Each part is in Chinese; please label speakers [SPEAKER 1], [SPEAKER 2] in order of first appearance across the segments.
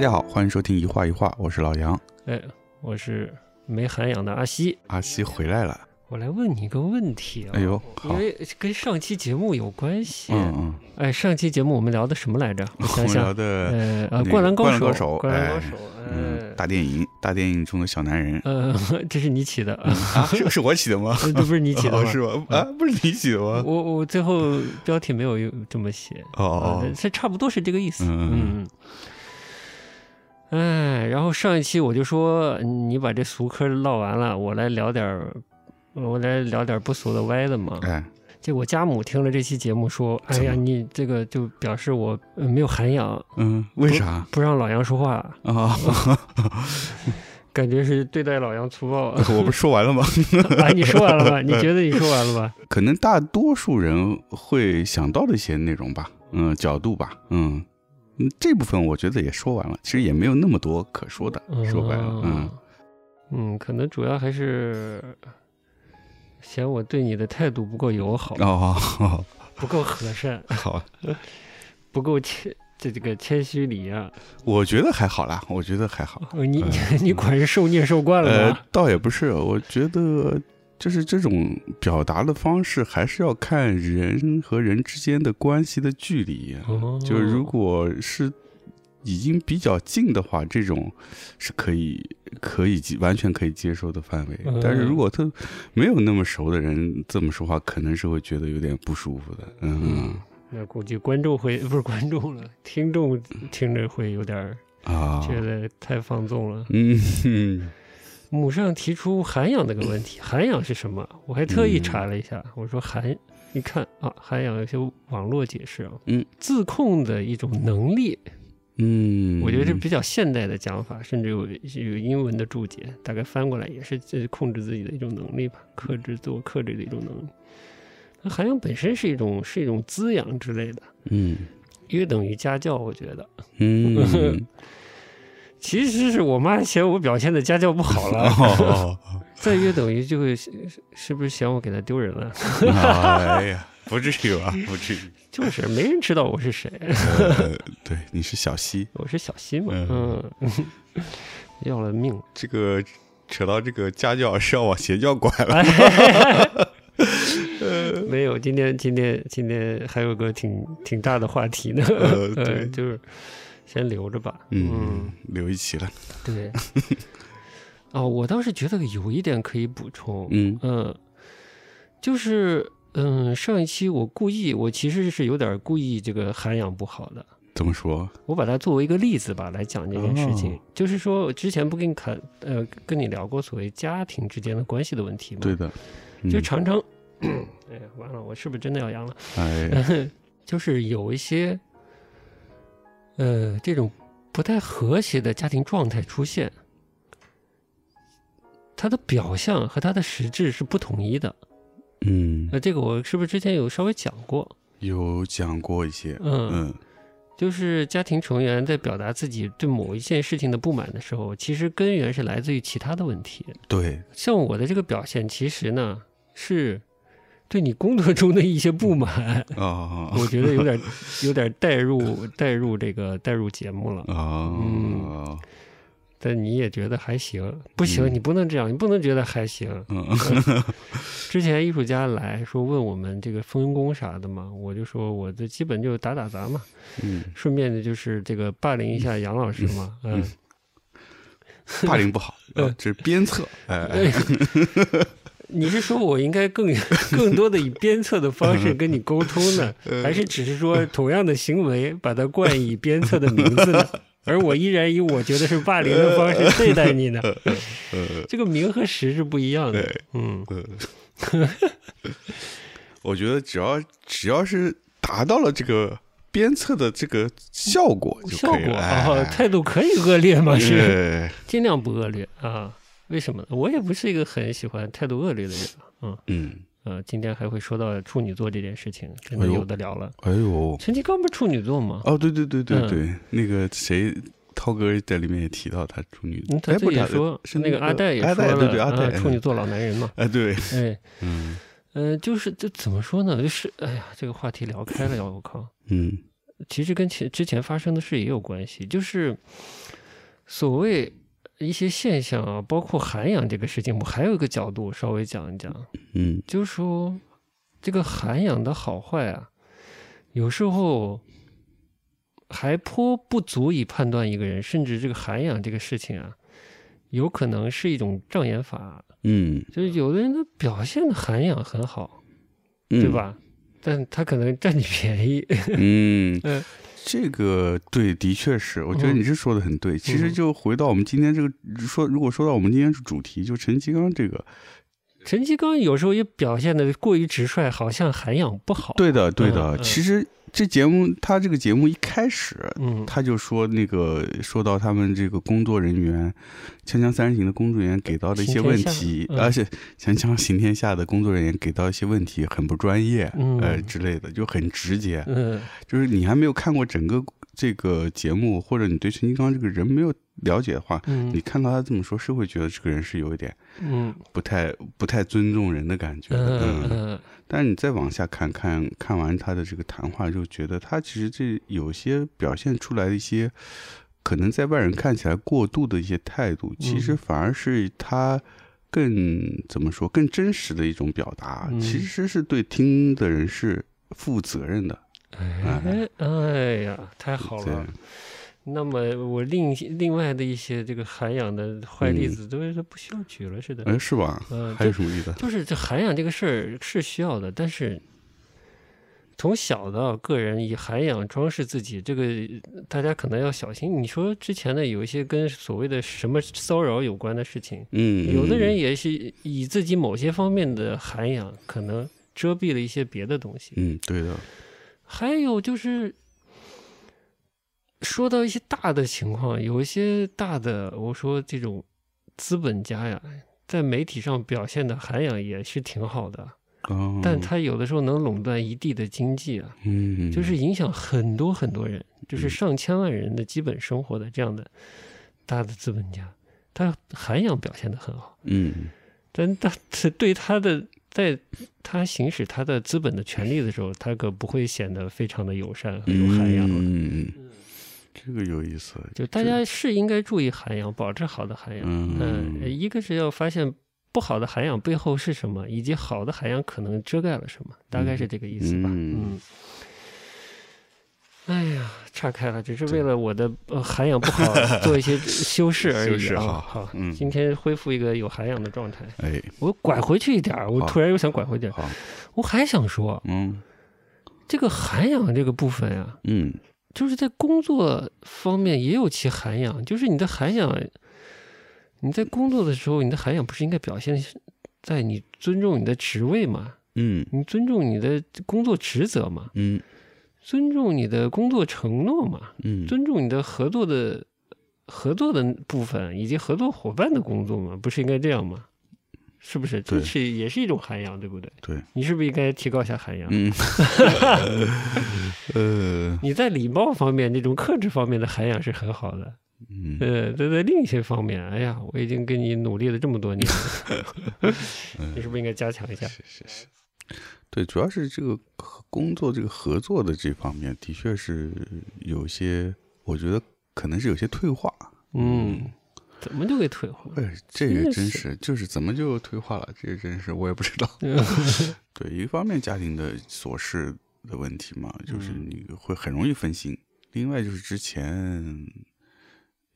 [SPEAKER 1] 家好，欢迎收听一画一画，我是老杨。
[SPEAKER 2] 哎，我是没涵养的阿西，
[SPEAKER 1] 阿西回来了，
[SPEAKER 2] 我来问你一个问题啊。
[SPEAKER 1] 哎呦，
[SPEAKER 2] 因
[SPEAKER 1] 好，
[SPEAKER 2] 为跟上期节目有关系。
[SPEAKER 1] 嗯
[SPEAKER 2] 哎，上期节目我们聊的什么来着？
[SPEAKER 1] 嗯，
[SPEAKER 2] 我
[SPEAKER 1] 我
[SPEAKER 2] 想
[SPEAKER 1] 们聊
[SPEAKER 2] 想，
[SPEAKER 1] 的
[SPEAKER 2] 呃
[SPEAKER 1] 那
[SPEAKER 2] 呃，
[SPEAKER 1] 个
[SPEAKER 2] 灌篮高
[SPEAKER 1] 灌篮高手
[SPEAKER 2] 手，灌篮高
[SPEAKER 1] 哎
[SPEAKER 2] 手，
[SPEAKER 1] 嗯
[SPEAKER 2] 呃
[SPEAKER 1] 大电影，大电影中的小男人
[SPEAKER 2] 呃，这是你起的，
[SPEAKER 1] 啊，是是我起的吗？
[SPEAKER 2] 这不是你起的
[SPEAKER 1] 哦
[SPEAKER 2] 吗？嗯
[SPEAKER 1] 是吗？啊，不是你起的吗？
[SPEAKER 2] 我我最后标题没有用这么写，
[SPEAKER 1] 哦
[SPEAKER 2] 啊
[SPEAKER 1] 哦，
[SPEAKER 2] 这差不多是这个意思。
[SPEAKER 1] 嗯
[SPEAKER 2] 嗯嗯。哎，然后上一期我就说你把这俗嗑唠完了，我来聊点儿，我来聊点儿不俗的歪的嘛。
[SPEAKER 1] 哎，
[SPEAKER 2] 结果家母听了这期节目说：“哎呀，
[SPEAKER 1] 怎么
[SPEAKER 2] 你这个就表示我呃没有涵养，
[SPEAKER 1] 嗯，为啥
[SPEAKER 2] 不让老杨说话，
[SPEAKER 1] 啊？”
[SPEAKER 2] 感觉是对待老杨粗暴。
[SPEAKER 1] 我不是说完了吗？
[SPEAKER 2] 哎，你说完了吧？你觉得你说完了吧？
[SPEAKER 1] 可能大多数人会想到的一些内容吧，嗯，角度吧，嗯。嗯这部分我觉得也说完了，其实也没有那么多可说的。 说白了，嗯
[SPEAKER 2] 嗯，嗯，可能主要还是嫌我对你的态度不够友好，
[SPEAKER 1] 哦，
[SPEAKER 2] 不够和善，
[SPEAKER 1] 好，
[SPEAKER 2] 不够谦这这个谦虚礼让、
[SPEAKER 1] 我觉得还好啦，我觉得还好。
[SPEAKER 2] 哦你
[SPEAKER 1] 嗯
[SPEAKER 2] 你果然是受虐受惯了
[SPEAKER 1] 呃
[SPEAKER 2] 吧？，
[SPEAKER 1] 倒也不是，我觉得就是这种表达的方式，还是要看人和人之间的关系的距离。啊
[SPEAKER 2] 哦
[SPEAKER 1] 呃就是如果是已经比较近的话，这种是可以可以接完全可以接受的范围。
[SPEAKER 2] 嗯
[SPEAKER 1] 但是如果他没有那么熟的人这么说话，可能是会觉得有点不舒服的。嗯
[SPEAKER 2] 那估计观众会不是观众了，听众听着会有点儿
[SPEAKER 1] 啊，
[SPEAKER 2] 觉得太放纵了。
[SPEAKER 1] 嗯哼
[SPEAKER 2] 母上提出涵养这个问题，涵养是什么？我还特意查了一下，我说涵，一看啊，涵养有些网络解释啊，
[SPEAKER 1] 嗯，
[SPEAKER 2] 自控的一种能力，
[SPEAKER 1] 嗯，
[SPEAKER 2] 我觉得这比较现代的讲法，甚至有有英文的注解，大概翻过来也是这控制自己的一种能力吧，克制自我克制的一种能力。那涵养本身是一种是一种滋养之类的，
[SPEAKER 1] 嗯
[SPEAKER 2] 约等于家教，我觉得。
[SPEAKER 1] 嗯
[SPEAKER 2] 其实是我妈嫌我表现的家教不 好了，
[SPEAKER 1] 哦。
[SPEAKER 2] 再约等于就会是是不是嫌我给他丢人了？
[SPEAKER 1] 哎呀，不至于 吧，不至于。
[SPEAKER 2] 就是没人知道我是谁，
[SPEAKER 1] 呃，对，你是小西。
[SPEAKER 2] 我是小新嘛，
[SPEAKER 1] 嗯
[SPEAKER 2] 嗯， 要了命了。
[SPEAKER 1] 这个扯到这个家教是要往邪教拐了。
[SPEAKER 2] 没有，今天今天今天还有个挺挺大的话题呢，
[SPEAKER 1] 呃
[SPEAKER 2] 呃
[SPEAKER 1] 对
[SPEAKER 2] 就是先留着吧。
[SPEAKER 1] 嗯，留一期了。
[SPEAKER 2] 对。哦，我倒是觉得有一点可以补充，
[SPEAKER 1] 嗯
[SPEAKER 2] 嗯，就是嗯，上一期我故意，我其实是有点故意这个涵养不好的，
[SPEAKER 1] 怎么说？
[SPEAKER 2] 我把它作为一个例子吧来讲这件事情，
[SPEAKER 1] 哦
[SPEAKER 2] 就是说我之前不跟你谈呃跟你聊过所谓家庭之间的关系的问题吗？
[SPEAKER 1] 对，的，嗯
[SPEAKER 2] 就常 常，哎呀，完了，我是不是真的要阳了？
[SPEAKER 1] 哎，
[SPEAKER 2] 就是有一些呃这种不太和谐的家庭状态出现，它的表象和它的实质是不统一的。
[SPEAKER 1] 嗯，
[SPEAKER 2] 呃，这个我是不是之前有稍微讲过？
[SPEAKER 1] 有讲过一些。
[SPEAKER 2] 嗯
[SPEAKER 1] 嗯
[SPEAKER 2] 就是家庭成员在表达自己对某一件事情的不满的时候，其实根源是来自于其他的问题。
[SPEAKER 1] 对，
[SPEAKER 2] 像我的这个表现，其实呢是对你工作中的一些不满，
[SPEAKER 1] 啊
[SPEAKER 2] 我觉得有点有点带入带入这个带入节目了。
[SPEAKER 1] 啊
[SPEAKER 2] 嗯，但你也觉得还行，不行，
[SPEAKER 1] 嗯
[SPEAKER 2] 你不能这样，你不能觉得还行。
[SPEAKER 1] 嗯
[SPEAKER 2] 之前艺术家来说问我们这个分工啥的嘛，我就说我这基本就打打杂嘛，
[SPEAKER 1] 嗯，
[SPEAKER 2] 顺便的就是这个霸凌一下杨老师嘛，嗯。
[SPEAKER 1] 霸凌不好， 呃这是鞭策。哎，哎
[SPEAKER 2] 哎 你是说我应该更 更多的以鞭策的方式跟你沟通呢，
[SPEAKER 1] 嗯
[SPEAKER 2] 还是只是说同样的行为把它冠以鞭策的名字呢？ 而我依然以我觉得是霸凌的方式对待你呢？这个名和实是不一样的。
[SPEAKER 1] 嗯对。
[SPEAKER 2] 嗯，
[SPEAKER 1] 呃， 我觉得只要只要是达到了这个鞭策的这个效果就
[SPEAKER 2] 效
[SPEAKER 1] 可以
[SPEAKER 2] 果
[SPEAKER 1] 了。
[SPEAKER 2] 啊，
[SPEAKER 1] 哎
[SPEAKER 2] 态度可以恶劣吗？是
[SPEAKER 1] 哎
[SPEAKER 2] 尽量不恶劣啊？为什么呢？我也不是一个很喜欢态度恶劣的人啊。嗯
[SPEAKER 1] 嗯，
[SPEAKER 2] 呃，今天还会说到处女座这件事情，真
[SPEAKER 1] 哎
[SPEAKER 2] 的
[SPEAKER 1] 呦
[SPEAKER 2] 有的聊了。
[SPEAKER 1] 哎呦，
[SPEAKER 2] 陈其刚不是处女座吗？
[SPEAKER 1] 哦，对对对
[SPEAKER 2] 嗯
[SPEAKER 1] 对对，那个谁。涛哥在里面也提到他处女，
[SPEAKER 2] 嗯，他
[SPEAKER 1] 哎，
[SPEAKER 2] 自
[SPEAKER 1] 不
[SPEAKER 2] 己
[SPEAKER 1] 是
[SPEAKER 2] 也
[SPEAKER 1] 他
[SPEAKER 2] 说
[SPEAKER 1] 是
[SPEAKER 2] 那个阿黛也说
[SPEAKER 1] 阿黛，对对
[SPEAKER 2] 了，
[SPEAKER 1] 阿
[SPEAKER 2] 啊
[SPEAKER 1] 黛，
[SPEAKER 2] 处女，座老男人嘛，
[SPEAKER 1] 哎对，
[SPEAKER 2] 哎，
[SPEAKER 1] 嗯
[SPEAKER 2] 呃，就是这怎么说呢？就是哎呀，这个话题聊开了呀，我靠，
[SPEAKER 1] 嗯
[SPEAKER 2] 其实跟前之前发生的事也有关系，就是所谓一些现象啊，包括涵养这个事情，我还有一个角度稍微讲一讲，
[SPEAKER 1] 嗯
[SPEAKER 2] 就是说这个涵养的好坏啊，有时候还颇不足以判断一个人，甚至这个涵养这个事情啊，有可能是一种障眼法，
[SPEAKER 1] 嗯，
[SPEAKER 2] 就是有的人他表现的涵养很好，
[SPEAKER 1] 嗯
[SPEAKER 2] 对？吧？但他可能占你便宜，
[SPEAKER 1] 嗯
[SPEAKER 2] 嗯，
[SPEAKER 1] 这个对，的确是，我觉得
[SPEAKER 2] 嗯
[SPEAKER 1] 你是说的很对。其实
[SPEAKER 2] 嗯
[SPEAKER 1] 就回到我们今天这个说，如果说到我们今天的主题，就陈其刚这个，
[SPEAKER 2] 陈其刚有时候也表现的过于直率，好像涵养不好。，
[SPEAKER 1] 对的，对的。
[SPEAKER 2] 嗯
[SPEAKER 1] 其实这节目，他这个节目一开始，
[SPEAKER 2] 嗯，
[SPEAKER 1] 他就说那个说到他们这个工作人员，锵锵三人行的工作人员给到的一些问题
[SPEAKER 2] 行天，下嗯
[SPEAKER 1] 而且锵锵行天下的工作人员给到一些问题很不专业，
[SPEAKER 2] 嗯
[SPEAKER 1] 呃之类的，就很直接。
[SPEAKER 2] 嗯
[SPEAKER 1] 就是你还没有看过整个这个节目，或者你对陈金刚这个人没有了解的话，你
[SPEAKER 2] 嗯
[SPEAKER 1] 看到他这么说，是会觉得这个人是有一点
[SPEAKER 2] 嗯
[SPEAKER 1] 不太不太尊重人的感觉的。
[SPEAKER 2] 嗯嗯
[SPEAKER 1] 但是你再往下看看，看完他的这个谈话，就觉得他其实这有些表现出来的一些，可能在外人看起来过度的一些态
[SPEAKER 2] 嗯
[SPEAKER 1] 度，其实反而是他更怎么说更真实的一种表达，
[SPEAKER 2] 嗯
[SPEAKER 1] 其实是对听的人是负责任的。
[SPEAKER 2] 哎哎呀，太好
[SPEAKER 1] 对
[SPEAKER 2] 了。那么我另另外的一些这个涵养的坏例子都是不需要举了似的。
[SPEAKER 1] 哎，是吧？
[SPEAKER 2] 嗯，
[SPEAKER 1] 还有什么意思？
[SPEAKER 2] 就是这涵养这个事儿是需要的，但是从小到个人以涵养装饰自己，这个呃大家可能要小心。你说之前的有一些跟所谓的什么骚扰有关的事情，
[SPEAKER 1] 嗯，
[SPEAKER 2] 有的人
[SPEAKER 1] 也，
[SPEAKER 2] 也是以自己某些方面的涵养，可能遮蔽了一些别的东西。
[SPEAKER 1] 嗯，对的，
[SPEAKER 2] 还有就是。说到一些大的情况，有一些大的，我说这种资本家呀，在媒体上表现的涵养也是挺好的。
[SPEAKER 1] 哦，
[SPEAKER 2] 但他有的时候能垄断一地的经济啊，
[SPEAKER 1] 嗯，
[SPEAKER 2] 就是影响很多很多人，就是
[SPEAKER 1] 嗯
[SPEAKER 2] 上千万人的基本生活的这样的大的资本家，他涵养表现的很好，
[SPEAKER 1] 嗯
[SPEAKER 2] 但他他对他的在他行使他的资本的权利的时候，他可不会显得非常的友善和有涵养了。
[SPEAKER 1] 嗯嗯，这个有意思，哎
[SPEAKER 2] 就大家是应该注意涵养，保持好的涵养。嗯，呃
[SPEAKER 1] 嗯
[SPEAKER 2] 一个是要发现不好的涵养背后是什么，以及好的涵养可能遮盖了什么，大概是这个意思吧。
[SPEAKER 1] 嗯
[SPEAKER 2] 嗯。哎呀，岔开了，只是为了我的呃涵养不好做一 些修饰而
[SPEAKER 1] 修
[SPEAKER 2] 已
[SPEAKER 1] 饰
[SPEAKER 2] 啊。
[SPEAKER 1] 好
[SPEAKER 2] 好，
[SPEAKER 1] 嗯
[SPEAKER 2] 今天恢复一个有涵养的状态。
[SPEAKER 1] 哎，
[SPEAKER 2] 我拐回去一点儿，我
[SPEAKER 1] 好
[SPEAKER 2] 突然又想拐回点儿。
[SPEAKER 1] 好，
[SPEAKER 2] 我还想说，
[SPEAKER 1] 嗯
[SPEAKER 2] 这个涵养这个部分啊，
[SPEAKER 1] 嗯
[SPEAKER 2] 就是在工作方面也有其涵养，就是你的涵养，你在工作的时候，你的涵养不是应该表现在你尊重你的职位嘛，
[SPEAKER 1] 嗯
[SPEAKER 2] 你尊重你的工作职责嘛，
[SPEAKER 1] 嗯
[SPEAKER 2] 尊重你的工作承诺嘛，
[SPEAKER 1] 嗯，
[SPEAKER 2] 尊重你的合作的合作的部分以及合作伙伴的工作嘛，不是应该这样吗？是不是？
[SPEAKER 1] 对
[SPEAKER 2] 这是也是一种涵养，对不对？
[SPEAKER 1] 对，
[SPEAKER 2] 你是不是应该提高一下涵养？
[SPEAKER 1] 嗯，
[SPEAKER 2] 啊
[SPEAKER 1] 呃，
[SPEAKER 2] 你在礼貌方面、那种克制方面的涵养是很好的，
[SPEAKER 1] 嗯
[SPEAKER 2] 呃，但在另一些方面，哎呀，我已经跟你努力了这么多年了，
[SPEAKER 1] 嗯
[SPEAKER 2] 你是不是应该加强一下？
[SPEAKER 1] 对，主要是这个和工作这个合作的这方面，的确是有些，我觉得可能是有些退化。
[SPEAKER 2] 嗯，怎么就给退化了？
[SPEAKER 1] 哎，这个
[SPEAKER 2] 真
[SPEAKER 1] 真
[SPEAKER 2] 是嗯
[SPEAKER 1] 是，就是怎么就退化了？这个真是我也不知道。 对，一方面家庭的琐事的问题嘛，就是
[SPEAKER 2] 嗯
[SPEAKER 1] 你会很容易分心；另外就是之前，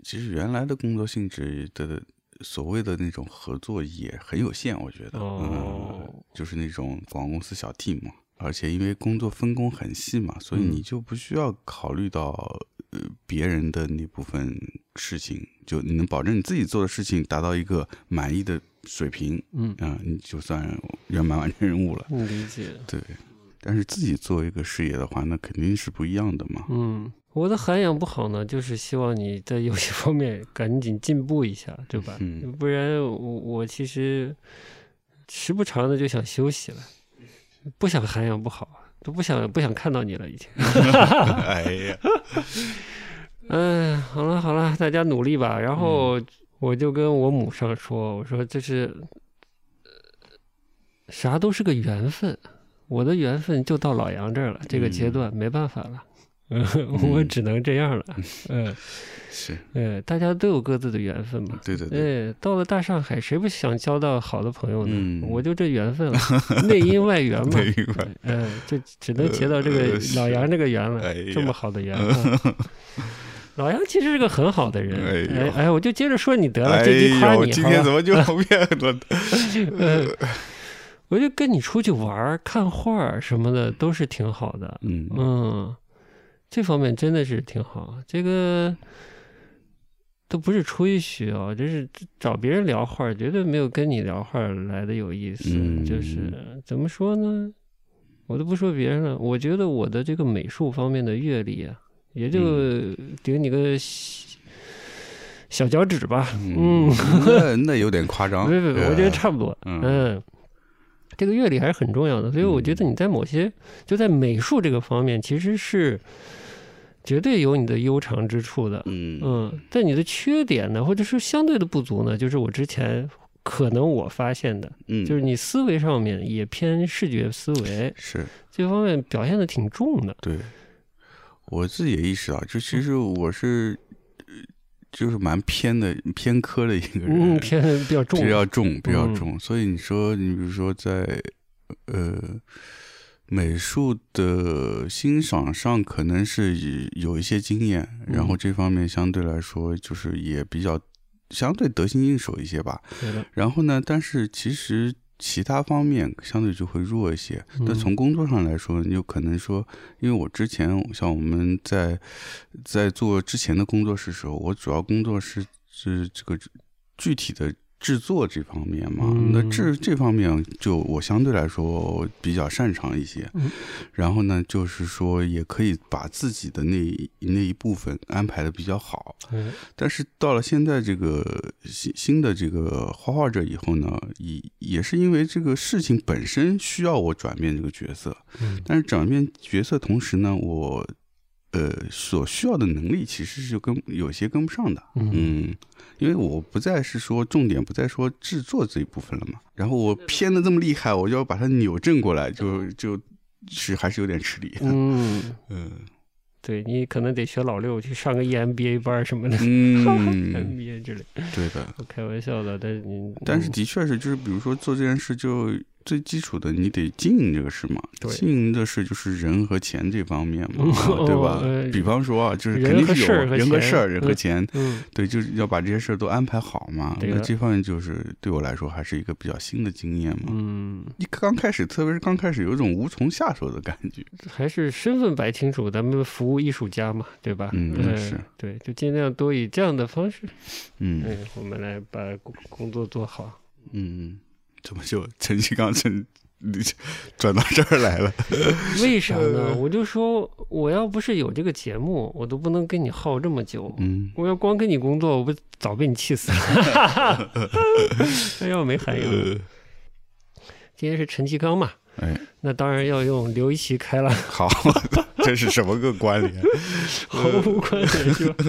[SPEAKER 1] 其实原来的工作性质的所谓的那种合作也很有限，我觉得，
[SPEAKER 2] 哦
[SPEAKER 1] 嗯，就是那种广告公司小 team 嘛。而且因为工作分工很细嘛，所以
[SPEAKER 2] 嗯
[SPEAKER 1] 你就不需要考虑到呃别人的那部分事情，就你能保证你自己做的事情达到一个满意的水平，
[SPEAKER 2] 嗯，
[SPEAKER 1] 啊、你就算圆满完成任务了。
[SPEAKER 2] 理解。
[SPEAKER 1] 对，但是自己做一个事业的话，那肯定是不一样的嘛。
[SPEAKER 2] 嗯，我的涵养不好呢，就是希望你在有些方面赶紧进步一下，对吧？
[SPEAKER 1] 嗯
[SPEAKER 2] 不然我我其实时不常的就想休息了，不想涵养不好，都不想不想看到你了，已经。
[SPEAKER 1] 哎呀，
[SPEAKER 2] 哎，好了好了，大家努力吧。然后我就跟我母上说，我说这是呃啥都是个缘分，我的缘分就到老杨这儿了，这个阶段没办法了。呃 我只能这样了。嗯
[SPEAKER 1] 是，
[SPEAKER 2] 呃，大家都有各自的缘分嘛。
[SPEAKER 1] 对对对，
[SPEAKER 2] 哎，到了大上海，谁不想交到好的朋友呢？
[SPEAKER 1] 嗯
[SPEAKER 2] 我就这 缘分了，内因外缘嘛。
[SPEAKER 1] 内因外
[SPEAKER 2] 嗯、就只能结到这个
[SPEAKER 1] 呃是
[SPEAKER 2] 老杨这个缘了，
[SPEAKER 1] 哎呀
[SPEAKER 2] 这么好 的缘、啊。老杨其实是个很好的人，
[SPEAKER 1] 哎
[SPEAKER 2] 哎
[SPEAKER 1] 呦
[SPEAKER 2] 哎，我就接着说你得了，
[SPEAKER 1] 哎
[SPEAKER 2] 这句夸
[SPEAKER 1] 呦，
[SPEAKER 2] 你
[SPEAKER 1] 今
[SPEAKER 2] 好
[SPEAKER 1] 天
[SPEAKER 2] 吧
[SPEAKER 1] 怎？么 就跑偏了？
[SPEAKER 2] 嗯，我就跟你出去玩儿、看画儿什么的，都是挺好的。
[SPEAKER 1] 嗯
[SPEAKER 2] 嗯，这方面真的是挺好。这个都不是吹嘘啊，就是找别人聊话儿，绝对没有跟你聊话儿来的有意思。
[SPEAKER 1] 嗯
[SPEAKER 2] 就是怎么说呢，我都不说别人了，我觉得我的这个美术方面的阅历啊，也就
[SPEAKER 1] 嗯
[SPEAKER 2] 顶你个小小脚趾吧。嗯，
[SPEAKER 1] 那那有点夸张。
[SPEAKER 2] 别别别，我觉得差不多。
[SPEAKER 1] 啊嗯
[SPEAKER 2] 嗯，这个阅历还是很重要的，所以我觉得你在某
[SPEAKER 1] 嗯
[SPEAKER 2] 些就在美术这个方面，其实是绝对有你的悠长之处的。
[SPEAKER 1] 嗯
[SPEAKER 2] 嗯，但你的缺点呢，或者是相对的不足呢，就是我之前可能我发现的，
[SPEAKER 1] 嗯，
[SPEAKER 2] 就是你思维上面也偏视觉思维
[SPEAKER 1] 是
[SPEAKER 2] 这方面表现的挺重的。
[SPEAKER 1] 对，我自己也意识到，就其实我是呃就是蛮偏的偏科的一个人，
[SPEAKER 2] 嗯，偏比较重
[SPEAKER 1] 比。较重，比较
[SPEAKER 2] 嗯
[SPEAKER 1] 重。所以你说，你比如说在呃美术的欣赏上，可能是以有一些经验，然后
[SPEAKER 2] 嗯
[SPEAKER 1] 这方面相对来说就是也比较相对得心应手一些吧。
[SPEAKER 2] 对的
[SPEAKER 1] 然后呢，但是其实。其他方面相对就会弱一些。那
[SPEAKER 2] 嗯
[SPEAKER 1] 从工作上来说，你就可能说，因为我之前像我们在在做之前的工作室时候，我主要工作是是这个具体的制作这方面嘛。
[SPEAKER 2] 嗯
[SPEAKER 1] 那这这方面就我相对来说比较擅长一些。
[SPEAKER 2] 嗯
[SPEAKER 1] 然后呢，就是说也可以把自己的那一那一部分安排的比较好。
[SPEAKER 2] 嗯
[SPEAKER 1] 但是到了现在这个新新的这个画画者以后呢，也也是因为这个事情本身需要我转变这个角色，
[SPEAKER 2] 嗯
[SPEAKER 1] 但是转变角色同时呢，我呃所需要的能力其实是跟有些跟不上的，
[SPEAKER 2] 嗯，
[SPEAKER 1] 嗯，因为我不再是说重点不再说制作这一部分了嘛，然后我偏的这么厉害，我就要把它扭正过来，就就是还是有点吃力，
[SPEAKER 2] 嗯，
[SPEAKER 1] 嗯
[SPEAKER 2] 对你可能得学老六去上个 E EMBA 班儿什么的、
[SPEAKER 1] 嗯，
[SPEAKER 2] m b a 之类的。
[SPEAKER 1] 对的。
[SPEAKER 2] 我开玩笑的，但是你
[SPEAKER 1] 但是的确是，就是比如说做这件事，就最基础的，你得经营这个事嘛。
[SPEAKER 2] 对
[SPEAKER 1] 经营的事就是人和钱这方面嘛，
[SPEAKER 2] 嗯
[SPEAKER 1] 啊对吧
[SPEAKER 2] 哦呃？
[SPEAKER 1] 比方说啊，就是
[SPEAKER 2] 人
[SPEAKER 1] 肯定
[SPEAKER 2] 和
[SPEAKER 1] 是
[SPEAKER 2] 事
[SPEAKER 1] 有
[SPEAKER 2] 儿和
[SPEAKER 1] 人和
[SPEAKER 2] 钱
[SPEAKER 1] 事儿、人和
[SPEAKER 2] 嗯
[SPEAKER 1] 钱，
[SPEAKER 2] 嗯
[SPEAKER 1] 对，就是要把这些事儿都安排好嘛。
[SPEAKER 2] 对
[SPEAKER 1] 那
[SPEAKER 2] 的
[SPEAKER 1] 这方面就是对我来说还是一个比较新的经验嘛。
[SPEAKER 2] 嗯，
[SPEAKER 1] 一刚开始，特别是刚开始，有一种无从下手的感觉。
[SPEAKER 2] 还是身份摆清楚，咱们服务艺术家嘛，对吧？
[SPEAKER 1] 嗯
[SPEAKER 2] 呃
[SPEAKER 1] 是，
[SPEAKER 2] 对，就尽量多以这样的方式，
[SPEAKER 1] 嗯
[SPEAKER 2] 嗯，我们来把工工作做好。
[SPEAKER 1] 嗯，怎么就陈其刚陈转到这儿 来了？
[SPEAKER 2] 为啥呢？我就说，我要不是有这个节目，我都不能跟你耗这么久。
[SPEAKER 1] 嗯，
[SPEAKER 2] 我要光跟你工作，我不早被你气死了。哎呦，没涵养。
[SPEAKER 1] 呃，
[SPEAKER 2] 今天是陈其刚嘛，
[SPEAKER 1] 哎，
[SPEAKER 2] 那当然要用刘一奇开了。
[SPEAKER 1] 好， 这是什么个关联？
[SPEAKER 2] 毫
[SPEAKER 1] 嗯
[SPEAKER 2] 无关联是吧？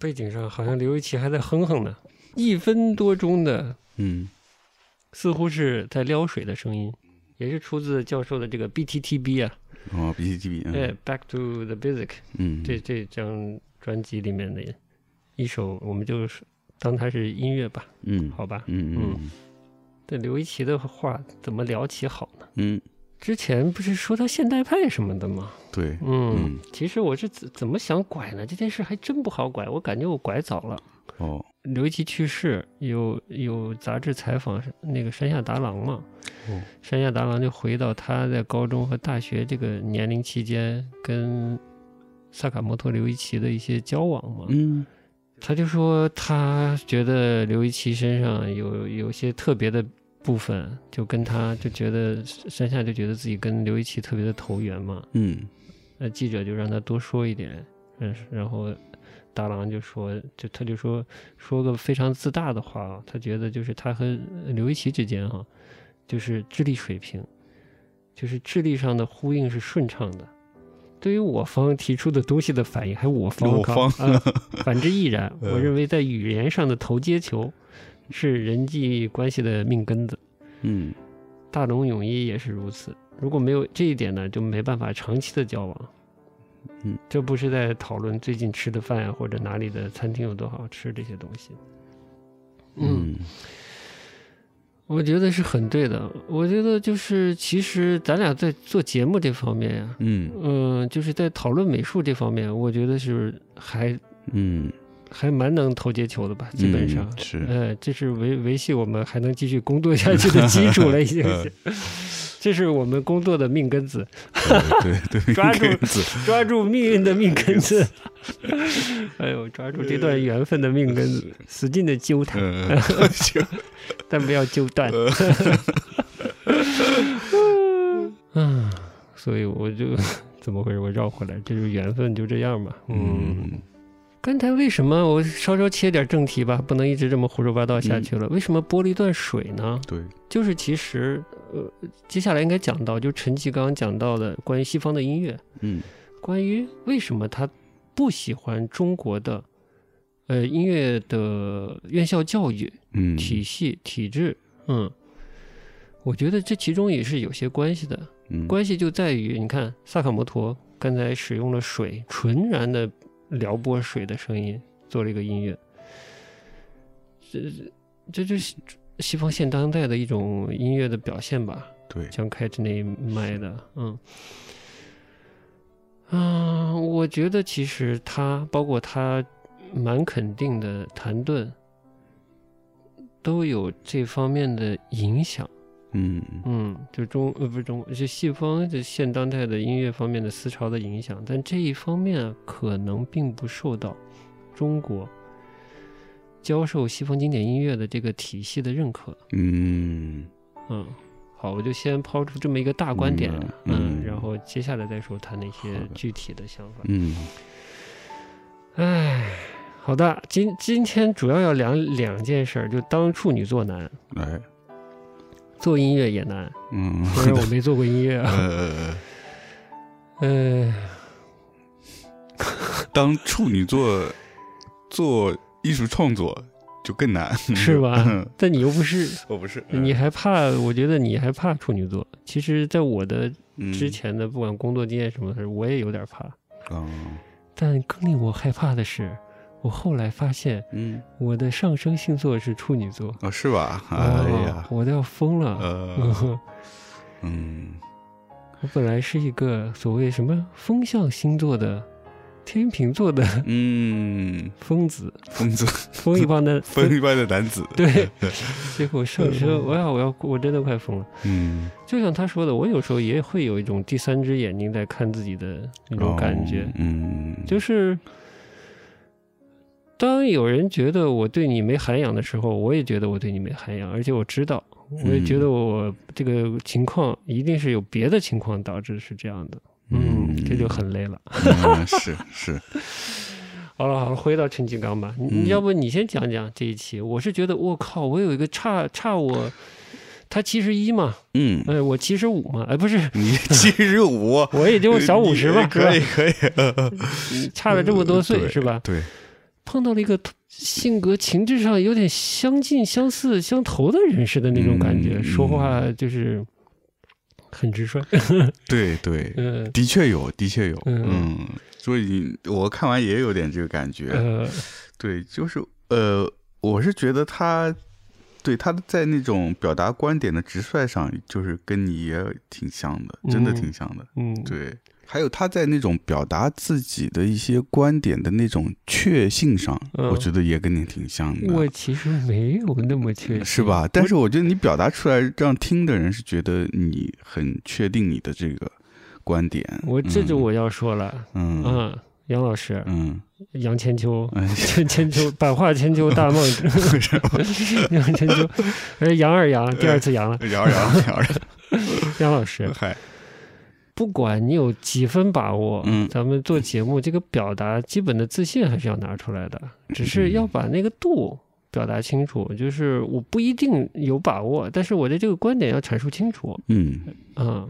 [SPEAKER 2] 背景上好像刘一奇还在哼哼呢，一分多钟的
[SPEAKER 1] 嗯。
[SPEAKER 2] 似乎是在撩水的声音，也是出自教授的这个 BTTB 啊，
[SPEAKER 1] 哦，BCGB，
[SPEAKER 2] 哎
[SPEAKER 1] 嗯，
[SPEAKER 2] ，Back to the Basic
[SPEAKER 1] 嗯，
[SPEAKER 2] 这这张专辑里面的一首，我们就是当它是音乐吧，
[SPEAKER 1] 嗯，
[SPEAKER 2] 好吧？
[SPEAKER 1] 嗯嗯
[SPEAKER 2] 对刘一奇的话怎么聊起好呢？
[SPEAKER 1] 嗯，
[SPEAKER 2] 之前不是说他现代派什么的吗？
[SPEAKER 1] 对，
[SPEAKER 2] 嗯，其实我是怎怎么想拐呢？这件事还真不好拐，我感觉我拐早了。
[SPEAKER 1] 哦，
[SPEAKER 2] 刘一奇去世，有有杂志采访那个山下达郎嘛，
[SPEAKER 1] 哦
[SPEAKER 2] 山下达郎就回到他在高中和大学这个年龄期间跟萨卡摩托刘一奇的一些交往嘛，
[SPEAKER 1] 嗯
[SPEAKER 2] 他就说他觉得刘一奇身上有有些特别的部分，就跟他就觉得山下就觉得自己跟刘一奇特别的投缘嘛，
[SPEAKER 1] 嗯
[SPEAKER 2] 那记者就让他多说一点，嗯，然后大郎就说，就他就说说个非常自大的话啊，他觉得就是他和刘一奇之间哈、就是智力水平，就是智力上的呼应是顺畅的。对于我方提出的东西的反应，还我方
[SPEAKER 1] 我
[SPEAKER 2] 靠
[SPEAKER 1] 方
[SPEAKER 2] 啊，反之亦然。
[SPEAKER 1] 嗯
[SPEAKER 2] 我认为在语言上的投接球是人际关系的命根子，
[SPEAKER 1] 嗯
[SPEAKER 2] 大龙泳衣也是如此。如果没有这一点呢，就没办法长期的交往。
[SPEAKER 1] 嗯，
[SPEAKER 2] 这不是在讨论最近吃的饭呀，或者哪里的餐厅有多好吃这些东西。嗯，
[SPEAKER 1] 嗯
[SPEAKER 2] 我觉得是很对的。我觉得就是，其实咱俩在做节目这方面呀、
[SPEAKER 1] 嗯
[SPEAKER 2] 嗯、就是在讨论美术这方面，我觉得是还
[SPEAKER 1] 嗯，
[SPEAKER 2] 还蛮能投接球的吧，基本上。
[SPEAKER 1] 嗯是
[SPEAKER 2] 呃，这是维维系我们还能继续工作下去的基础了，已经是， 这是我们工作的命根子。
[SPEAKER 1] 对对 对，
[SPEAKER 2] 抓住
[SPEAKER 1] 应该是
[SPEAKER 2] 抓住命运的命根子。 哎呦，抓住这段缘分的命根子，使劲的揪 它，
[SPEAKER 1] 嗯，行，
[SPEAKER 2] 但不要揪断。 嗯，所以我就 怎么回事？我绕回来，这就是缘分，就这样嘛。嗯，
[SPEAKER 1] 嗯
[SPEAKER 2] 刚才为什么我稍稍切点正题吧，不能一直这么胡说八道下去了？为什么剥了一段水呢？
[SPEAKER 1] 对，
[SPEAKER 2] 就是其实，呃，接下来应该讲到，就陈其刚讲到的关于西方的音乐，
[SPEAKER 1] 嗯
[SPEAKER 2] 关于为什么他不喜欢中国的呃音乐的院校教育
[SPEAKER 1] 嗯，
[SPEAKER 2] 体系体制，嗯，我觉得这其中也是有些关系的。
[SPEAKER 1] 嗯
[SPEAKER 2] 关系就在于，你看萨卡摩托刚才使用了水，纯然的撩拨水的声音做了一个音乐，这这就是西方现当代的一种音乐的表现吧。
[SPEAKER 1] 对，
[SPEAKER 2] 江开之内卖的，嗯，啊，我觉得其实他包括他蛮肯定的谭盾，都有这方面的影响，
[SPEAKER 1] 嗯
[SPEAKER 2] 嗯，就中呃不是中就西方就现当代的音乐方面的思潮的影响，但这一方面啊，可能并不受到中国教授西方经典音乐的这个体系的认可。
[SPEAKER 1] 嗯
[SPEAKER 2] 嗯，好，我就先抛出这么一个大观点
[SPEAKER 1] 明白，
[SPEAKER 2] 嗯，
[SPEAKER 1] 嗯
[SPEAKER 2] 然后接下来再说他那些
[SPEAKER 1] 好的
[SPEAKER 2] 具体的想法。
[SPEAKER 1] 嗯
[SPEAKER 2] 哎，好的，今今天主要要聊两件事儿，就当处女座难，
[SPEAKER 1] 来，
[SPEAKER 2] 做音乐也难，
[SPEAKER 1] 嗯
[SPEAKER 2] 虽 然我没做过音乐啊，
[SPEAKER 1] 呃，
[SPEAKER 2] 嗯、
[SPEAKER 1] 当处女座做艺术创作就更难，
[SPEAKER 2] 是 吧？
[SPEAKER 1] 嗯
[SPEAKER 2] 但你又不是，
[SPEAKER 1] 我不是，
[SPEAKER 2] 你还怕？我觉得你还怕处女座。其实，在我的
[SPEAKER 1] 嗯
[SPEAKER 2] 之前的不管工作经验什么的，我也有点怕。
[SPEAKER 1] 啊，
[SPEAKER 2] 但更令我害怕的是，我后来发现
[SPEAKER 1] 嗯
[SPEAKER 2] 我的上升星座是处女座。
[SPEAKER 1] 哦是吧？哎
[SPEAKER 2] 哦
[SPEAKER 1] 呀，
[SPEAKER 2] 我都要疯了。
[SPEAKER 1] 呃
[SPEAKER 2] 嗯
[SPEAKER 1] 嗯
[SPEAKER 2] 我本来是一个所谓什么风象星座的天秤座的
[SPEAKER 1] 嗯，
[SPEAKER 2] 疯子，
[SPEAKER 1] 疯子
[SPEAKER 2] 疯一般的
[SPEAKER 1] 疯嗯一般的男子，
[SPEAKER 2] 对，结果上升，我要我要我真的快疯了。
[SPEAKER 1] 嗯，
[SPEAKER 2] 就像他说的，我有时候也会有一种第三只眼睛在看自己的那种感觉，
[SPEAKER 1] 哦，嗯，
[SPEAKER 2] 就是当有人觉得我对你没涵养的时候，我也觉得我对你没涵养，而且我知道，我也
[SPEAKER 1] 嗯
[SPEAKER 2] 觉得我这个情况一定是有别的情况导致是这样的。嗯，这就很累了。
[SPEAKER 1] 嗯是是，
[SPEAKER 2] 好了好了，回到陈金刚吧，你
[SPEAKER 1] 嗯
[SPEAKER 2] 你要不你先讲讲这一期？我是觉得我靠，我有一个差差我。他七十一嘛，
[SPEAKER 1] 嗯，
[SPEAKER 2] 哎，我七十五嘛，哎，不是，
[SPEAKER 1] 你七十五，
[SPEAKER 2] 我也就小五十吧，是 吧
[SPEAKER 1] 可以可以，
[SPEAKER 2] 你差了这么多岁，
[SPEAKER 1] 对
[SPEAKER 2] 是吧？
[SPEAKER 1] 对，
[SPEAKER 2] 碰到了一个性格、情志上有点相近、相似、相投的人似的那种感觉，
[SPEAKER 1] 嗯
[SPEAKER 2] 说话就是很 直率。
[SPEAKER 1] 对对，
[SPEAKER 2] 嗯
[SPEAKER 1] 的确有，的确有，
[SPEAKER 2] 嗯
[SPEAKER 1] 嗯，所以我看完也有点这个感觉，
[SPEAKER 2] 呃
[SPEAKER 1] 对，就是呃，我是觉得他对他在那种表达观点的直率上，就是跟你也挺像的，真的
[SPEAKER 2] 嗯
[SPEAKER 1] 挺像的。
[SPEAKER 2] 嗯，
[SPEAKER 1] 对，还有他在那种表达自己的一些观点的那种确信上，
[SPEAKER 2] 嗯
[SPEAKER 1] 我觉得也跟你挺像
[SPEAKER 2] 我
[SPEAKER 1] 的。
[SPEAKER 2] 其实没有那么确
[SPEAKER 1] 嗯是
[SPEAKER 2] 信，
[SPEAKER 1] 吧？但是我觉得你表达出来，让听的人是觉得你很确定你的这个观点。
[SPEAKER 2] 我这就
[SPEAKER 1] 嗯
[SPEAKER 2] 我要说了，
[SPEAKER 1] 嗯
[SPEAKER 2] 嗯，杨老师，
[SPEAKER 1] 嗯
[SPEAKER 2] 杨千秋，
[SPEAKER 1] 嗯，
[SPEAKER 2] 千 千秋，版画千秋大梦， 杨千秋，呃，杨二 杨，第二次杨了，
[SPEAKER 1] 摇摇摇摇，
[SPEAKER 2] 杨老师，
[SPEAKER 1] 嗨，
[SPEAKER 2] 不管你有几分把握，
[SPEAKER 1] 嗯
[SPEAKER 2] 咱们做节目这个表达基本的自信还是要拿出来的，
[SPEAKER 1] 嗯
[SPEAKER 2] 只是要把那个度表达清楚。就是我不一定有把握，但是我的这个观点要阐述清楚
[SPEAKER 1] 嗯
[SPEAKER 2] 啊、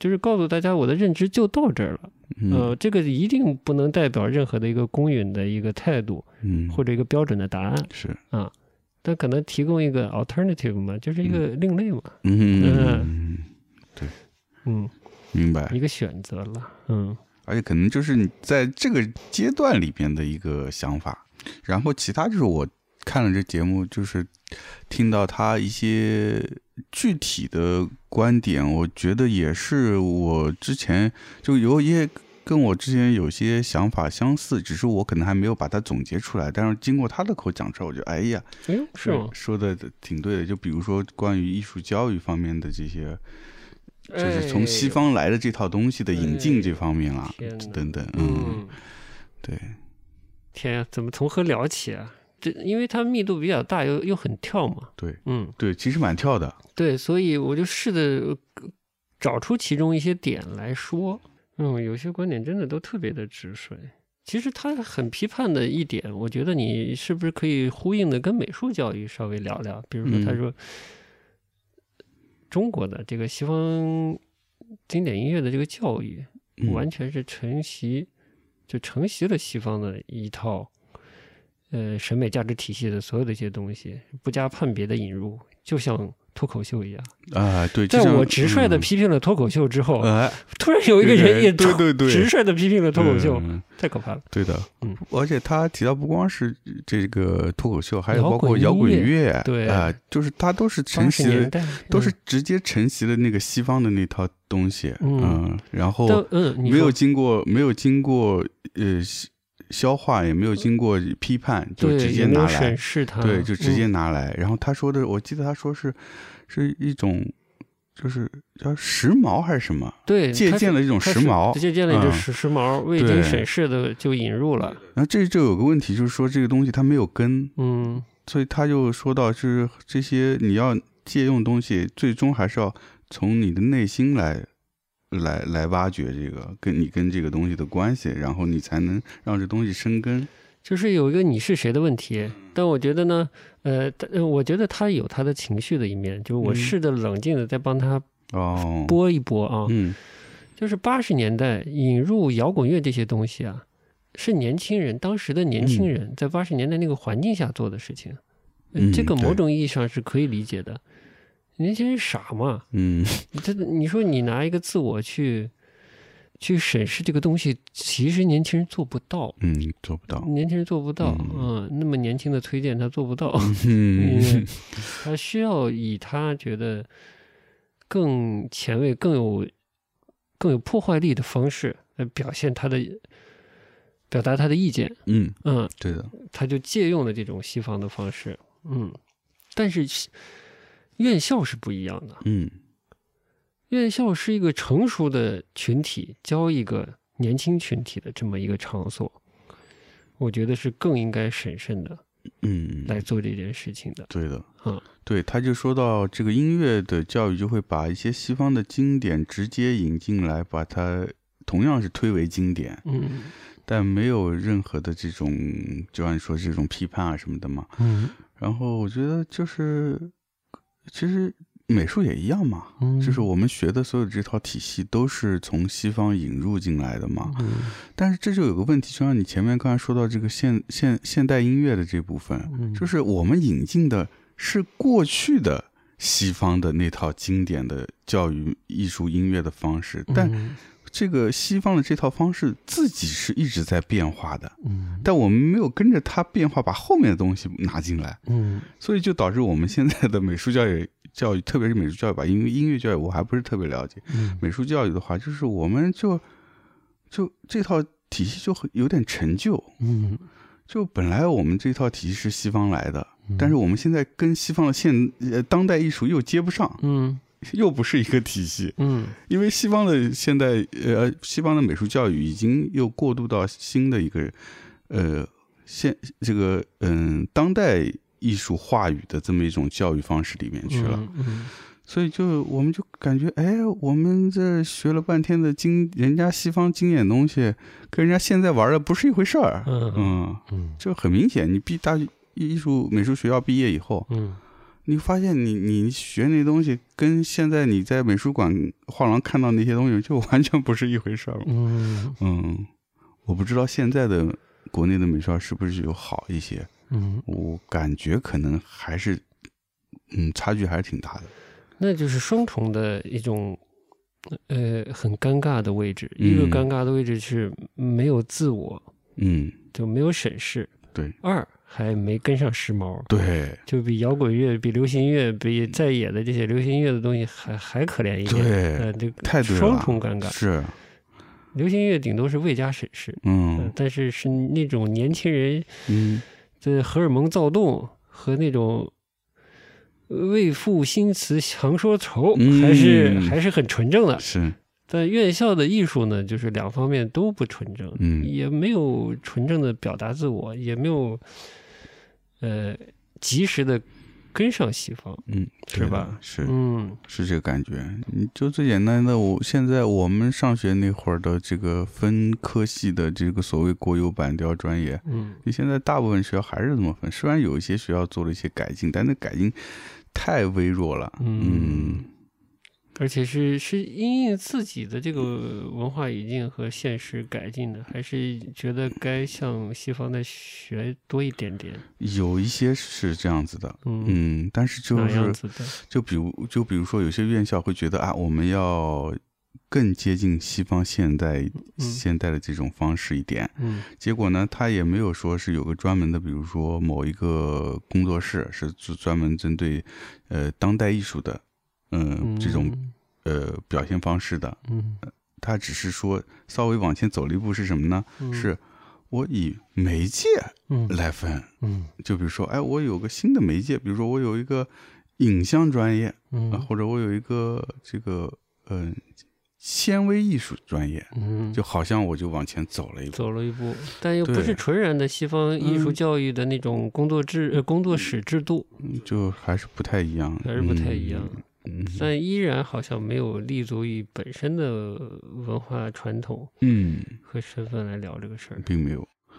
[SPEAKER 2] 就是告诉大家我的认知就到这儿了。
[SPEAKER 1] 嗯
[SPEAKER 2] 呃，这个一定不能代表任何的一个公允的一个态度
[SPEAKER 1] 嗯，
[SPEAKER 2] 或者一个标准的答案，
[SPEAKER 1] 是
[SPEAKER 2] 但可能提供一个 alternative 嘛，就是一个另类嘛，
[SPEAKER 1] 嗯，
[SPEAKER 2] 嗯，
[SPEAKER 1] 明白。
[SPEAKER 2] 一个选择了，嗯
[SPEAKER 1] 而且可能就是你在这个阶段里边的一个想法，然后其他就是我看了这节目，就是听到他一些具体的观点，我觉得也是我之前就有一些跟我之前有些想法相似，只是我可能还没有把它总结出来，但是经过他的口讲之后，我就哎呀，
[SPEAKER 2] 哎呦，是吗？
[SPEAKER 1] 说的挺对的。就比如说关于艺术教育方面的这些，就是从西
[SPEAKER 2] 哎
[SPEAKER 1] 方来的这套东西的引进这方面啦
[SPEAKER 2] 哎呦天，哪
[SPEAKER 1] 等等，
[SPEAKER 2] 呦，
[SPEAKER 1] 嗯，
[SPEAKER 2] 嗯。
[SPEAKER 1] 对，
[SPEAKER 2] 天呀、啊怎么从何聊起啊？这因为它密度比较大，又又很跳嘛。
[SPEAKER 1] 对
[SPEAKER 2] 嗯，
[SPEAKER 1] 对，其实蛮跳的，
[SPEAKER 2] 对，所以我就试着呃找出其中一些点来说。嗯，有些观点真的都特别的直率。其实他很批判的一点，我觉得你是不是可以呼应的跟美术教育稍微聊聊？比如说，他
[SPEAKER 1] 嗯
[SPEAKER 2] 说、中国的这个西方经典音乐的这个教育，
[SPEAKER 1] 嗯
[SPEAKER 2] 完全是承袭，就承袭了西方的一套，呃，审美价值体系的所有的一些东西，不加判别的引入，就像脱口秀一样。
[SPEAKER 1] 啊，对，就
[SPEAKER 2] 在
[SPEAKER 1] 像
[SPEAKER 2] 我直率的 嗯
[SPEAKER 1] 嗯
[SPEAKER 2] 批评了脱口秀之后，
[SPEAKER 1] 哎，
[SPEAKER 2] 突然有一个
[SPEAKER 1] 有
[SPEAKER 2] 人
[SPEAKER 1] 人
[SPEAKER 2] 也
[SPEAKER 1] 对对对
[SPEAKER 2] 直率的批评了脱口秀，
[SPEAKER 1] 嗯
[SPEAKER 2] 太可怕了。
[SPEAKER 1] 对的，
[SPEAKER 2] 嗯，
[SPEAKER 1] 而且他提到不光是这个脱口秀，还有
[SPEAKER 2] 摇
[SPEAKER 1] 包括
[SPEAKER 2] 滚
[SPEAKER 1] 摇滚
[SPEAKER 2] 音
[SPEAKER 1] 乐，
[SPEAKER 2] 对
[SPEAKER 1] 啊，就是他都是
[SPEAKER 2] 八
[SPEAKER 1] 承
[SPEAKER 2] 十
[SPEAKER 1] 袭了
[SPEAKER 2] 年，代
[SPEAKER 1] 都是直接承袭了那个西方的那套东西，
[SPEAKER 2] 嗯
[SPEAKER 1] 嗯，然后
[SPEAKER 2] 但嗯，你
[SPEAKER 1] 没有
[SPEAKER 2] 说
[SPEAKER 1] 经过没有经过呃消消化，也没有经过批判，就
[SPEAKER 2] 对
[SPEAKER 1] 直接
[SPEAKER 2] 有没有
[SPEAKER 1] 拿
[SPEAKER 2] 审
[SPEAKER 1] 来，
[SPEAKER 2] 视它，
[SPEAKER 1] 对，就直
[SPEAKER 2] 嗯
[SPEAKER 1] 接拿来。然后他说的，我记得他说是是一种，就是叫时髦还是什么，
[SPEAKER 2] 对
[SPEAKER 1] 借
[SPEAKER 2] 它是
[SPEAKER 1] 鉴了一种
[SPEAKER 2] 它
[SPEAKER 1] 时
[SPEAKER 2] 是
[SPEAKER 1] 髦。
[SPEAKER 2] 借鉴了一种
[SPEAKER 1] 嗯
[SPEAKER 2] 时时髦，未经
[SPEAKER 1] 对
[SPEAKER 2] 审视的就引入了。
[SPEAKER 1] 然后这就有个问题，就是说这个东西它没有根，
[SPEAKER 2] 嗯，
[SPEAKER 1] 所以他就说到，就是这些你要借用东西，最终还是要从你的内心来。来来挖掘这个跟你跟这个东西的关系，然后你才能让这东西生根。
[SPEAKER 2] 就是有一个你是谁的问题，
[SPEAKER 1] 嗯
[SPEAKER 2] 但我觉得呢，呃，他呃我觉得他有他的情绪的一面，就是
[SPEAKER 1] 嗯
[SPEAKER 2] 我试着冷静的再帮他
[SPEAKER 1] 哦，
[SPEAKER 2] 拨一拨啊，
[SPEAKER 1] 嗯
[SPEAKER 2] 就是八十年代引入摇滚乐这些东西啊，是年轻人当时的年轻人在八十年代那个环境下做的事情，呃
[SPEAKER 1] 嗯
[SPEAKER 2] 这个某
[SPEAKER 1] 对
[SPEAKER 2] 种意义上是可以理解的。年轻人傻嘛，
[SPEAKER 1] 嗯
[SPEAKER 2] 这你说你拿一个自我去去审视这个东西，其实年轻人做不到。
[SPEAKER 1] 嗯，做不到。
[SPEAKER 2] 年轻人做不到，嗯
[SPEAKER 1] 嗯
[SPEAKER 2] 那么年轻的推荐他做不到，
[SPEAKER 1] 嗯
[SPEAKER 2] 嗯，他需要以他觉得更前卫、更有更有破坏力的方式来表现他的表达他的意见。
[SPEAKER 1] 嗯，
[SPEAKER 2] 嗯，
[SPEAKER 1] 对的，
[SPEAKER 2] 他就借用了这种西方的方式。嗯，但是院校是不一样的，
[SPEAKER 1] 嗯
[SPEAKER 2] 院校是一个成熟的群体教一个年轻群体的这么一个场所，我觉得是更应该审慎的
[SPEAKER 1] 嗯，
[SPEAKER 2] 来做这件事情的。
[SPEAKER 1] 对的，
[SPEAKER 2] 嗯，
[SPEAKER 1] 对，他就说到这个音乐的教育，就会把一些西方的经典直接引进来，把它同样是推为经典，
[SPEAKER 2] 嗯
[SPEAKER 1] 但没有任何的这种，就按说这种批判啊什么的嘛。
[SPEAKER 2] 嗯
[SPEAKER 1] 然后我觉得就是，其实美术也一样嘛，
[SPEAKER 2] 嗯
[SPEAKER 1] 就是我们学的所有这套体系都是从西方引入进来的嘛。
[SPEAKER 2] 嗯
[SPEAKER 1] 但是这就有个问题，就像你前面刚才说到这个现现现代音乐的这部分，
[SPEAKER 2] 嗯
[SPEAKER 1] 就是我们引进的是过去的西方的那套经典的教育艺术音乐的方式，但
[SPEAKER 2] 嗯
[SPEAKER 1] 这个西方的这套方式自己是一直在变化的，
[SPEAKER 2] 嗯
[SPEAKER 1] 但我们没有跟着它变化，把后面的东西拿进来，
[SPEAKER 2] 嗯
[SPEAKER 1] 所以就导致我们现在的美术教育教育，特别是美术教育吧，因为音乐教育我还不是特别了解。
[SPEAKER 2] 嗯
[SPEAKER 1] 美术教育的话，就是我们就就这套体系就很有点陈旧，
[SPEAKER 2] 嗯，
[SPEAKER 1] 就本来我们这套体系是西方来的，
[SPEAKER 2] 嗯
[SPEAKER 1] 但是我们现在跟西方的现呃当代艺术又接不上，
[SPEAKER 2] 嗯
[SPEAKER 1] 又不是一个体系，
[SPEAKER 2] 嗯
[SPEAKER 1] 因为西方的现代呃西方的美术教育已经又过渡到新的一个呃现这个嗯、当代艺术话语的这么一种教育方式里面去了。
[SPEAKER 2] 嗯嗯
[SPEAKER 1] 所以就我们就感觉，哎，我们这学了半天的经，人家西方经典东西，跟人家现在玩的不是一回事儿。
[SPEAKER 2] 嗯
[SPEAKER 1] 嗯，
[SPEAKER 2] 嗯
[SPEAKER 1] 这很明显，你毕大艺术美术学校毕业以后，
[SPEAKER 2] 嗯
[SPEAKER 1] 你发现你你学那东西跟现在你在美术馆画廊看到那些东西就完全不是一回事儿。
[SPEAKER 2] 嗯
[SPEAKER 1] 嗯，我不知道现在的国内的美术是不是有好一些，
[SPEAKER 2] 嗯，
[SPEAKER 1] 我感觉可能还是，嗯，差距还是挺大的。
[SPEAKER 2] 那就是双重的一种。呃，很尴尬的位置，一个
[SPEAKER 1] 嗯
[SPEAKER 2] 尴尬的位置是没有自我，
[SPEAKER 1] 嗯，
[SPEAKER 2] 就没有审视；
[SPEAKER 1] 对
[SPEAKER 2] 二还没跟上时髦，
[SPEAKER 1] 对。
[SPEAKER 2] 就比摇滚乐、比流行乐、比在野的这些流行乐的东西还还可怜一点。
[SPEAKER 1] 对
[SPEAKER 2] 呃，这个
[SPEAKER 1] 太对了，
[SPEAKER 2] 双重尴尬。
[SPEAKER 1] 是，
[SPEAKER 2] 流行乐顶多是未加审视，呃
[SPEAKER 1] 嗯
[SPEAKER 2] 但是是那种年轻人
[SPEAKER 1] 嗯，
[SPEAKER 2] 的荷尔蒙躁动和那种为赋新词强说愁，
[SPEAKER 1] 嗯
[SPEAKER 2] 还是还是很纯正的。
[SPEAKER 1] 是，
[SPEAKER 2] 但院校的艺术呢，就是两方面都不纯正，
[SPEAKER 1] 嗯
[SPEAKER 2] 也没有纯正的表达自我，也没有呃及时的跟上西方。
[SPEAKER 1] 嗯，
[SPEAKER 2] 是
[SPEAKER 1] 对的
[SPEAKER 2] 吧？
[SPEAKER 1] 是
[SPEAKER 2] 嗯
[SPEAKER 1] 是这个感觉。你就最简单的，我现在我们上学那会儿的这个分科系的这个所谓国有板雕专业，
[SPEAKER 2] 嗯
[SPEAKER 1] 你现在大部分学校还是这么分，虽然有一些学校做了一些改进，但那改进太微弱了。
[SPEAKER 2] 嗯
[SPEAKER 1] 嗯，
[SPEAKER 2] 而且是是因应自己的这个文化语境和现实改进的，还是觉得该向西方的学多一点点？
[SPEAKER 1] 有一些是这样子的。
[SPEAKER 2] 嗯，
[SPEAKER 1] 嗯，但是就
[SPEAKER 2] 哪
[SPEAKER 1] 是
[SPEAKER 2] 样子的？
[SPEAKER 1] 就比如，就比如说，有些院校会觉得啊，我们要更接近西方现代、现代的这种方式一点。
[SPEAKER 2] 嗯
[SPEAKER 1] 结果呢，他也没有说是有个专门的，比如说某一个工作室是专专门针对呃当代艺术的，嗯，
[SPEAKER 2] 嗯，
[SPEAKER 1] 这种呃表现方式的。
[SPEAKER 2] 嗯
[SPEAKER 1] 他只是说稍微往前走了一步是什么呢？
[SPEAKER 2] 嗯
[SPEAKER 1] 是我以媒介
[SPEAKER 2] 嗯
[SPEAKER 1] 来分，
[SPEAKER 2] 嗯
[SPEAKER 1] 就比如说，哎，我有个新的媒介，比如说我有一个影像专业。啊，
[SPEAKER 2] 嗯
[SPEAKER 1] 或者我有一个这个嗯、纤维艺术专业，
[SPEAKER 2] 嗯，
[SPEAKER 1] 就好像我就往前走了一步。
[SPEAKER 2] 走了一步，但又不
[SPEAKER 1] 对
[SPEAKER 2] 是纯然的西方艺术
[SPEAKER 1] 嗯
[SPEAKER 2] 教育的那种工作制、呃工作室制度，
[SPEAKER 1] 嗯就还是不太一样，
[SPEAKER 2] 还是不太一样。
[SPEAKER 1] 嗯。嗯
[SPEAKER 2] 但依然好像没有立足于本身的文化传统
[SPEAKER 1] 嗯，
[SPEAKER 2] 和身份来聊这个事儿。
[SPEAKER 1] 并没有。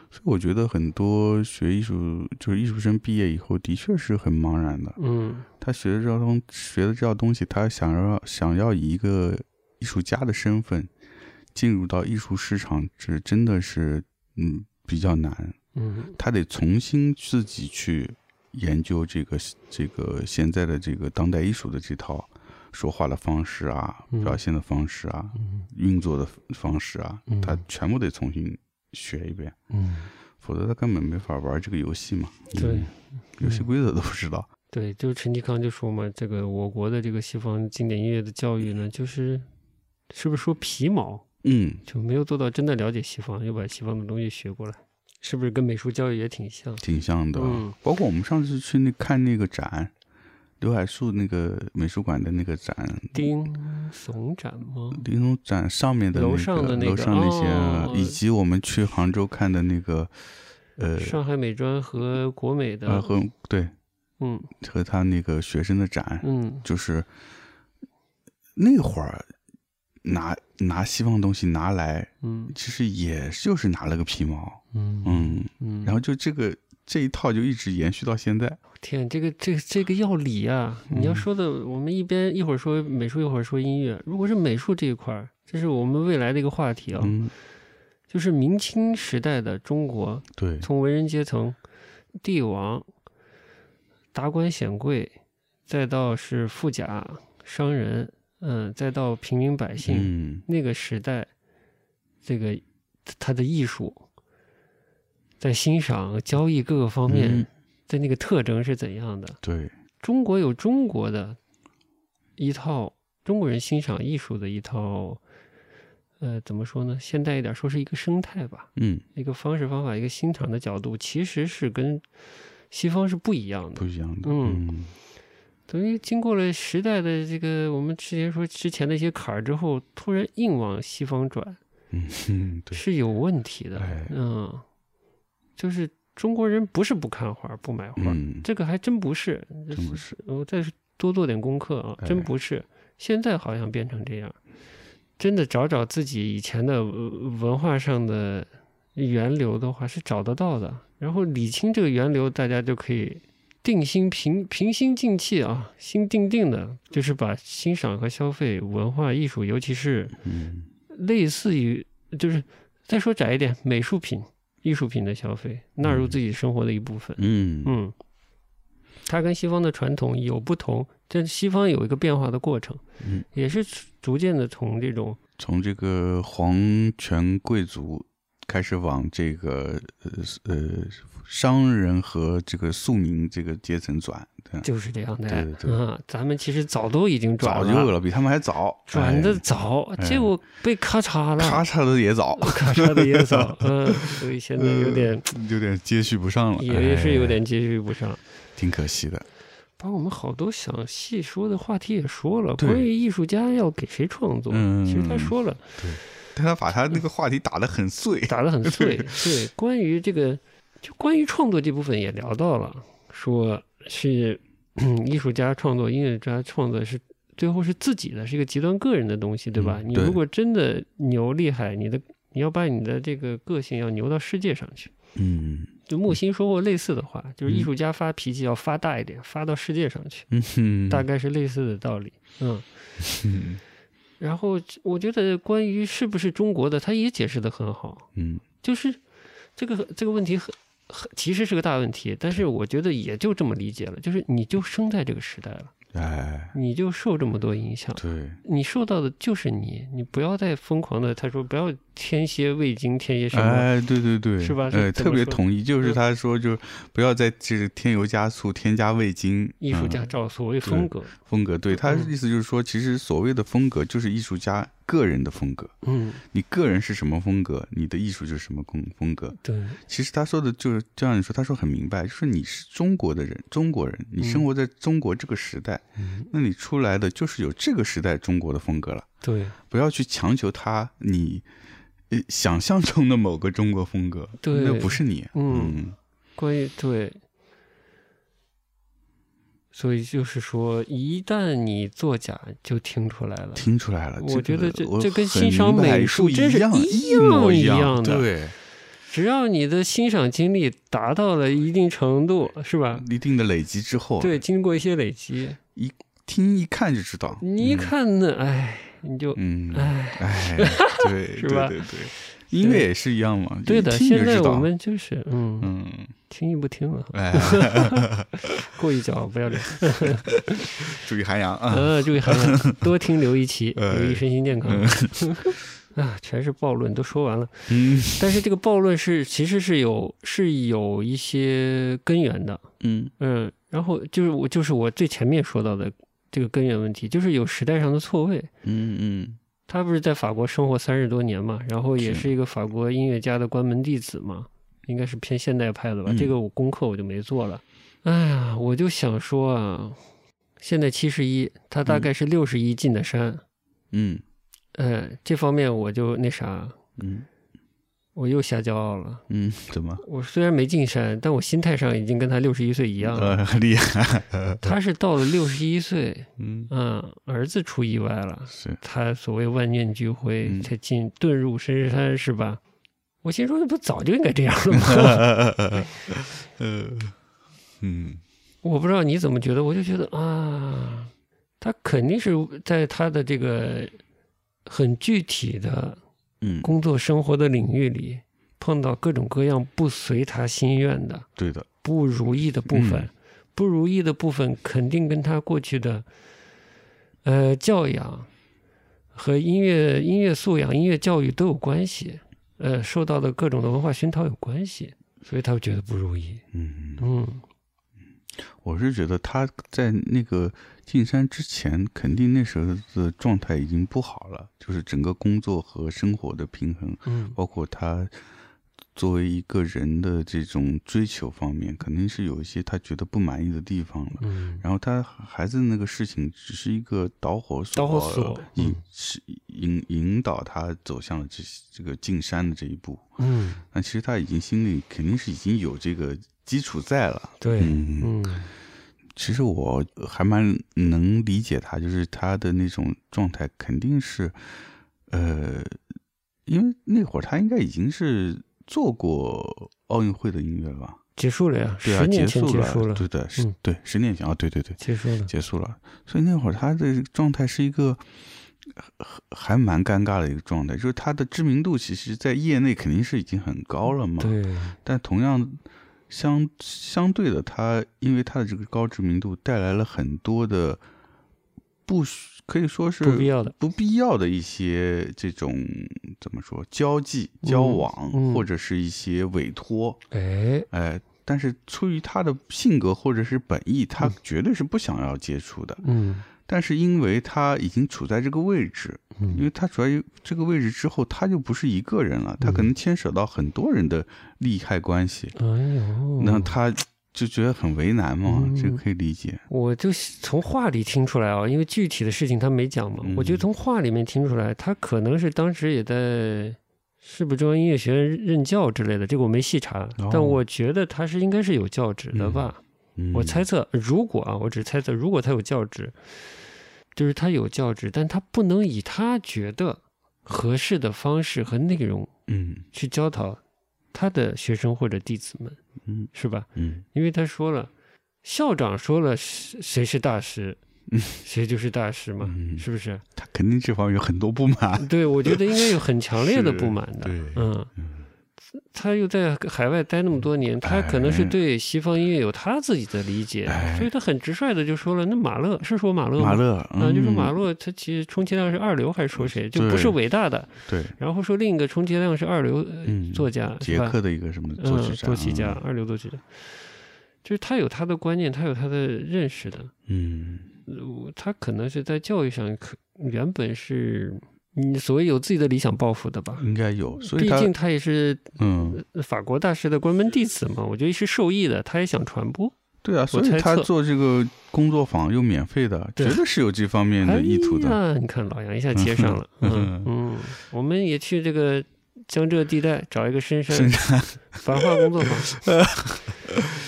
[SPEAKER 1] 所以我觉得很多学艺术，就是艺术生毕业以后，的确是很茫然的。
[SPEAKER 2] 嗯
[SPEAKER 1] 他学的这套东，学的这套东西，他想要想要以一个艺术家的身份进入到艺术市场，这真的是嗯比较难。
[SPEAKER 2] 嗯
[SPEAKER 1] 他得重新自己去研究这个这个现在的这个当代艺术的这套说话的方式啊，
[SPEAKER 2] 嗯
[SPEAKER 1] 表现的方式啊，
[SPEAKER 2] 嗯
[SPEAKER 1] 运作的方式啊
[SPEAKER 2] 嗯，
[SPEAKER 1] 他全部得重新学一遍，
[SPEAKER 2] 嗯，
[SPEAKER 1] 否则他根本没法玩这个游戏嘛。
[SPEAKER 2] 对
[SPEAKER 1] 嗯，游戏规则都不知道。
[SPEAKER 2] 对，就是陈其康就说嘛，这个我国的这个西方经典音乐的教育呢，就是是不是说皮毛
[SPEAKER 1] 嗯，
[SPEAKER 2] 就没有做到真的了解西方，又把西方的东西学过来，是不是跟美术教育也挺像？
[SPEAKER 1] 挺像的。
[SPEAKER 2] 嗯
[SPEAKER 1] 包括我们上次去那看那个展，刘海粟那个美术馆的那个展，
[SPEAKER 2] 丁怂展吗？
[SPEAKER 1] 玲珑展上面的那个
[SPEAKER 2] 楼上的那个
[SPEAKER 1] 楼上那些，啊
[SPEAKER 2] 哦
[SPEAKER 1] 以及我们去杭州看的那个，呃
[SPEAKER 2] 上海美专啊和国美的，
[SPEAKER 1] 呃和对
[SPEAKER 2] 嗯
[SPEAKER 1] 和他那个学生的展，
[SPEAKER 2] 嗯
[SPEAKER 1] 就是那会儿拿拿西方东西拿来，
[SPEAKER 2] 嗯
[SPEAKER 1] 其实也就是拿了个皮毛，
[SPEAKER 2] 嗯
[SPEAKER 1] 嗯，
[SPEAKER 2] 嗯，
[SPEAKER 1] 然后就这个这一套就一直延续到现在，
[SPEAKER 2] 天，这个这个这个要理啊！你要说的，我们一边一会儿说美术，一会儿说音乐。如果是美术这一块儿，这是我们未来的一个话题啊，
[SPEAKER 1] 嗯，
[SPEAKER 2] 就是明清时代的中国，
[SPEAKER 1] 嗯对，
[SPEAKER 2] 从文人阶层、帝王、达官显贵再到是富甲、商人，嗯，再到平民百姓，
[SPEAKER 1] 嗯
[SPEAKER 2] 那个时代，这个他的艺术，在欣赏、交易各个方面
[SPEAKER 1] 嗯
[SPEAKER 2] 的那个特征是怎样的？
[SPEAKER 1] 对，
[SPEAKER 2] 中国有中国的一套中国人欣赏艺术的一套，呃，怎么说呢？现代一点说是一个生态吧，
[SPEAKER 1] 嗯，
[SPEAKER 2] 一个方式方法，一个欣赏的角度，其实是跟西方是不一样的
[SPEAKER 1] 不。一样的，
[SPEAKER 2] 嗯
[SPEAKER 1] 嗯
[SPEAKER 2] 等于经过了时代的这个我们之前说之前的一些坎儿之后，突然硬往西方转
[SPEAKER 1] 嗯嗯， 对，
[SPEAKER 2] 是有问题的
[SPEAKER 1] 哎。
[SPEAKER 2] 嗯，就是中国人不是不看画、不买画，
[SPEAKER 1] 嗯，
[SPEAKER 2] 这个还真不是。
[SPEAKER 1] 真不是，
[SPEAKER 2] 我再多做点功课啊，
[SPEAKER 1] 哎
[SPEAKER 2] 真不是。现在好像变成这样，真的找找自己以前的呃文化上的源流的话，是找得到的。然后理清这个源流，大家就可以定心平平心静气啊，心定定的，就是把欣赏和消费文化艺术，尤其是
[SPEAKER 1] 嗯
[SPEAKER 2] 类似于就是再说窄一点，美术品、艺术品的消费纳入自己生活的一部分。
[SPEAKER 1] 嗯
[SPEAKER 2] 嗯，它跟西方的传统有不同，但西方有一个变化的过程，
[SPEAKER 1] 嗯
[SPEAKER 2] 也是逐渐的从这种
[SPEAKER 1] 从这个皇权贵族开始往这个呃呃商人和这个庶民这个阶层转，对吧，
[SPEAKER 2] 就是这样的
[SPEAKER 1] 对对对
[SPEAKER 2] 啊，咱们其实早都已经转
[SPEAKER 1] 早
[SPEAKER 2] 了，
[SPEAKER 1] 就有了，比他们还早，
[SPEAKER 2] 转
[SPEAKER 1] 哎
[SPEAKER 2] 的早，
[SPEAKER 1] 哎
[SPEAKER 2] 结果被咔嚓了，
[SPEAKER 1] 咔嚓的也 早，
[SPEAKER 2] 咔嚓的也早， 嗯，所以现在有点、
[SPEAKER 1] 有点接续不上了，
[SPEAKER 2] 也是有
[SPEAKER 1] 哎
[SPEAKER 2] 点接续不上。
[SPEAKER 1] 挺可惜的。
[SPEAKER 2] 把我们好多想细说的话题也说了，
[SPEAKER 1] 对
[SPEAKER 2] 关于艺术家要给谁创作，
[SPEAKER 1] 嗯
[SPEAKER 2] 其实他说了，
[SPEAKER 1] 但他把他那个话题打得很碎，
[SPEAKER 2] 打得很碎。对，关于这个，就关于创作这部分也聊到了，说是嗯艺术家创作、音乐家创作是最后是自己的，是一个极端个人的东西，对吧？
[SPEAKER 1] 嗯
[SPEAKER 2] 你
[SPEAKER 1] 对
[SPEAKER 2] 如果真的牛厉害，你的你要把你的这个个性要牛到世界上去。
[SPEAKER 1] 嗯
[SPEAKER 2] 就木心说过类似的话，就是艺
[SPEAKER 1] 嗯
[SPEAKER 2] 术家发脾气要发大一点，发到世界上去，
[SPEAKER 1] 嗯哼，
[SPEAKER 2] 大概是类似的道理。嗯，
[SPEAKER 1] 嗯
[SPEAKER 2] 然后我觉得关于是不是中国的，他也解释的很好。
[SPEAKER 1] 嗯
[SPEAKER 2] 就是这个这个问题很很其实是个大问题，但是我觉得也就这么理解了，就是你就生在这个时代了，
[SPEAKER 1] 哎，
[SPEAKER 2] 你就受这么多影响，
[SPEAKER 1] 对，
[SPEAKER 2] 你受到的就是你，你不要再疯狂的，他说不要添些味精，添些什么，
[SPEAKER 1] 哎，对对对，
[SPEAKER 2] 是吧是
[SPEAKER 1] 哎，
[SPEAKER 2] 怎
[SPEAKER 1] 特
[SPEAKER 2] 么
[SPEAKER 1] 别
[SPEAKER 2] 说
[SPEAKER 1] 同意，就是他说，就是不要再就是添油加醋、添加味精。
[SPEAKER 2] 艺术家
[SPEAKER 1] 嗯
[SPEAKER 2] 照所谓风格，
[SPEAKER 1] 风格，对他
[SPEAKER 2] 嗯
[SPEAKER 1] 意思就是说，其实所谓的风格就是艺术家个人的风格，
[SPEAKER 2] 嗯，
[SPEAKER 1] 你个人是什么风格，你的艺术就是什么风风格。
[SPEAKER 2] 对，
[SPEAKER 1] 其实他说的就是，就像你说，他说很明白，就是你是中国的人，中国人，你生活在中国这个时代，
[SPEAKER 2] 嗯，
[SPEAKER 1] 那你出来的就是有这个时代中国的风格了，
[SPEAKER 2] 对
[SPEAKER 1] 不要去强求他你呃想象中的某个中国风格，
[SPEAKER 2] 对
[SPEAKER 1] 那不是你，
[SPEAKER 2] 嗯
[SPEAKER 1] 嗯
[SPEAKER 2] 关于对。所以就是说，一旦你作假，就听出来了。
[SPEAKER 1] 听出来了，
[SPEAKER 2] 我觉得
[SPEAKER 1] 这
[SPEAKER 2] 这
[SPEAKER 1] 个我
[SPEAKER 2] 这跟
[SPEAKER 1] 很
[SPEAKER 2] 欣赏
[SPEAKER 1] 明白
[SPEAKER 2] 美术
[SPEAKER 1] 一
[SPEAKER 2] 真是
[SPEAKER 1] 样
[SPEAKER 2] 一
[SPEAKER 1] 一模
[SPEAKER 2] 样一
[SPEAKER 1] 一
[SPEAKER 2] 样的
[SPEAKER 1] 对，
[SPEAKER 2] 只要你的欣赏经历达到了一定程度，是吧？
[SPEAKER 1] 啊一定的累积之后，啊
[SPEAKER 2] 对，经过一些累积，
[SPEAKER 1] 听一看就知道，
[SPEAKER 2] 你一看呢，哎，你就
[SPEAKER 1] 嗯，
[SPEAKER 2] 哎，
[SPEAKER 1] 哎，对，
[SPEAKER 2] 是
[SPEAKER 1] 对
[SPEAKER 2] 吧
[SPEAKER 1] 对对，音乐也是一样嘛，
[SPEAKER 2] 对的。
[SPEAKER 1] 一听就
[SPEAKER 2] 现在
[SPEAKER 1] 知道
[SPEAKER 2] 我们就是嗯，
[SPEAKER 1] 嗯，
[SPEAKER 2] 听与不听了，
[SPEAKER 1] 哎，
[SPEAKER 2] 过一脚不要脸，
[SPEAKER 1] 注意涵养 啊，
[SPEAKER 2] 呃，注意涵养，多听刘一奇，
[SPEAKER 1] 哎
[SPEAKER 2] 有益身心健康。 啊，全是暴论，都说完了。
[SPEAKER 1] 嗯
[SPEAKER 2] 但是这个暴论是其实是有是有一些根源的，
[SPEAKER 1] 嗯
[SPEAKER 2] 嗯，然后就是我就是我最前面说到的这个根源问题，就是有时代上的错位。
[SPEAKER 1] 嗯嗯，
[SPEAKER 2] 他不是在法国生活三十多年嘛，然后也
[SPEAKER 1] 是
[SPEAKER 2] 是一个法国音乐家的关门弟子嘛，应该是偏现代派的吧。
[SPEAKER 1] 嗯
[SPEAKER 2] 这个我功课我就没做了。哎呀，我就想说啊，现在七十一，他大概是六十一进的山。
[SPEAKER 1] 嗯
[SPEAKER 2] 嗯、这方面我就那啥，
[SPEAKER 1] 嗯
[SPEAKER 2] 我又瞎骄傲了。
[SPEAKER 1] 嗯，怎么？
[SPEAKER 2] 我虽然没进山，但我心态上已经跟他六十一岁一样了。
[SPEAKER 1] 呃，很厉害，
[SPEAKER 2] 他是到了六十一岁，
[SPEAKER 1] 嗯，
[SPEAKER 2] 嗯，儿子出意外了，
[SPEAKER 1] 是，
[SPEAKER 2] 他所谓万念俱灰，
[SPEAKER 1] 嗯
[SPEAKER 2] 才进遁入深山，是吧？我心说，那不早就应该这样了 吗？
[SPEAKER 1] 呃，嗯，
[SPEAKER 2] 我不知道你怎么觉得，我就觉得啊，他肯定是在他的这个很具体的
[SPEAKER 1] 嗯，
[SPEAKER 2] 工作生活的领域里，碰到各种各样不随他心愿的、
[SPEAKER 1] 对的，嗯
[SPEAKER 2] 不如意的部分，不如意的部分，肯定跟他过去的呃教养和音乐音乐素养、音乐教育都有关系，呃，受到的各种的文化熏陶有关系，所以他会觉得不如意。
[SPEAKER 1] 嗯，
[SPEAKER 2] 嗯，
[SPEAKER 1] 我是觉得他在那个进山之前，肯定那时候的状态已经不好了，就是整个工作和生活的平衡，
[SPEAKER 2] 嗯
[SPEAKER 1] 包括他作为一个人的这种追求方面，肯定是有一些他觉得不满意的地方了。
[SPEAKER 2] 嗯
[SPEAKER 1] 然后他孩子那个事情只是一个导火索，
[SPEAKER 2] 导火索
[SPEAKER 1] 引
[SPEAKER 2] 嗯
[SPEAKER 1] 是引引导他走向了这这个进山的这一步。
[SPEAKER 2] 嗯，
[SPEAKER 1] 那其实他已经心里肯定是已经有这个基础在了。
[SPEAKER 2] 对，
[SPEAKER 1] 嗯，
[SPEAKER 2] 嗯
[SPEAKER 1] 其实我还蛮能理解他，就是他的那种状态肯定是，呃，因为那会儿他应该已经是做过奥运会的音乐了吧？
[SPEAKER 2] 结束了呀，
[SPEAKER 1] 对啊，
[SPEAKER 2] 十年
[SPEAKER 1] 结
[SPEAKER 2] 前
[SPEAKER 1] 束
[SPEAKER 2] 结
[SPEAKER 1] 了，
[SPEAKER 2] 束了，
[SPEAKER 1] 对的，是
[SPEAKER 2] 嗯
[SPEAKER 1] 对，十年前啊，对对对，
[SPEAKER 2] 结束了，
[SPEAKER 1] 结束了。所以那会儿他的状态是一个呃还蛮尴尬的一个状态，就是他的知名度其实，在业内肯定是已经很高了嘛。
[SPEAKER 2] 对，
[SPEAKER 1] 但同样相相对的，他因为他的这个高知名度，带来了很多的不需可以说是
[SPEAKER 2] 不必要的。
[SPEAKER 1] 不必要的一些这种怎么说交际交往，
[SPEAKER 2] 嗯
[SPEAKER 1] 或者是一些委托，
[SPEAKER 2] 哎，
[SPEAKER 1] 哎。但是出于他的性格或者是本意，他
[SPEAKER 2] 嗯
[SPEAKER 1] 绝对是不想要接触的。
[SPEAKER 2] 嗯
[SPEAKER 1] 但是因为他已经处在这个位置，因
[SPEAKER 2] 嗯
[SPEAKER 1] 为他处在这个位置之后，他就不是一个人了，他可
[SPEAKER 2] 嗯
[SPEAKER 1] 能牵扯到很多人的利害关系。
[SPEAKER 2] 哎呦，
[SPEAKER 1] 那他就觉得很为难嘛，
[SPEAKER 2] 嗯
[SPEAKER 1] 这个可以理解。
[SPEAKER 2] 我就是从话里听出来啊，因为具体的事情他没讲嘛，
[SPEAKER 1] 嗯
[SPEAKER 2] 我就从话里面听出来，他可能是当时也在是不是中央音乐学院任教之类的，这个我没细查，
[SPEAKER 1] 哦
[SPEAKER 2] 但我觉得他是应该是有教职的吧，
[SPEAKER 1] 嗯
[SPEAKER 2] 我猜测，如果啊，我只是猜测，如果他有教职，就是他有教职，但他不能以他觉得合适的方式和内容
[SPEAKER 1] 嗯
[SPEAKER 2] 去教导他的学生或者弟子们，
[SPEAKER 1] 嗯
[SPEAKER 2] 是吧？
[SPEAKER 1] 嗯
[SPEAKER 2] 因为他说了，校长说了谁谁是大师，谁就是大师嘛，
[SPEAKER 1] 嗯
[SPEAKER 2] 是不是？
[SPEAKER 1] 他肯定这方面有很多不满。
[SPEAKER 2] 对，我觉得应该有很强烈的不满的。
[SPEAKER 1] 对
[SPEAKER 2] 嗯，他又在海外待那么多年，他可能是对西方音乐有他自己的理解，
[SPEAKER 1] 哎
[SPEAKER 2] 所以他很直率的就说了，那马勒是说马勒吗？
[SPEAKER 1] 马勒
[SPEAKER 2] 啊，就
[SPEAKER 1] 嗯
[SPEAKER 2] 是马勒，他其实充其量是二流，还是说谁就不是
[SPEAKER 1] 对
[SPEAKER 2] 伟大的。
[SPEAKER 1] 对，
[SPEAKER 2] 然后说另一个充其量是二流、呃
[SPEAKER 1] 嗯
[SPEAKER 2] 作家，是
[SPEAKER 1] 捷
[SPEAKER 2] 吧
[SPEAKER 1] 克的一个什么作曲
[SPEAKER 2] 嗯，
[SPEAKER 1] 家，
[SPEAKER 2] 作曲家，
[SPEAKER 1] 嗯
[SPEAKER 2] 二流作曲家，就是他有他的观念，他有他的认识的。
[SPEAKER 1] 嗯
[SPEAKER 2] 呃他可能是在教育上可原本是你所谓有自己的理想抱负的吧。
[SPEAKER 1] 应该有，嗯所以
[SPEAKER 2] 嗯毕
[SPEAKER 1] 他
[SPEAKER 2] 竟呃他也是
[SPEAKER 1] 嗯
[SPEAKER 2] 法国大师的关门弟子嘛，我觉得是受益的，他也想传播。
[SPEAKER 1] 对啊，所以
[SPEAKER 2] 猜
[SPEAKER 1] 他
[SPEAKER 2] 测
[SPEAKER 1] 做这个工作坊又免费的，
[SPEAKER 2] 对
[SPEAKER 1] 绝对是有这方面的意图的。
[SPEAKER 2] 哎呀你看老杨一下 接上了，嗯嗯，我们也去这个江浙地带找一个深山
[SPEAKER 1] 深
[SPEAKER 2] 繁华工作坊，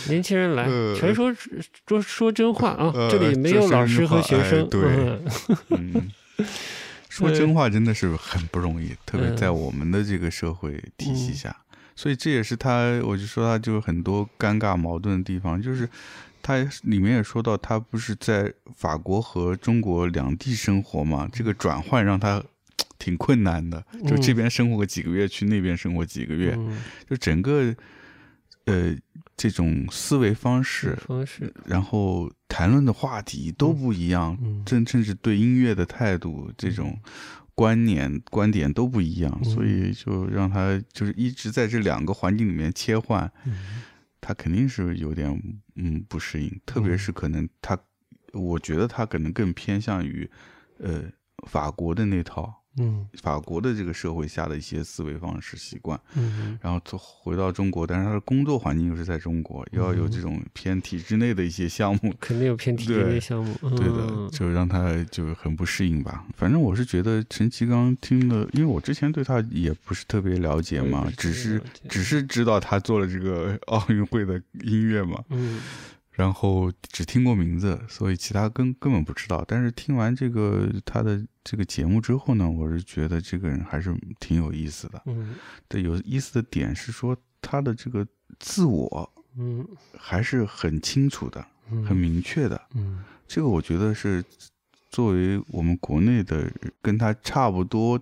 [SPEAKER 2] 年轻人来，
[SPEAKER 1] 呃
[SPEAKER 2] 全说说说真话啊，
[SPEAKER 1] 呃
[SPEAKER 2] 这里没有老师和学生，
[SPEAKER 1] 这是真话哎
[SPEAKER 2] 嗯
[SPEAKER 1] 嗯，说真话真的是很不容易，特别在我们的这个社会体系下，所以这也是他，我就说他就是很多尴尬矛盾的地方，就是他里面也说到，他不是在法国和中国两地生活嘛，这个转换让他。挺困难的，就这边生活几个月，去那边生活几个月，
[SPEAKER 2] 嗯，
[SPEAKER 1] 就整个，呃，这种思维方式，
[SPEAKER 2] 方式，
[SPEAKER 1] 然后谈论的话题都不一样，
[SPEAKER 2] 嗯
[SPEAKER 1] 甚甚至对音乐的态度这种观念观点都不一样，
[SPEAKER 2] 嗯
[SPEAKER 1] 所以就让他就是一直在这两个环境里面切换，
[SPEAKER 2] 嗯
[SPEAKER 1] 他肯定是有点嗯不适应，特别是可能他，我觉得他可能更偏向于呃法国的那套。
[SPEAKER 2] 嗯
[SPEAKER 1] 法国的这个社会下的一些思维方式、习惯，
[SPEAKER 2] 嗯
[SPEAKER 1] 然后从回到中国，但是他的工作环境又是在中国，又要有这种偏体制内的一些项目，
[SPEAKER 2] 肯定有偏题的
[SPEAKER 1] 对
[SPEAKER 2] 项目，
[SPEAKER 1] 对
[SPEAKER 2] 嗯
[SPEAKER 1] 的，就让他就很不适应吧。反正我是觉得陈其刚听了，因为我之前对他也不是特别了解嘛，只是只是知道他做了这个 奥运会的音乐嘛，
[SPEAKER 2] 嗯
[SPEAKER 1] 然后只听过名字，所以其他根根本不知道。但是听完这个他的这个节目之后呢，我是觉得这个人还是挺有意思的。
[SPEAKER 2] 嗯
[SPEAKER 1] 对，有意思的点是说他的这个自我
[SPEAKER 2] 嗯
[SPEAKER 1] 还是很清楚的，
[SPEAKER 2] 嗯，
[SPEAKER 1] 很明确的。
[SPEAKER 2] 嗯
[SPEAKER 1] 这个我觉得是作为我们国内的跟他差不多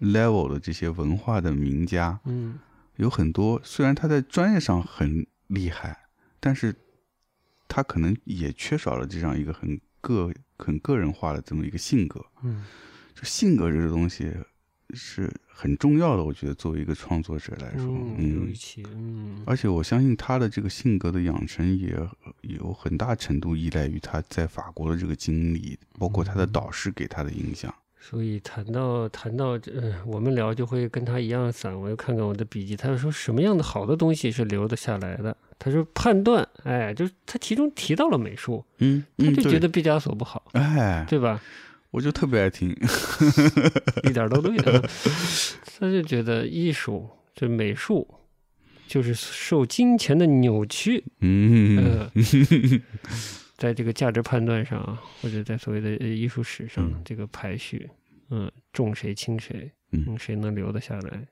[SPEAKER 1] level 的这些文化的名家，
[SPEAKER 2] 嗯
[SPEAKER 1] 有很多虽然他在专业上很厉害，但是他可能也缺少了这样一个很个很个人化的这么一个性格。
[SPEAKER 2] 嗯，
[SPEAKER 1] 就性格这个东西是很重要的，我觉得作为一个创作者来说，
[SPEAKER 2] 刘
[SPEAKER 1] 嗯
[SPEAKER 2] 雨，琦，嗯，
[SPEAKER 1] 而且我相信他的这个性格的养成也有很大程度依赖于他在法国的这个经历，包括他的导师给他的影响。
[SPEAKER 2] 所以谈到谈到这、呃我们聊就会跟他一样散。我又看看我的笔记，他说什么样的好的东西是留得下来的？他说判断，哎，就是他其中提到了美术，
[SPEAKER 1] 嗯，
[SPEAKER 2] 他
[SPEAKER 1] 嗯
[SPEAKER 2] 就
[SPEAKER 1] 对
[SPEAKER 2] 觉得毕加索不好，
[SPEAKER 1] 哎，
[SPEAKER 2] 对吧？
[SPEAKER 1] 我就特别爱听，
[SPEAKER 2] 一点儿都对的， 他就觉得艺术这美术就是受金钱的扭曲，
[SPEAKER 1] 嗯，
[SPEAKER 2] 呃， 在这个价值判断上啊，或者在所谓的呃艺术史上，
[SPEAKER 1] 嗯
[SPEAKER 2] 这个排序，嗯、重谁轻谁，
[SPEAKER 1] 嗯
[SPEAKER 2] 嗯，谁能留得下来，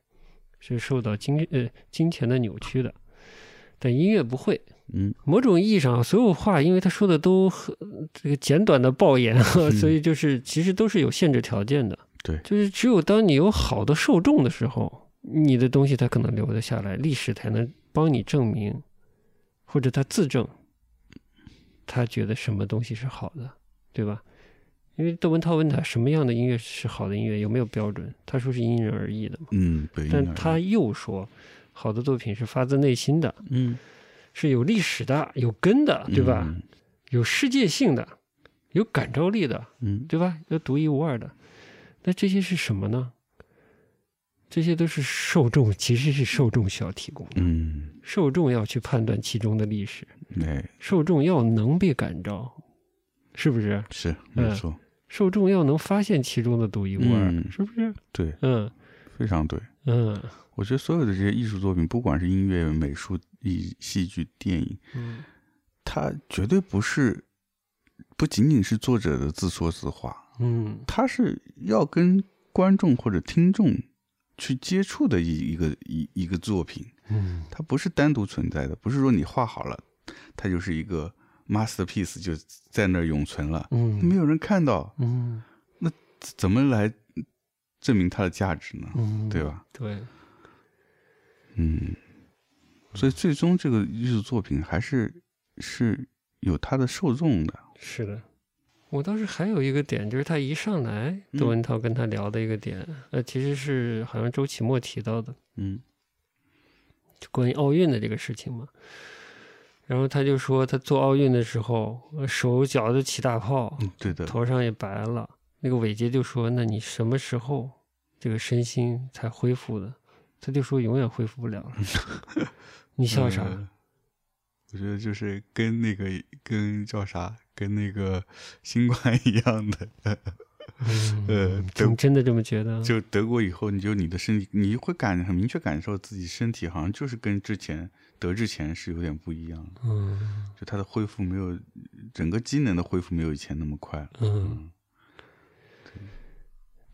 [SPEAKER 2] 是受到金呃金钱的扭曲的。但音乐不会，
[SPEAKER 1] 嗯，
[SPEAKER 2] 某种意义上，所有话，因为他说的都很这个简短的爆言，所以就是其实都是有限制条件的。
[SPEAKER 1] 对
[SPEAKER 2] 就是只有当你有好的受众的时候，你的东西才可能留得下来，历史才能帮你证明，或者他自证，他觉得什么东西是好的，对吧？因为窦文涛问他什么样的音乐是好的音乐，有没有标准？他说是因人而异的嘛，
[SPEAKER 1] 嗯，对，
[SPEAKER 2] 但他又说，好的作品是发自内心的，
[SPEAKER 1] 嗯，
[SPEAKER 2] 是有历史的、有根的，对吧？
[SPEAKER 1] 嗯
[SPEAKER 2] 有世界性的，有感召力的，
[SPEAKER 1] 嗯
[SPEAKER 2] 对吧？有独一无二的。那这些是什么呢？这些都是受众，其实是受众需要提供的。
[SPEAKER 1] 嗯，
[SPEAKER 2] 受众要去判断其中的历史，
[SPEAKER 1] 哎，
[SPEAKER 2] 受众要能被感召，是不是？
[SPEAKER 1] 是
[SPEAKER 2] 嗯
[SPEAKER 1] 没错，
[SPEAKER 2] 受众要能发现其中的独一无二，
[SPEAKER 1] 嗯
[SPEAKER 2] 是不是？
[SPEAKER 1] 对，
[SPEAKER 2] 嗯
[SPEAKER 1] 非常对。
[SPEAKER 2] 嗯
[SPEAKER 1] 我觉得所有的这些艺术作品，不管是音乐、美术、艺戏剧、电影，
[SPEAKER 2] 嗯
[SPEAKER 1] 它绝对不是不仅仅是作者的自说自话，
[SPEAKER 2] 嗯
[SPEAKER 1] 它是要跟观众或者听众去接触的一一个一一个作品，
[SPEAKER 2] 嗯
[SPEAKER 1] 它不是单独存在的，不是说你画好了，它就是一个 masterpiece 就在那儿永存了，没
[SPEAKER 2] 嗯
[SPEAKER 1] 有人看到，
[SPEAKER 2] 嗯
[SPEAKER 1] 怎么来证明它的价值呢？
[SPEAKER 2] 嗯，
[SPEAKER 1] 对吧？
[SPEAKER 2] 对，
[SPEAKER 1] 嗯，所以最终这个艺术作品还是是有它的受众的。
[SPEAKER 2] 是的，我当时还有一个点，就是他一上来，
[SPEAKER 1] 嗯
[SPEAKER 2] 窦文涛跟他聊的一个点，呃，其实是好像周启墨提到的，
[SPEAKER 1] 嗯
[SPEAKER 2] 就关于奥运的这个事情嘛。然后他就说，他做奥运的时候，呃手脚都起大泡，
[SPEAKER 1] 嗯，对的，
[SPEAKER 2] 头上也白了。那个伟杰就说：“那你什么时候这个身心才恢复的？”他就说：“永远恢复不了了。”
[SPEAKER 1] 嗯
[SPEAKER 2] 你笑啥？
[SPEAKER 1] 呃我觉得就是跟那个跟叫啥，跟那个新冠 一样的，呃
[SPEAKER 2] 嗯，
[SPEAKER 1] 等
[SPEAKER 2] 你真的这么觉得？
[SPEAKER 1] 就得过以后，你就你的身体，你会感很明确感受自己身体好像就是跟之前得之前是有点不一样的，
[SPEAKER 2] 嗯
[SPEAKER 1] 就它的恢复没有整个机能的恢复没有以前那么快了。
[SPEAKER 2] 嗯。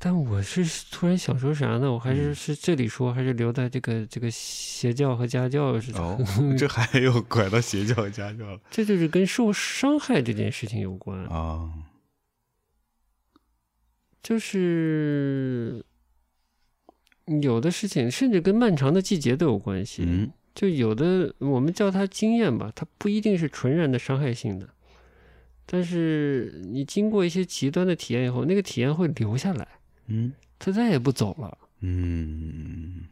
[SPEAKER 2] 但我是突然想说啥呢？我还是
[SPEAKER 1] 嗯
[SPEAKER 2] 是这里说，还是留在这个这个邪教和家教是？
[SPEAKER 1] 哦， 这还有拐到邪教家教了
[SPEAKER 2] 这就是跟受伤害这件事情有关。
[SPEAKER 1] 啊、哦
[SPEAKER 2] 就是有的事情，甚至跟漫长的季节都有关系。
[SPEAKER 1] 嗯
[SPEAKER 2] 就有的我们叫它经验吧，它不一定是纯然的伤害性的，但是你经过一些极端的体验以后，那个体验会留下来，
[SPEAKER 1] 嗯
[SPEAKER 2] 它再也不走了。
[SPEAKER 1] 嗯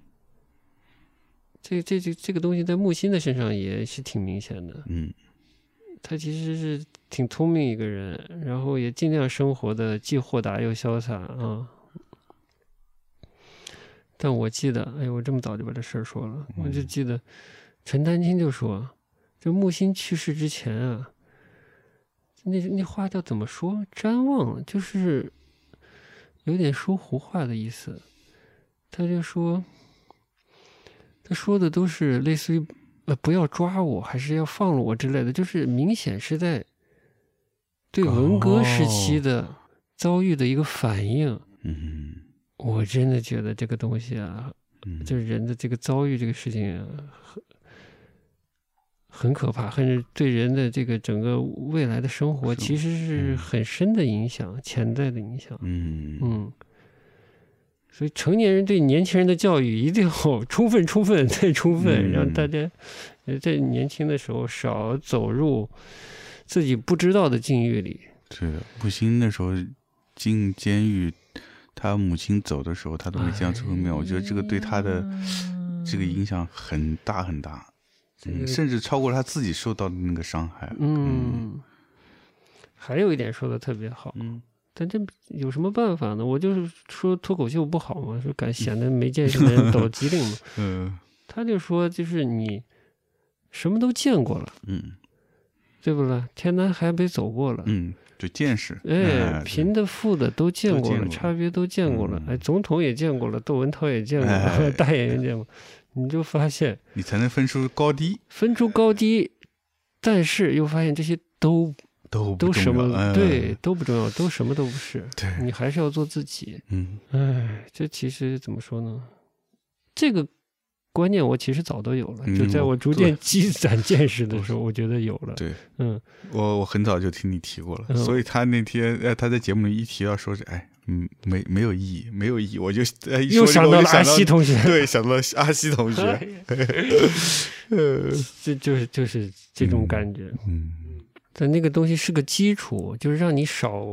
[SPEAKER 2] 这这这这个东西在木心的身上也是挺明显的。
[SPEAKER 1] 嗯
[SPEAKER 2] 他其实是挺聪明一个人，然后也尽量生活的既豁达又潇洒啊。但我记得，哎呦，我这么早就把这事儿说了，我就
[SPEAKER 1] 嗯
[SPEAKER 2] 记得陈丹青就说，就木心去世之前啊，那那话叫怎么说？瞻望了，就是有点说胡话的意思。他就说，他说的都是类似于呃，不要抓我，还是要放了我之类的，就是明显是在对文革时期
[SPEAKER 1] 哦
[SPEAKER 2] 的遭遇的一个反应。
[SPEAKER 1] 嗯
[SPEAKER 2] 我真的觉得这个东西啊，
[SPEAKER 1] 嗯，
[SPEAKER 2] 就是人的这个遭遇这个事情啊，很很可怕，甚至对人的这个整个未来的生活
[SPEAKER 1] 是
[SPEAKER 2] 其实是
[SPEAKER 1] 嗯
[SPEAKER 2] 很深的影响，潜在的影响。
[SPEAKER 1] 嗯嗯
[SPEAKER 2] 嗯，所以成年人对年轻人的教育一定要充分、充分再充分，
[SPEAKER 1] 嗯
[SPEAKER 2] 让大家呃在年轻的时候少走入自己不知道的境遇里。
[SPEAKER 1] 是的，木心那时候进监狱，他母亲走的时候，他都没见到最后一
[SPEAKER 2] 哎
[SPEAKER 1] 面。我觉得这个对他的这个影响很大很大，嗯，甚至超过他自己受到的那个伤害。
[SPEAKER 2] 嗯，还有一点说的特别好，
[SPEAKER 1] 嗯，
[SPEAKER 2] 但这有什么办法呢？我就是说脱口秀不好嘛，说感显得没见识的 人抖机灵嘛。
[SPEAKER 1] 嗯
[SPEAKER 2] 他就说，就是你什么都见过了，
[SPEAKER 1] 嗯
[SPEAKER 2] 对不啦？天南海北走过了，
[SPEAKER 1] 嗯，就见识，
[SPEAKER 2] 哎，贫的富的都见
[SPEAKER 1] 都
[SPEAKER 2] 过
[SPEAKER 1] 见
[SPEAKER 2] 了，
[SPEAKER 1] 过
[SPEAKER 2] 差别都见过了，
[SPEAKER 1] 嗯
[SPEAKER 2] 哎，总统也见过了，窦文涛也见过了，
[SPEAKER 1] 哎
[SPEAKER 2] 大演员见过，你就发现
[SPEAKER 1] 你才能分出高低，
[SPEAKER 2] 分出高低，但是又发现这些都
[SPEAKER 1] 都不
[SPEAKER 2] 都什
[SPEAKER 1] 重要
[SPEAKER 2] 么
[SPEAKER 1] 哎
[SPEAKER 2] 对嗯都不重要，都什么都不是，
[SPEAKER 1] 对，
[SPEAKER 2] 你还是要做自己。
[SPEAKER 1] 嗯
[SPEAKER 2] 哎，这其实怎么说呢？这个观念我其实早都有了，
[SPEAKER 1] 嗯
[SPEAKER 2] 就在
[SPEAKER 1] 我
[SPEAKER 2] 我逐
[SPEAKER 1] 对
[SPEAKER 2] 渐积攒见识的时候，我觉得有了。
[SPEAKER 1] 对。
[SPEAKER 2] 嗯，
[SPEAKER 1] 我我很早就听你提过了，
[SPEAKER 2] 嗯
[SPEAKER 1] 所以他那天呃他在节目里一提到说是哎嗯没没有意义没有意义，我就哎一
[SPEAKER 2] 又
[SPEAKER 1] 说这
[SPEAKER 2] 想
[SPEAKER 1] 个
[SPEAKER 2] 到
[SPEAKER 1] 我
[SPEAKER 2] 了
[SPEAKER 1] 就
[SPEAKER 2] 阿
[SPEAKER 1] 想
[SPEAKER 2] 西同学。
[SPEAKER 1] 对想到了阿西同学，
[SPEAKER 2] 这 就是就是这种感觉。
[SPEAKER 1] 嗯
[SPEAKER 2] 但那个东西是个基础，就是让你少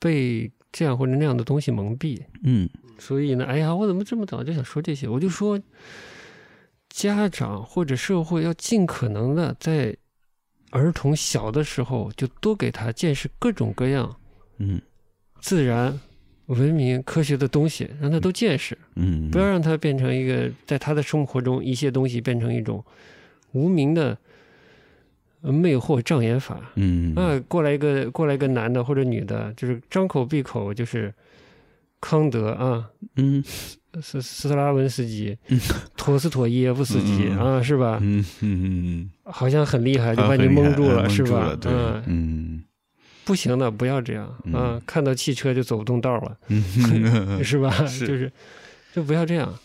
[SPEAKER 2] 被这样或者那样的东西蒙蔽。
[SPEAKER 1] 嗯
[SPEAKER 2] 所以呢，哎呀，我怎么这么早就想说这些？我就说，家长或者社会要尽可能的在儿童小的时候就多给他见识各种各样
[SPEAKER 1] 嗯
[SPEAKER 2] 自然、文明、科学的东西，让他都见识。
[SPEAKER 1] 嗯，
[SPEAKER 2] 不要让它变成一个，在他的生活中一些东西变成一种无名的呃魅惑障眼法。
[SPEAKER 1] 嗯
[SPEAKER 2] 啊，过来一个过来一个男的或者女的，就是张口闭口就是康德啊，
[SPEAKER 1] 嗯
[SPEAKER 2] 斯斯特拉文斯基、陀思妥耶夫斯基
[SPEAKER 1] 嗯嗯
[SPEAKER 2] 啊，是吧？
[SPEAKER 1] 嗯嗯嗯，
[SPEAKER 2] 好像很厉害，
[SPEAKER 1] 他
[SPEAKER 2] 就把
[SPEAKER 1] 很
[SPEAKER 2] 你
[SPEAKER 1] 厉害
[SPEAKER 2] 蒙住
[SPEAKER 1] 哎
[SPEAKER 2] 了，
[SPEAKER 1] 蒙
[SPEAKER 2] 是
[SPEAKER 1] 住
[SPEAKER 2] 吧
[SPEAKER 1] 了？对
[SPEAKER 2] 嗯，
[SPEAKER 1] 嗯
[SPEAKER 2] 不行的，不要这样啊
[SPEAKER 1] 嗯！
[SPEAKER 2] 看到汽车就走不动道了。
[SPEAKER 1] 嗯
[SPEAKER 2] 是吧？
[SPEAKER 1] 是
[SPEAKER 2] 就是就不要这样，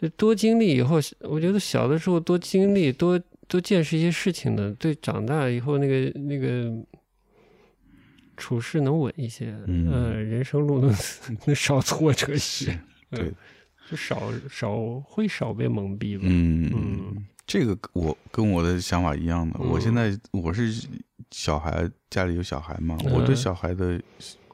[SPEAKER 2] 就多经历以后，我觉得小的时候多经历、多多见识一些事情呢，对长大以后那个那个处事能稳一些，
[SPEAKER 1] 嗯
[SPEAKER 2] 呃，人生路能 能少挫折一些，
[SPEAKER 1] 对
[SPEAKER 2] 嗯就少少会少被蒙蔽吧。
[SPEAKER 1] 嗯
[SPEAKER 2] 嗯
[SPEAKER 1] 这个我跟我的想法一样的。
[SPEAKER 2] 嗯
[SPEAKER 1] 我现在我是小孩，家里有小孩嘛，
[SPEAKER 2] 嗯
[SPEAKER 1] 我对小孩的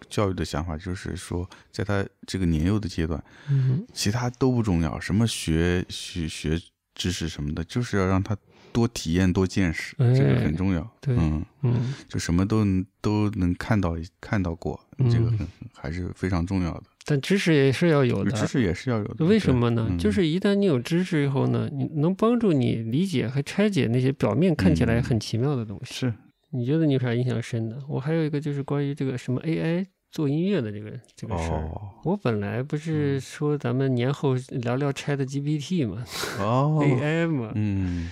[SPEAKER 1] 教育的想法就是说，在他这个年幼的阶段，
[SPEAKER 2] 嗯
[SPEAKER 1] 其他都不重要，什么学学学知识什么的，就是要让他多体验、多见识，
[SPEAKER 2] 哎
[SPEAKER 1] 这个很重要。
[SPEAKER 2] 对
[SPEAKER 1] 嗯，
[SPEAKER 2] 嗯
[SPEAKER 1] 就什么都能都能看到看到过，
[SPEAKER 2] 嗯
[SPEAKER 1] 这个很还是非常重要的。
[SPEAKER 2] 但知识也是要有的，
[SPEAKER 1] 知识也是要有的。
[SPEAKER 2] 为什么呢
[SPEAKER 1] 对？嗯
[SPEAKER 2] 就是一旦你有知识以后呢，你能帮助你理解和拆解那些表面看起来
[SPEAKER 1] 嗯
[SPEAKER 2] 很奇妙的东西。
[SPEAKER 1] 是
[SPEAKER 2] 你觉得你有啥印象深的？我还有一个就是关于这个什么 AI 做音乐的这个这个事儿。
[SPEAKER 1] 哦嗯
[SPEAKER 2] 我本来不是说咱们年后聊聊 Chat GPT 嘛、
[SPEAKER 1] 哦
[SPEAKER 2] AI 嘛，
[SPEAKER 1] 嗯。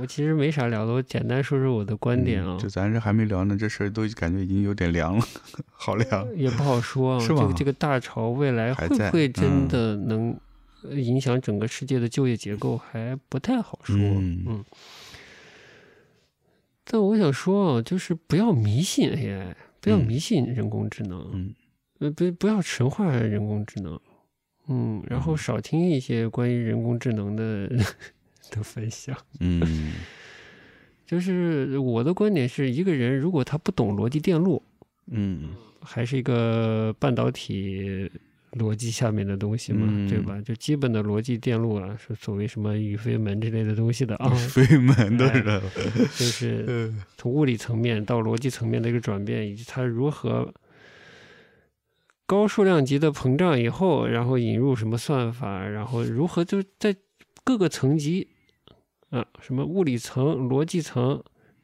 [SPEAKER 2] 我其实没啥聊的，我简单说说我的观点啊
[SPEAKER 1] 嗯，就咱这还没聊呢，这事儿都感觉已经有点凉了， 好凉。
[SPEAKER 2] 也不好说啊。
[SPEAKER 1] 是
[SPEAKER 2] 这
[SPEAKER 1] 吧
[SPEAKER 2] 个这个大潮未来
[SPEAKER 1] 还
[SPEAKER 2] 会不
[SPEAKER 1] 在
[SPEAKER 2] 会真
[SPEAKER 1] 嗯
[SPEAKER 2] 的能呃影响整个世界的就业结构，还不太好说。
[SPEAKER 1] 嗯
[SPEAKER 2] 嗯但我想说啊，就是不要迷信 AI，不要
[SPEAKER 1] 嗯
[SPEAKER 2] 迷信人工智能，
[SPEAKER 1] 嗯
[SPEAKER 2] 呃，不不要神化人工智能，嗯，然后
[SPEAKER 1] 嗯
[SPEAKER 2] 少听一些关于人工智能的 的分享。
[SPEAKER 1] 嗯
[SPEAKER 2] 就是我的观点是，一个人如果他不懂逻辑电路，
[SPEAKER 1] 嗯
[SPEAKER 2] 还是一个半导体逻辑下面的东西嘛，
[SPEAKER 1] 嗯
[SPEAKER 2] 对吧？就基本的逻辑电路啊，是所谓什么宇飞门之类的东 西的啊
[SPEAKER 1] 嗯，，飞门的
[SPEAKER 2] 哎
[SPEAKER 1] 人，
[SPEAKER 2] 就是
[SPEAKER 1] 呃
[SPEAKER 2] 从物理层面到逻辑层面的一个转变，以及它如何高数量级的膨胀以后，然后引入什么算法，然后如何就是在各个层级啊，什么物理层、逻辑层，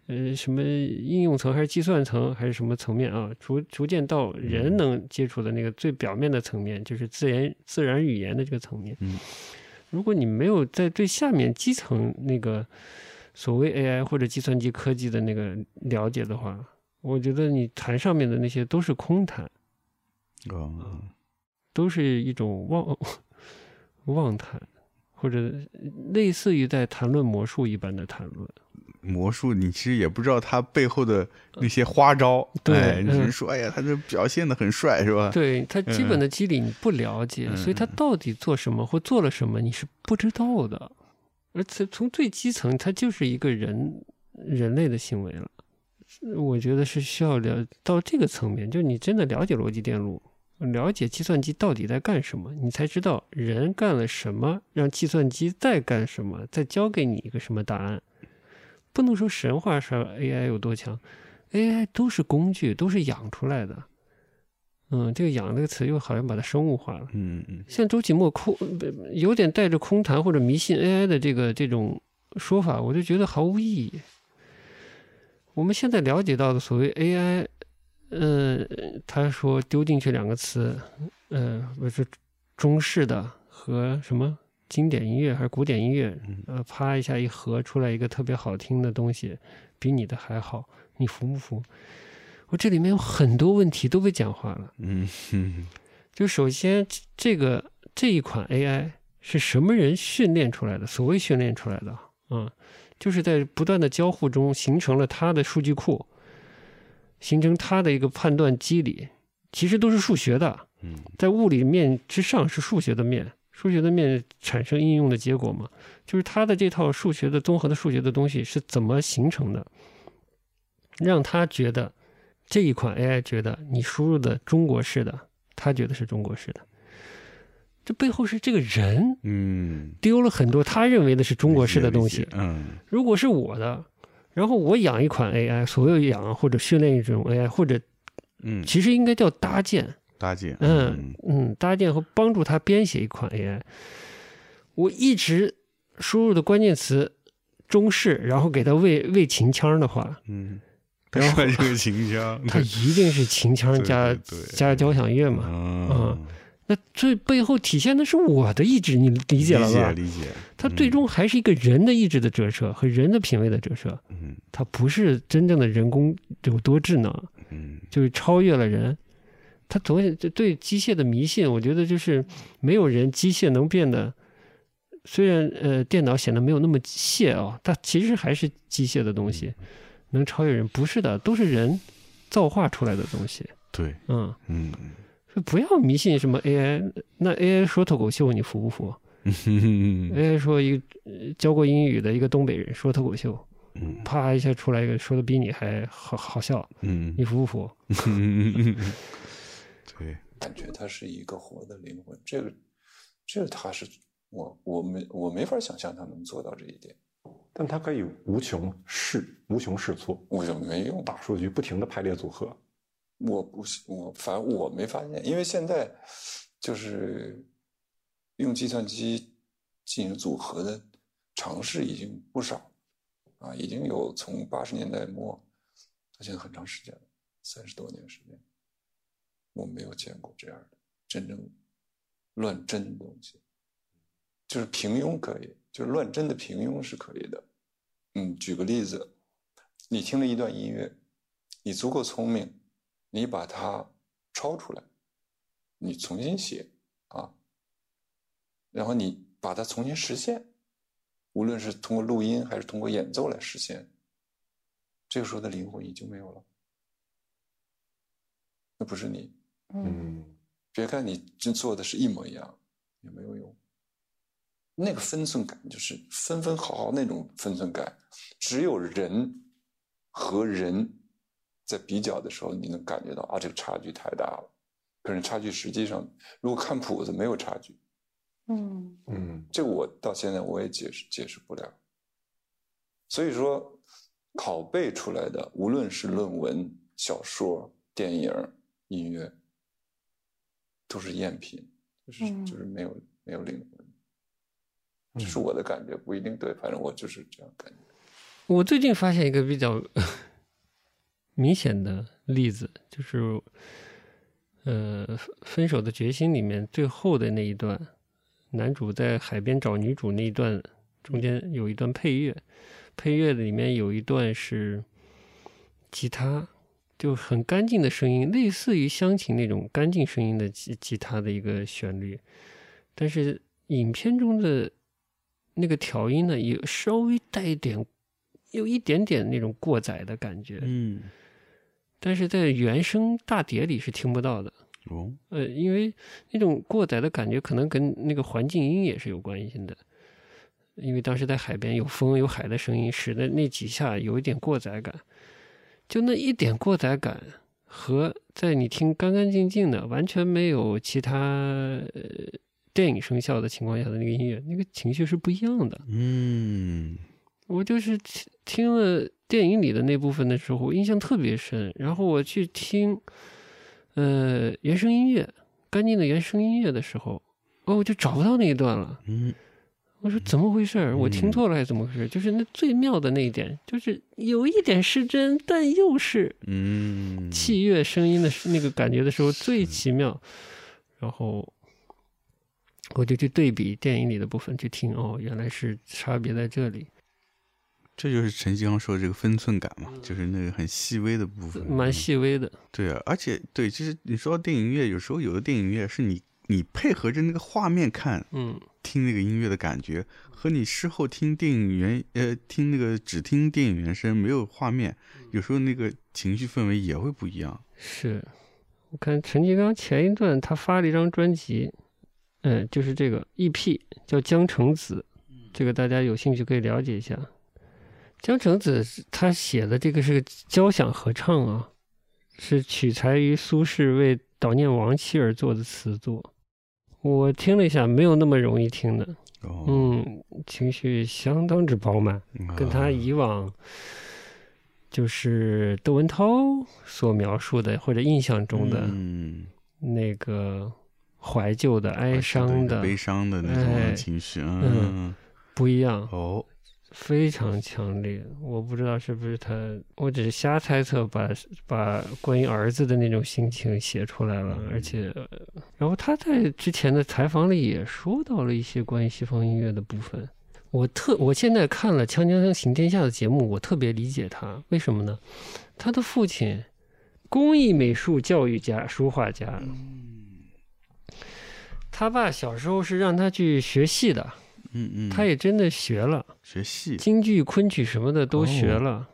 [SPEAKER 2] 呃，什么应用层还是计算层还是什么层面啊，逐逐渐到人能接触的那个最表面的层面，就是自然自然语言的这个层面。
[SPEAKER 1] 嗯
[SPEAKER 2] 如果你没有在最下面基层那个所谓 AI 或者计算机科技的那个了解的话，我觉得你谈上面的那些都是空谈，
[SPEAKER 1] 哦
[SPEAKER 2] 都是一种妄 妄谈，或者类似于在谈论魔术一般的谈论。
[SPEAKER 1] 魔术，你其实也不知道他背后的那些花招，
[SPEAKER 2] 对
[SPEAKER 1] 哎你只
[SPEAKER 2] 嗯
[SPEAKER 1] 是说，哎呀，他这表现的很帅，是吧？
[SPEAKER 2] 对它基本的机理你不了解，
[SPEAKER 1] 嗯
[SPEAKER 2] 所以它到底做什么或做了什么你是不知道的。而且从最基层，它就是一个人人类的行为了，我觉得是需要了到这个层面，就你真的了解逻辑电路，了解计算机到底在干什么，你才知道人干了什么，让计算机在干什么，再教给你一个什么答案。不能说神话说 AI 有多强，AI 都是工具，都是养出来的。嗯，这个“养”这个词又好像把它生物化了。
[SPEAKER 1] 嗯嗯，
[SPEAKER 2] 像周启墨空不有点带着空谈或者迷信 AI 的这个这种说法，我就觉得毫无意义。我们现在了解到的所谓 AI，呃，他说丢进去两个词，呃，不是中式的和什么经典音乐还是古典音乐，呃，啪一下一合出来一个特别好听的东西，比你的还好，你服不服？我这里面有很多问题都被简化了。
[SPEAKER 1] 嗯嗯
[SPEAKER 2] 就首先这这个这一款 AI 是什么人训练出来的？所谓训练出来的啊、嗯就是在不断的交互中形成了它的数据库，形成它的一个判断机理，其实都是数学的。
[SPEAKER 1] 嗯
[SPEAKER 2] 在物理面之上是数学的面，数学的面产生应用的结果嘛，就是它的这套数学的综合的数学的东西是怎么形成的，让他觉得这一款 AI 觉得你输入的中国式的，他觉得是中国式的，这背后是这个人
[SPEAKER 1] 嗯，
[SPEAKER 2] 丢了很多他认为的是中国式的东西
[SPEAKER 1] 理解，，嗯
[SPEAKER 2] 如果是我的。然后我养一款 AI，所有养啊或者训练一种 AI，或者
[SPEAKER 1] 嗯，
[SPEAKER 2] 其实应该叫搭建，
[SPEAKER 1] 搭建，
[SPEAKER 2] 嗯嗯，搭建和帮助他编写一款 AI。我一直输入的关键词中式，然后给他喂喂秦腔的话，
[SPEAKER 1] 嗯，他
[SPEAKER 2] 然后
[SPEAKER 1] 算是个秦腔，
[SPEAKER 2] 他一定是秦腔加
[SPEAKER 1] 嗯 对对对嗯
[SPEAKER 2] 加交响乐嘛。
[SPEAKER 1] 啊，
[SPEAKER 2] 嗯那最背后体现的是我的意志，你理
[SPEAKER 1] 理
[SPEAKER 2] 解了吧？
[SPEAKER 1] 理解，嗯
[SPEAKER 2] 他最终还是一个人的意志的折射和人的品味的折射，
[SPEAKER 1] 嗯
[SPEAKER 2] 他不是真正的人工有多智能。
[SPEAKER 1] 嗯
[SPEAKER 2] 就是超越了人。他昨天就对机械的迷信，我觉得就是没有人机械能变得，虽然呃电脑显得没有那么机械哦，它其实还是机械的东西，能超越人，不是的，都是人造化出来的东西。
[SPEAKER 1] 对，
[SPEAKER 2] 嗯，
[SPEAKER 1] 嗯
[SPEAKER 2] 所以不要迷信什么 AI，那 AI 说脱口秀你服不服
[SPEAKER 1] 嗯
[SPEAKER 2] ？AI 说一个呃教过英语的一个东北人说脱口秀，
[SPEAKER 1] 嗯
[SPEAKER 2] 啪一下出来一个说的比你还好好笑，
[SPEAKER 1] 嗯
[SPEAKER 2] 你服不服？
[SPEAKER 1] 嗯，对，
[SPEAKER 3] 感觉它是一个活的灵魂。这个，这个它是我我没我没法想象它能做到这一点，
[SPEAKER 4] 但它可以无穷试、无穷试错，
[SPEAKER 3] 我就没用。
[SPEAKER 4] 大数据不停的排列组合。
[SPEAKER 3] 我不是我，反正我没发现，因为现在就是用计算机进行组合的尝试已经不少啊，已经有从八十年代末到现在很长时间了，三十多年时间，我没有见过这样的真正乱真的东西，就是平庸可以，就是乱真的平庸是可以的。嗯，举个例子，你听了一段音乐，你足够聪明，你把它抄出来，你重新写啊，然后你把它重新实现，无论是通过录音还是通过演奏来实现，这个时候的灵魂已经没有了，那不是你。
[SPEAKER 4] 嗯，
[SPEAKER 3] 别看你这做的是一模一样，也没有用。那个分寸感就是分分毫毫那种分寸感，只有人和人在比较的时候，你能感觉到啊，这个差距太大了。可是差距实际上，如果看谱子没有差距，
[SPEAKER 5] 嗯
[SPEAKER 4] 嗯，
[SPEAKER 3] 这个我到现在我也解释解释不了。所以说，拷贝出来的，无论是论文、小说、电影、音乐，都是赝品，就是
[SPEAKER 5] 嗯
[SPEAKER 3] 就是没有没有灵魂。这是我的感觉，不一定对，反正我就是这样感觉。
[SPEAKER 2] 我最近发现一个比较明显的例子，就是呃，《分手的决心》里面最后的那一段，男主在海边找女主那一段，中间有一段配乐，配乐里面有一段是吉他，就很干净的声音，类似于乡情那种干净声音的吉吉他的一个旋律，但是影片中的那个调音呢，也稍微带一点，有一点点那种过载的感觉，
[SPEAKER 1] 嗯，
[SPEAKER 2] 但是在原声大碟里是听不到的。
[SPEAKER 1] 哦，
[SPEAKER 2] 呃，因为那种过载的感觉，可能跟那个环境音也是有关系的。因为当时在海边有风有海的声音，使得那几下有一点过载感。就那一点过载感和在你听干干净净的、完全没有其他呃电影声效的情况下的那个音乐，那个情绪是不一样的。
[SPEAKER 1] 嗯，
[SPEAKER 2] 我就是听听了电影里的那部分的时候，我印象特别深。然后我去听，呃，原声音乐，干净的原声音乐的时候，哦，我就找不到那一段了。
[SPEAKER 1] 嗯，
[SPEAKER 2] 我说怎么回事儿？我听
[SPEAKER 1] 嗯
[SPEAKER 2] 错了还是怎么回事儿？就是那最妙的那一点，就是有一点失真，但又是
[SPEAKER 1] 嗯，
[SPEAKER 2] 器乐声音的那个感觉的时候最奇妙。然后我就去对比电影里的部分去听，哦，原来是差别在这里，
[SPEAKER 1] 这就是陈经常说的这个分寸感嘛，就是那个很细微的部分，
[SPEAKER 2] 蛮细微的。
[SPEAKER 1] 对啊，而且对，其实你说到电影乐，有时候有的电影乐是你你配合着那个画面看
[SPEAKER 2] 嗯
[SPEAKER 1] 听那个音乐的感觉，和你事后听电影原呃听那个只听电影原声没有画面，有时候那个情绪氛围也会不一样。
[SPEAKER 2] 是，我看陈其刚前一段他发了一张专辑，嗯，就是这个 EP 叫《江城子》，这个大家有兴趣可以了解一下。江城子是他写的这个是交响合唱啊，是取材于苏轼为悼念亡妻而作的词作。我听了一下，没有那么容易听的，
[SPEAKER 1] 哦，
[SPEAKER 2] 嗯，情绪相当之饱满。
[SPEAKER 1] 嗯
[SPEAKER 2] 跟他以往就是窦文涛所描述的或者印象中的
[SPEAKER 1] 嗯，
[SPEAKER 2] 那个怀旧的、
[SPEAKER 1] 还
[SPEAKER 2] 哀
[SPEAKER 1] 是对
[SPEAKER 2] 伤的
[SPEAKER 1] 悲伤的那
[SPEAKER 2] 哎
[SPEAKER 1] 种情绪，
[SPEAKER 2] 嗯
[SPEAKER 1] 嗯，
[SPEAKER 2] 不一样，
[SPEAKER 1] 哦，
[SPEAKER 2] 非常强烈。我不知道是不是他，我只是瞎猜测把，把关于儿子的那种心情写出来了。而且，呃然后他在之前的采访里也说到了一些关于西方音乐的部分。我特我现在看了《锵锵锵行天下》的节目，我特别理解他，为什么呢？他的父亲，工艺美术教育家、书画家。
[SPEAKER 1] 嗯
[SPEAKER 2] 他爸小时候是让他去学戏的，
[SPEAKER 1] 嗯嗯，
[SPEAKER 2] 他也真的学了。
[SPEAKER 1] 学戏，
[SPEAKER 2] 京剧、昆曲什么的都学
[SPEAKER 1] 哦
[SPEAKER 2] 了，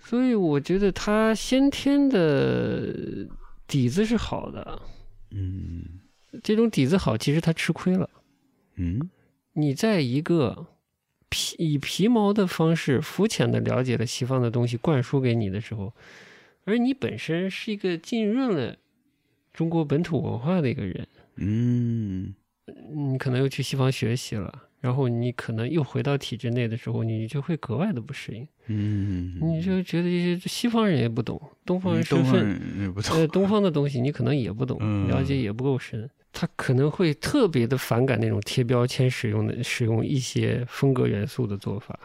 [SPEAKER 2] 所以我觉得他先天的底子是好的。
[SPEAKER 1] 嗯
[SPEAKER 2] 这种底子好，其实他吃亏了。
[SPEAKER 1] 嗯
[SPEAKER 2] 你在一个皮以皮毛的方式、肤浅的了解了西方的东西灌输给你的时候，而你本身是一个浸润了中国本土文化的一个人，
[SPEAKER 1] 嗯
[SPEAKER 2] 你可能又去西方学习了，然后你可能又回到体制内的时候，你就会格外的不适应。
[SPEAKER 1] 嗯，
[SPEAKER 2] 你就觉得这些西方人也不懂，东方人
[SPEAKER 1] 嗯
[SPEAKER 2] 身
[SPEAKER 1] 东方
[SPEAKER 2] 份，
[SPEAKER 1] 人也不
[SPEAKER 2] 呃，
[SPEAKER 1] 懂，
[SPEAKER 2] 东方的东西你可能也不懂，
[SPEAKER 1] 嗯
[SPEAKER 2] 了解也不够深，他可能会特别的反感那种贴标签使用的使用一些风格元素的做法，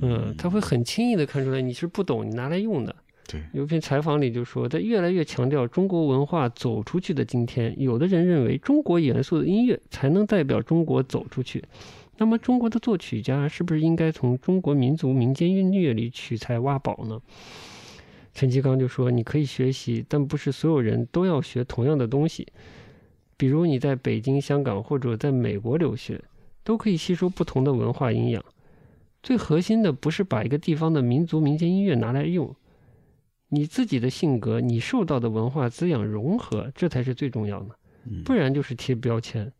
[SPEAKER 2] 嗯，他会很轻易的看出来你是不懂，你拿来用的。
[SPEAKER 1] 对，
[SPEAKER 2] 有篇采访里就说，在越来越强调中国文化走出去的今天，有的人认为中国元素的音乐才能代表中国走出去。那么，中国的作曲家是不是应该从中国民族民间音乐里取材挖宝呢？陈其刚就说：“你可以学习，但不是所有人都要学同样的东西。比如你在北京、香港或者在美国留学，都可以吸收不同的文化营养。最核心的不是把一个地方的民族民间音乐拿来用，你自己的性格、你受到的文化滋养融合，这才是最重要的。
[SPEAKER 1] 嗯
[SPEAKER 2] 不然就是贴标签，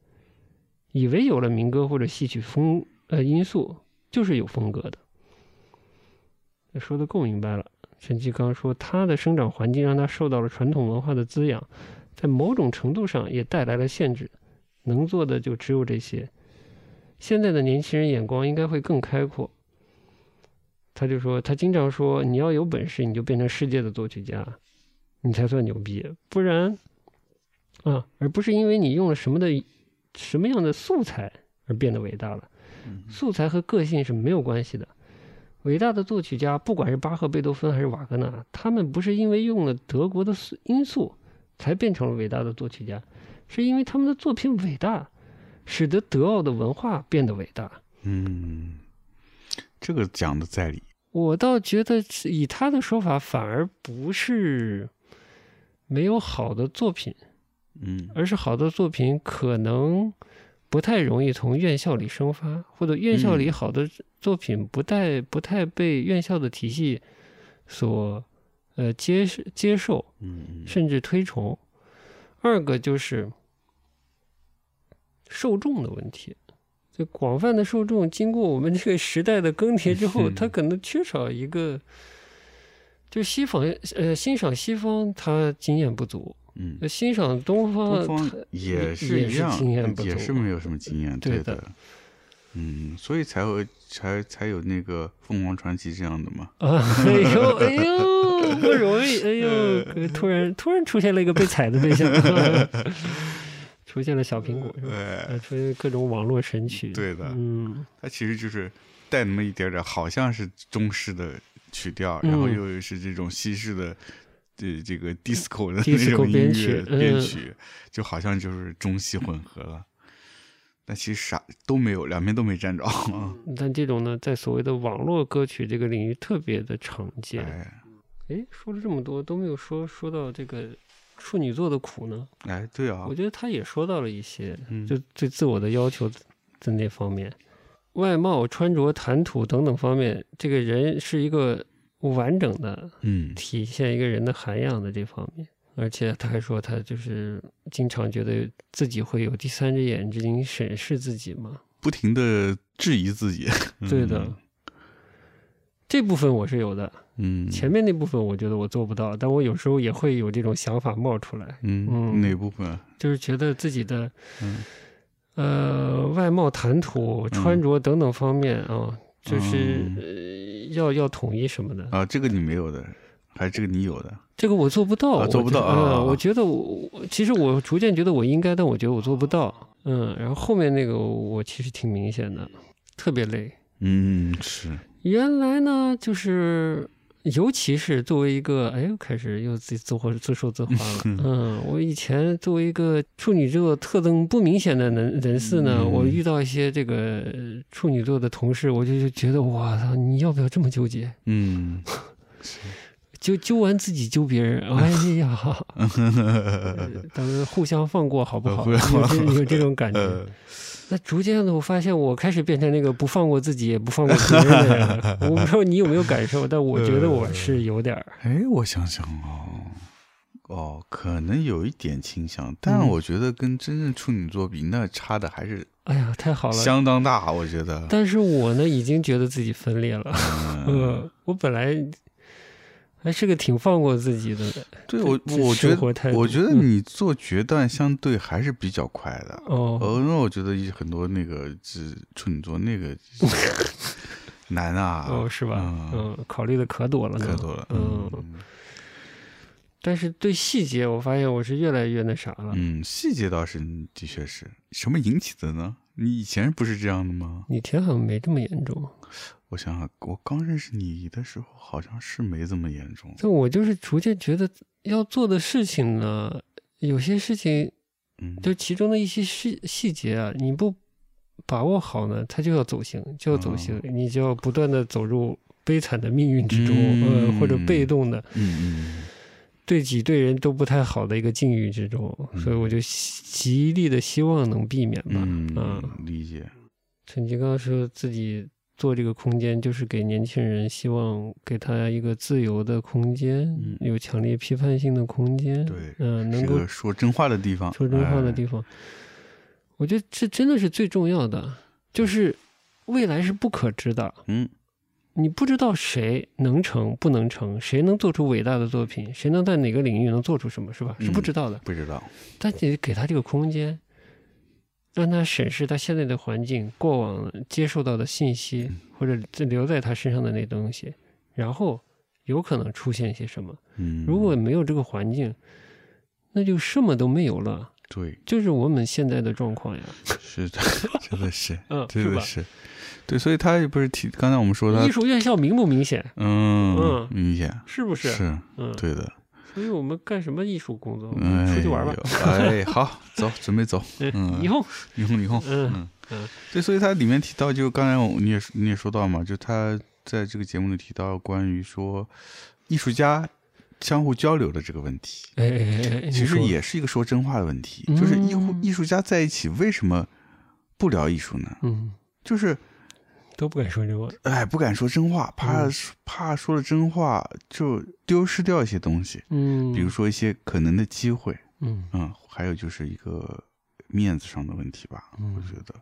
[SPEAKER 2] 以为有了民歌或者戏曲风呃因素，就是有风格的。说的够明白了。陈继刚说，他的生长环境让他受到了传统文化的滋养，在某种程度上也带来了限制，能做的就只有这些。现在的年轻人眼光应该会更开阔。他就说，他经常说，你要有本事，你就变成世界的作曲家，你才算牛逼，不然啊，而不是因为你用了什么的什么样的素材而变得伟大了。素材和个性是没有关系的。伟大的作曲家，不管是巴赫、贝多芬还是瓦格纳，他们不是因为用了德国的素因素才变成了伟大的作曲家，是因为他们的作品伟大，使得德奥的文化变得伟大。
[SPEAKER 1] 嗯，这个讲的在理，
[SPEAKER 2] 我倒觉得是以他的说法，反而不是没有好的作品，
[SPEAKER 1] 嗯
[SPEAKER 2] 而是好的作品可能不太容易从院校里生发，或者院校
[SPEAKER 1] 嗯
[SPEAKER 2] 里好的作品不太、不太被院校的体系所呃接接受，
[SPEAKER 1] 嗯
[SPEAKER 2] 甚至推崇。二个就是受众的问题，就广泛的 受众经过我们这个时代的更迭之后，
[SPEAKER 1] 嗯
[SPEAKER 2] 他可能缺少一个就是西方呃欣赏西方他经验不足，
[SPEAKER 1] 嗯，
[SPEAKER 2] 呃欣赏东方
[SPEAKER 1] 东方
[SPEAKER 2] 呃他
[SPEAKER 1] 也
[SPEAKER 2] 也
[SPEAKER 1] 是一样嗯
[SPEAKER 2] 是经验，不足
[SPEAKER 1] 也是没有什么经验，
[SPEAKER 2] 对的
[SPEAKER 1] 的，嗯，所以才会才才有那个凤凰传奇这样的嘛，
[SPEAKER 2] 啊， 哎 呦哎呦不容易，哎呦突然突然出现了一个被踩的对 象，出现了小苹果是吧？
[SPEAKER 1] 对，
[SPEAKER 2] 呃出现各种网络神曲，
[SPEAKER 1] 对的
[SPEAKER 2] 嗯，
[SPEAKER 1] 它其实就是带那么一点点，好像是中式的曲调，然后
[SPEAKER 2] 嗯
[SPEAKER 1] 又是这种西式的。这这个 disco 的那
[SPEAKER 2] disco
[SPEAKER 1] 种音
[SPEAKER 2] 编
[SPEAKER 1] 乐
[SPEAKER 2] 曲嗯
[SPEAKER 1] 编曲，就好像就是中西混合了，但其实啥都没有，两边都没占着。
[SPEAKER 2] 但这种呢，在所谓的网络歌曲这个领域特别的常见。
[SPEAKER 1] 哎
[SPEAKER 2] 哎，说了这么多都没有说说到这个处女座的苦呢，
[SPEAKER 1] 哎，对啊
[SPEAKER 2] 我，觉得他也说到了一些，
[SPEAKER 1] 嗯
[SPEAKER 2] 就对自我的要求的那方面，外貌、穿着、谈吐等等方面，这个人是一个完整的
[SPEAKER 1] 嗯
[SPEAKER 2] 体现一个人的涵养的这方面。而且他还说，他就是经常觉得自己会有第三只眼睛审视自己嘛，
[SPEAKER 1] 不停的质疑自己。
[SPEAKER 2] 对的。
[SPEAKER 1] 嗯
[SPEAKER 2] 这部分我是有的，
[SPEAKER 1] 嗯，
[SPEAKER 2] 前面那部分我觉得我做不到，但我有时候也会有这种想法冒出来，嗯
[SPEAKER 1] 嗯哪部分？
[SPEAKER 2] 就是觉得自己的，
[SPEAKER 1] 嗯
[SPEAKER 2] 呃，外貌、谈吐、穿着等等方面啊、
[SPEAKER 1] 嗯
[SPEAKER 2] 就是、呃、要要统一什么的，
[SPEAKER 1] 啊，这个你没有的，还是这个你有的？
[SPEAKER 2] 这个我做不到，
[SPEAKER 1] 啊
[SPEAKER 2] 我
[SPEAKER 1] 做不
[SPEAKER 2] 觉得
[SPEAKER 1] 到
[SPEAKER 2] 嗯
[SPEAKER 1] 啊
[SPEAKER 2] 我觉得我我其实我逐渐觉得我应该，但我觉得我做不到。嗯，然后后面那个我我其实挺明显的，特别累。
[SPEAKER 1] 嗯，是，
[SPEAKER 2] 原来呢，就是尤其是作为一个，哎呦，开始又自己自或自说自话了。嗯，我以前作为一个处女座特征不明显的人人士呢，
[SPEAKER 1] 嗯
[SPEAKER 2] 我遇到一些这个呃处女座的同事，我就就觉得，哇操，你要不要这么纠结？
[SPEAKER 1] 嗯，
[SPEAKER 2] 纠纠完自己纠别人，哎呀，呃咱们互相放过好不 好？
[SPEAKER 1] 互相放
[SPEAKER 2] 有
[SPEAKER 1] 过
[SPEAKER 2] 这有这种感觉。
[SPEAKER 1] 呃，
[SPEAKER 2] 那逐渐的，我发现我开始变成那个不放过自己也不放过别人的人了。我不知道你有没有感受，但我觉得
[SPEAKER 1] 嗯
[SPEAKER 2] 我是有点儿。
[SPEAKER 1] 哎，我想想哦，哦，可能有一点倾向，但
[SPEAKER 2] 嗯
[SPEAKER 1] 我觉得跟真正处女座比，那差的还是
[SPEAKER 2] 哎呀，太好了！
[SPEAKER 1] 相当大，我觉得。
[SPEAKER 2] 但是我呢，已经觉得自己分裂了。
[SPEAKER 1] 嗯，
[SPEAKER 2] 嗯，我本来还是个挺放过自己的人。
[SPEAKER 1] 对我，
[SPEAKER 2] 这
[SPEAKER 1] 我觉
[SPEAKER 2] 生活态
[SPEAKER 1] 得，
[SPEAKER 2] 度
[SPEAKER 1] 我觉得
[SPEAKER 2] 嗯
[SPEAKER 1] 你做决断相对还是比较快的。
[SPEAKER 2] 哦，
[SPEAKER 1] 哦，那我觉得很多那个是处女座那个难啊，
[SPEAKER 2] 哦，是吧？
[SPEAKER 1] 嗯，
[SPEAKER 2] 嗯，考虑的可多了呢。
[SPEAKER 1] 可多了，
[SPEAKER 2] 嗯，
[SPEAKER 1] 嗯
[SPEAKER 2] 但是对细节，我发现我是越来越那啥了。
[SPEAKER 1] 嗯，细节倒是的确是什么引起的呢？你以前不是这样的吗？
[SPEAKER 2] 以前好像没这么严重，
[SPEAKER 1] 我想想，我刚认识你的时候，好像是没这么严重。
[SPEAKER 2] 但我就是逐渐觉得要做的事情呢，有些事情
[SPEAKER 1] 嗯，
[SPEAKER 2] 就其中的一些细细节啊，你不把握好呢，它就要走形，就要走形，你就要不断的走入悲惨的命运之中，
[SPEAKER 1] 嗯
[SPEAKER 2] 呃，或者被动的
[SPEAKER 1] 嗯
[SPEAKER 2] 对己对人都不太好的一个境遇之中，所以我就希极力的希望能避免吧。
[SPEAKER 1] 嗯
[SPEAKER 2] 啊
[SPEAKER 1] 嗯，理解。
[SPEAKER 2] 陈吉刚说自己做这个空间，就是给年轻人希望给他一个自由的空间，
[SPEAKER 1] 嗯
[SPEAKER 2] 有强烈批判性的空间，
[SPEAKER 1] 对
[SPEAKER 2] 嗯、能
[SPEAKER 1] 是
[SPEAKER 2] 够
[SPEAKER 1] 个哎说真话的地方，
[SPEAKER 2] 说真话的
[SPEAKER 1] 方，
[SPEAKER 2] 地方，我觉得这真的是最重要的，就是未来是不可知的，
[SPEAKER 1] 嗯，
[SPEAKER 2] 你不知道谁能成不能成，谁能做出伟大的作品，谁能在哪个领域能做出什么，是吧？是不
[SPEAKER 1] 嗯
[SPEAKER 2] 知道的，
[SPEAKER 1] 不知道。
[SPEAKER 2] 但你给他这个空间，让他审视他现在的环境、过往接受到的信息，
[SPEAKER 1] 嗯
[SPEAKER 2] 或者留在他身上的那东西，然后有可能出现一些什么。
[SPEAKER 1] 嗯，
[SPEAKER 2] 如果没有这个环境，那就什么都没有了，
[SPEAKER 1] 对，
[SPEAKER 2] 就是我们现在的状况呀。
[SPEAKER 1] 是 的，真的是，
[SPEAKER 2] 嗯，是
[SPEAKER 1] 真的
[SPEAKER 2] 吧？
[SPEAKER 1] 是，对，所以他也不是提，刚才我们说他
[SPEAKER 2] 艺，术院校明不明显？
[SPEAKER 1] 嗯
[SPEAKER 2] 嗯，
[SPEAKER 1] 明显
[SPEAKER 2] 是不是？
[SPEAKER 1] 是
[SPEAKER 2] 嗯，
[SPEAKER 1] 对的。
[SPEAKER 2] 所以我们干什么艺术工嗯作？我们
[SPEAKER 1] 哎，
[SPEAKER 2] 出去玩吧。
[SPEAKER 1] 哎，好，走，准备 走，嗯
[SPEAKER 2] 以后，
[SPEAKER 1] 你哄你哄。
[SPEAKER 2] 嗯
[SPEAKER 1] 对，所以它里面提到，就刚才我你也说你也说到嘛，就他在这个节目里提到关于说艺术家相互交流的这个问题，
[SPEAKER 2] 哎哎哎哎，你
[SPEAKER 1] 其实
[SPEAKER 2] 说嗯
[SPEAKER 1] 也是一个说真话的问题，就是艺术艺术家在一起为什么不聊艺术呢？
[SPEAKER 2] 嗯
[SPEAKER 1] 就是
[SPEAKER 2] 都不敢说这话。
[SPEAKER 1] 哎不敢说真话，怕
[SPEAKER 2] 嗯
[SPEAKER 1] 怕说了真话就丢失掉一些东西，
[SPEAKER 2] 嗯，
[SPEAKER 1] 比如说一些可能的机会，
[SPEAKER 2] 嗯。
[SPEAKER 1] 嗯，还有就是一个面子上的问题吧，我觉得，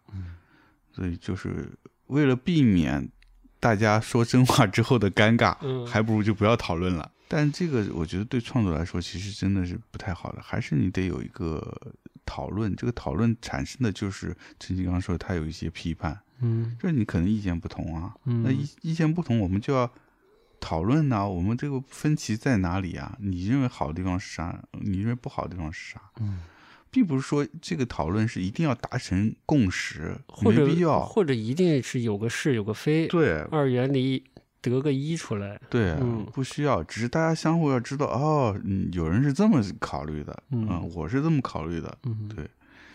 [SPEAKER 1] 所以就是为了避免大家说真话之后的尴尬，
[SPEAKER 2] 嗯
[SPEAKER 1] 还不如就不要讨论了。但这个我觉得对创作来说，其实真的是不太好的，还是你得有一个讨论。这个讨论产生的就是陈金刚说他有一些批判，
[SPEAKER 2] 嗯
[SPEAKER 1] 就是你可能意见不同啊，
[SPEAKER 2] 嗯
[SPEAKER 1] 那意意见不同，我们就要讨论呐、我们这个分歧在哪里啊？你认为好的地方是啥？你认为不好的地方是啥？
[SPEAKER 2] 嗯，
[SPEAKER 1] 并不是说这个讨论是一定要达成共识，
[SPEAKER 2] 或者
[SPEAKER 1] 没必要。
[SPEAKER 2] 或者一定是有个是有个非，
[SPEAKER 1] 对
[SPEAKER 2] 二元里得个一出来，
[SPEAKER 1] 对、
[SPEAKER 2] 嗯
[SPEAKER 1] 不需要，只是大家相互要知道哦，嗯有人是这么考虑的，
[SPEAKER 2] 嗯
[SPEAKER 1] 我是这么考虑的，
[SPEAKER 2] 嗯，
[SPEAKER 1] 对。啊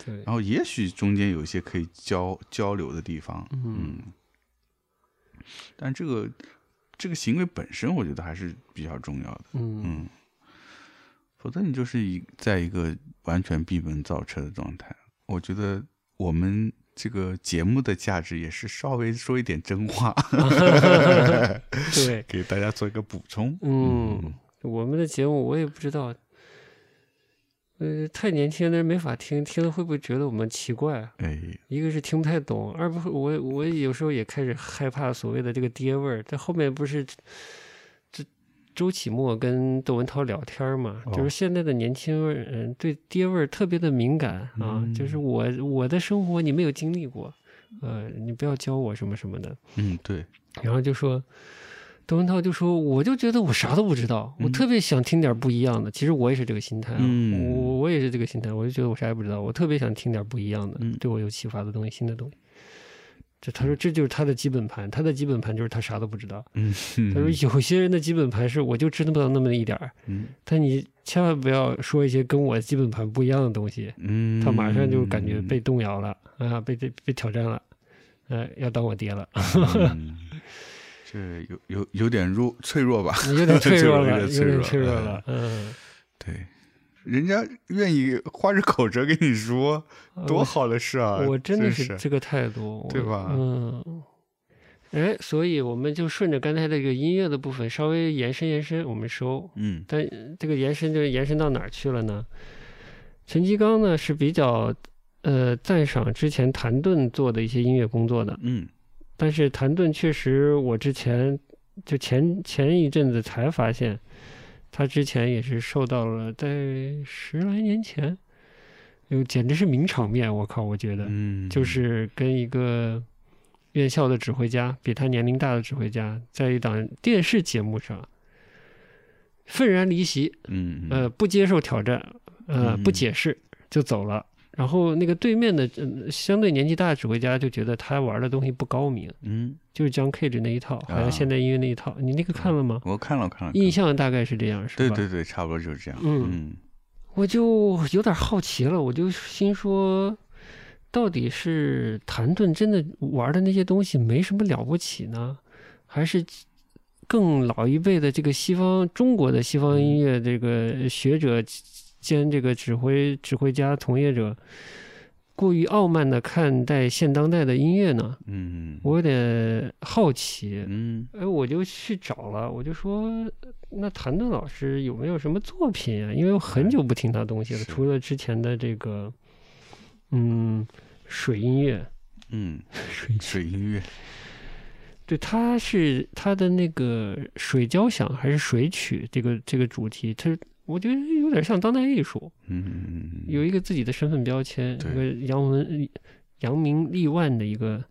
[SPEAKER 2] 对，
[SPEAKER 1] 然后也许中间有一些可以交交流的地方，
[SPEAKER 2] 嗯
[SPEAKER 1] 嗯，但这个这个行为本身，我觉得还是比较重要的，
[SPEAKER 2] 嗯
[SPEAKER 1] 嗯，否则你就是一在一个完全闭门造车的状态。我觉得我们这个节目的价值也是稍微说一点真话，
[SPEAKER 2] 对，
[SPEAKER 1] 嗯 给大家做一个补充。
[SPEAKER 2] 嗯，我们的节目我也不知道，呃，太年轻的人没法听，听了会不会觉得我们奇怪啊？
[SPEAKER 1] 哎，
[SPEAKER 2] 一个是听不太懂，二不我我有时候也开始害怕所谓的这个爹味儿。但后面不是这周启墨跟窦文涛聊天儿嘛，就
[SPEAKER 1] 哦
[SPEAKER 2] 是现在的年轻人对爹味儿特别的敏感啊，
[SPEAKER 1] 嗯
[SPEAKER 2] 就是我我的生活你没有经历过，呃，你不要教我什么什么的。
[SPEAKER 1] 嗯，对，
[SPEAKER 2] 然后就说。窦文涛就说：“我就觉得我啥都不知道，我
[SPEAKER 1] 嗯
[SPEAKER 2] 特别想听点不一样的。其实我也是这个心态啊，
[SPEAKER 1] 嗯
[SPEAKER 2] 我我也是这个心态，我就觉得我啥也不知道，我特别想听点不一样的，
[SPEAKER 1] 嗯
[SPEAKER 2] 对我有启发的东西，新的东西。”这他说这就是他的基本盘，他的基本盘就是他啥都不知道。
[SPEAKER 1] 嗯，
[SPEAKER 2] 他说有些人的基本盘是我就知道那么一点儿，
[SPEAKER 1] 嗯
[SPEAKER 2] 但你千万不要说一些跟我基本盘不一样的东西，
[SPEAKER 1] 嗯，
[SPEAKER 2] 他马上就感觉被动摇了啊，被被被挑战了，呃，要当我爹了。
[SPEAKER 1] 嗯，这有有有点弱脆弱吧？
[SPEAKER 2] 你有点脆弱
[SPEAKER 1] 有
[SPEAKER 2] 了，有
[SPEAKER 1] 点
[SPEAKER 2] 点脆
[SPEAKER 1] 脆
[SPEAKER 2] 弱
[SPEAKER 1] 弱哎
[SPEAKER 2] 了，嗯，
[SPEAKER 1] 对，人家愿意花着口舌跟你说， 多好的事啊！
[SPEAKER 2] 呃我真的是
[SPEAKER 1] 是
[SPEAKER 2] 这个态度，我
[SPEAKER 1] 对吧
[SPEAKER 2] 嗯，哎，所以我们就顺着刚才这个音乐的部分稍微延伸延伸，我们收。
[SPEAKER 1] 嗯
[SPEAKER 2] 但这个延伸就是延伸到哪儿去了呢？陈其刚呢是比较呃赞赏之前谭盾做的一些音乐工作的，
[SPEAKER 1] 嗯
[SPEAKER 2] 但是谭盾确实我之前就前前一阵子才发现，他之前也是受到了在十来年前，有简直是名场面，我靠，我觉得、
[SPEAKER 1] 嗯，
[SPEAKER 2] 就是跟一个院校的指挥家，比他年龄大的指挥家，在一档电视节目上愤然离席，
[SPEAKER 1] 嗯
[SPEAKER 2] 呃，不接受挑战，呃，
[SPEAKER 1] 嗯
[SPEAKER 2] 不解释就走了。然后那个对面的、嗯相对年纪大的指挥家就觉得他玩的东西不高明，
[SPEAKER 1] 嗯，
[SPEAKER 2] 就是 John Cage 那一套，好像
[SPEAKER 1] 啊
[SPEAKER 2] 现代音乐那一套。你那个看了吗？
[SPEAKER 1] 我看了看了，
[SPEAKER 2] 印象大概是这样，是
[SPEAKER 1] 对
[SPEAKER 2] 吧？
[SPEAKER 1] 对对，差不多就是这样。
[SPEAKER 2] 嗯我就有点好奇了，我就心说，到底是谭盾真的玩的那些东西没什么了不起呢，还是更老一辈的这个西方中国的西方音
[SPEAKER 1] 嗯
[SPEAKER 2] 乐这个学者兼这个指挥指挥家从业者，过于傲慢的看待现当代的音乐呢？
[SPEAKER 1] 嗯
[SPEAKER 2] 我有点好奇，
[SPEAKER 1] 嗯
[SPEAKER 2] 哎，我就去找了，我就说，那谭盾老师有没有什么作品啊？因为我很久不听他东西了，
[SPEAKER 1] 哎是
[SPEAKER 2] 除了之前的这个，嗯，水音乐，
[SPEAKER 1] 嗯，
[SPEAKER 2] 水
[SPEAKER 1] 水音乐，
[SPEAKER 2] 对，他是他的那个水交响还是水曲这个这个主题，他我觉得有点像当代艺术，
[SPEAKER 1] 嗯
[SPEAKER 2] 有一个自己的身份标签，
[SPEAKER 1] 对
[SPEAKER 2] 一个扬文扬名立万的一个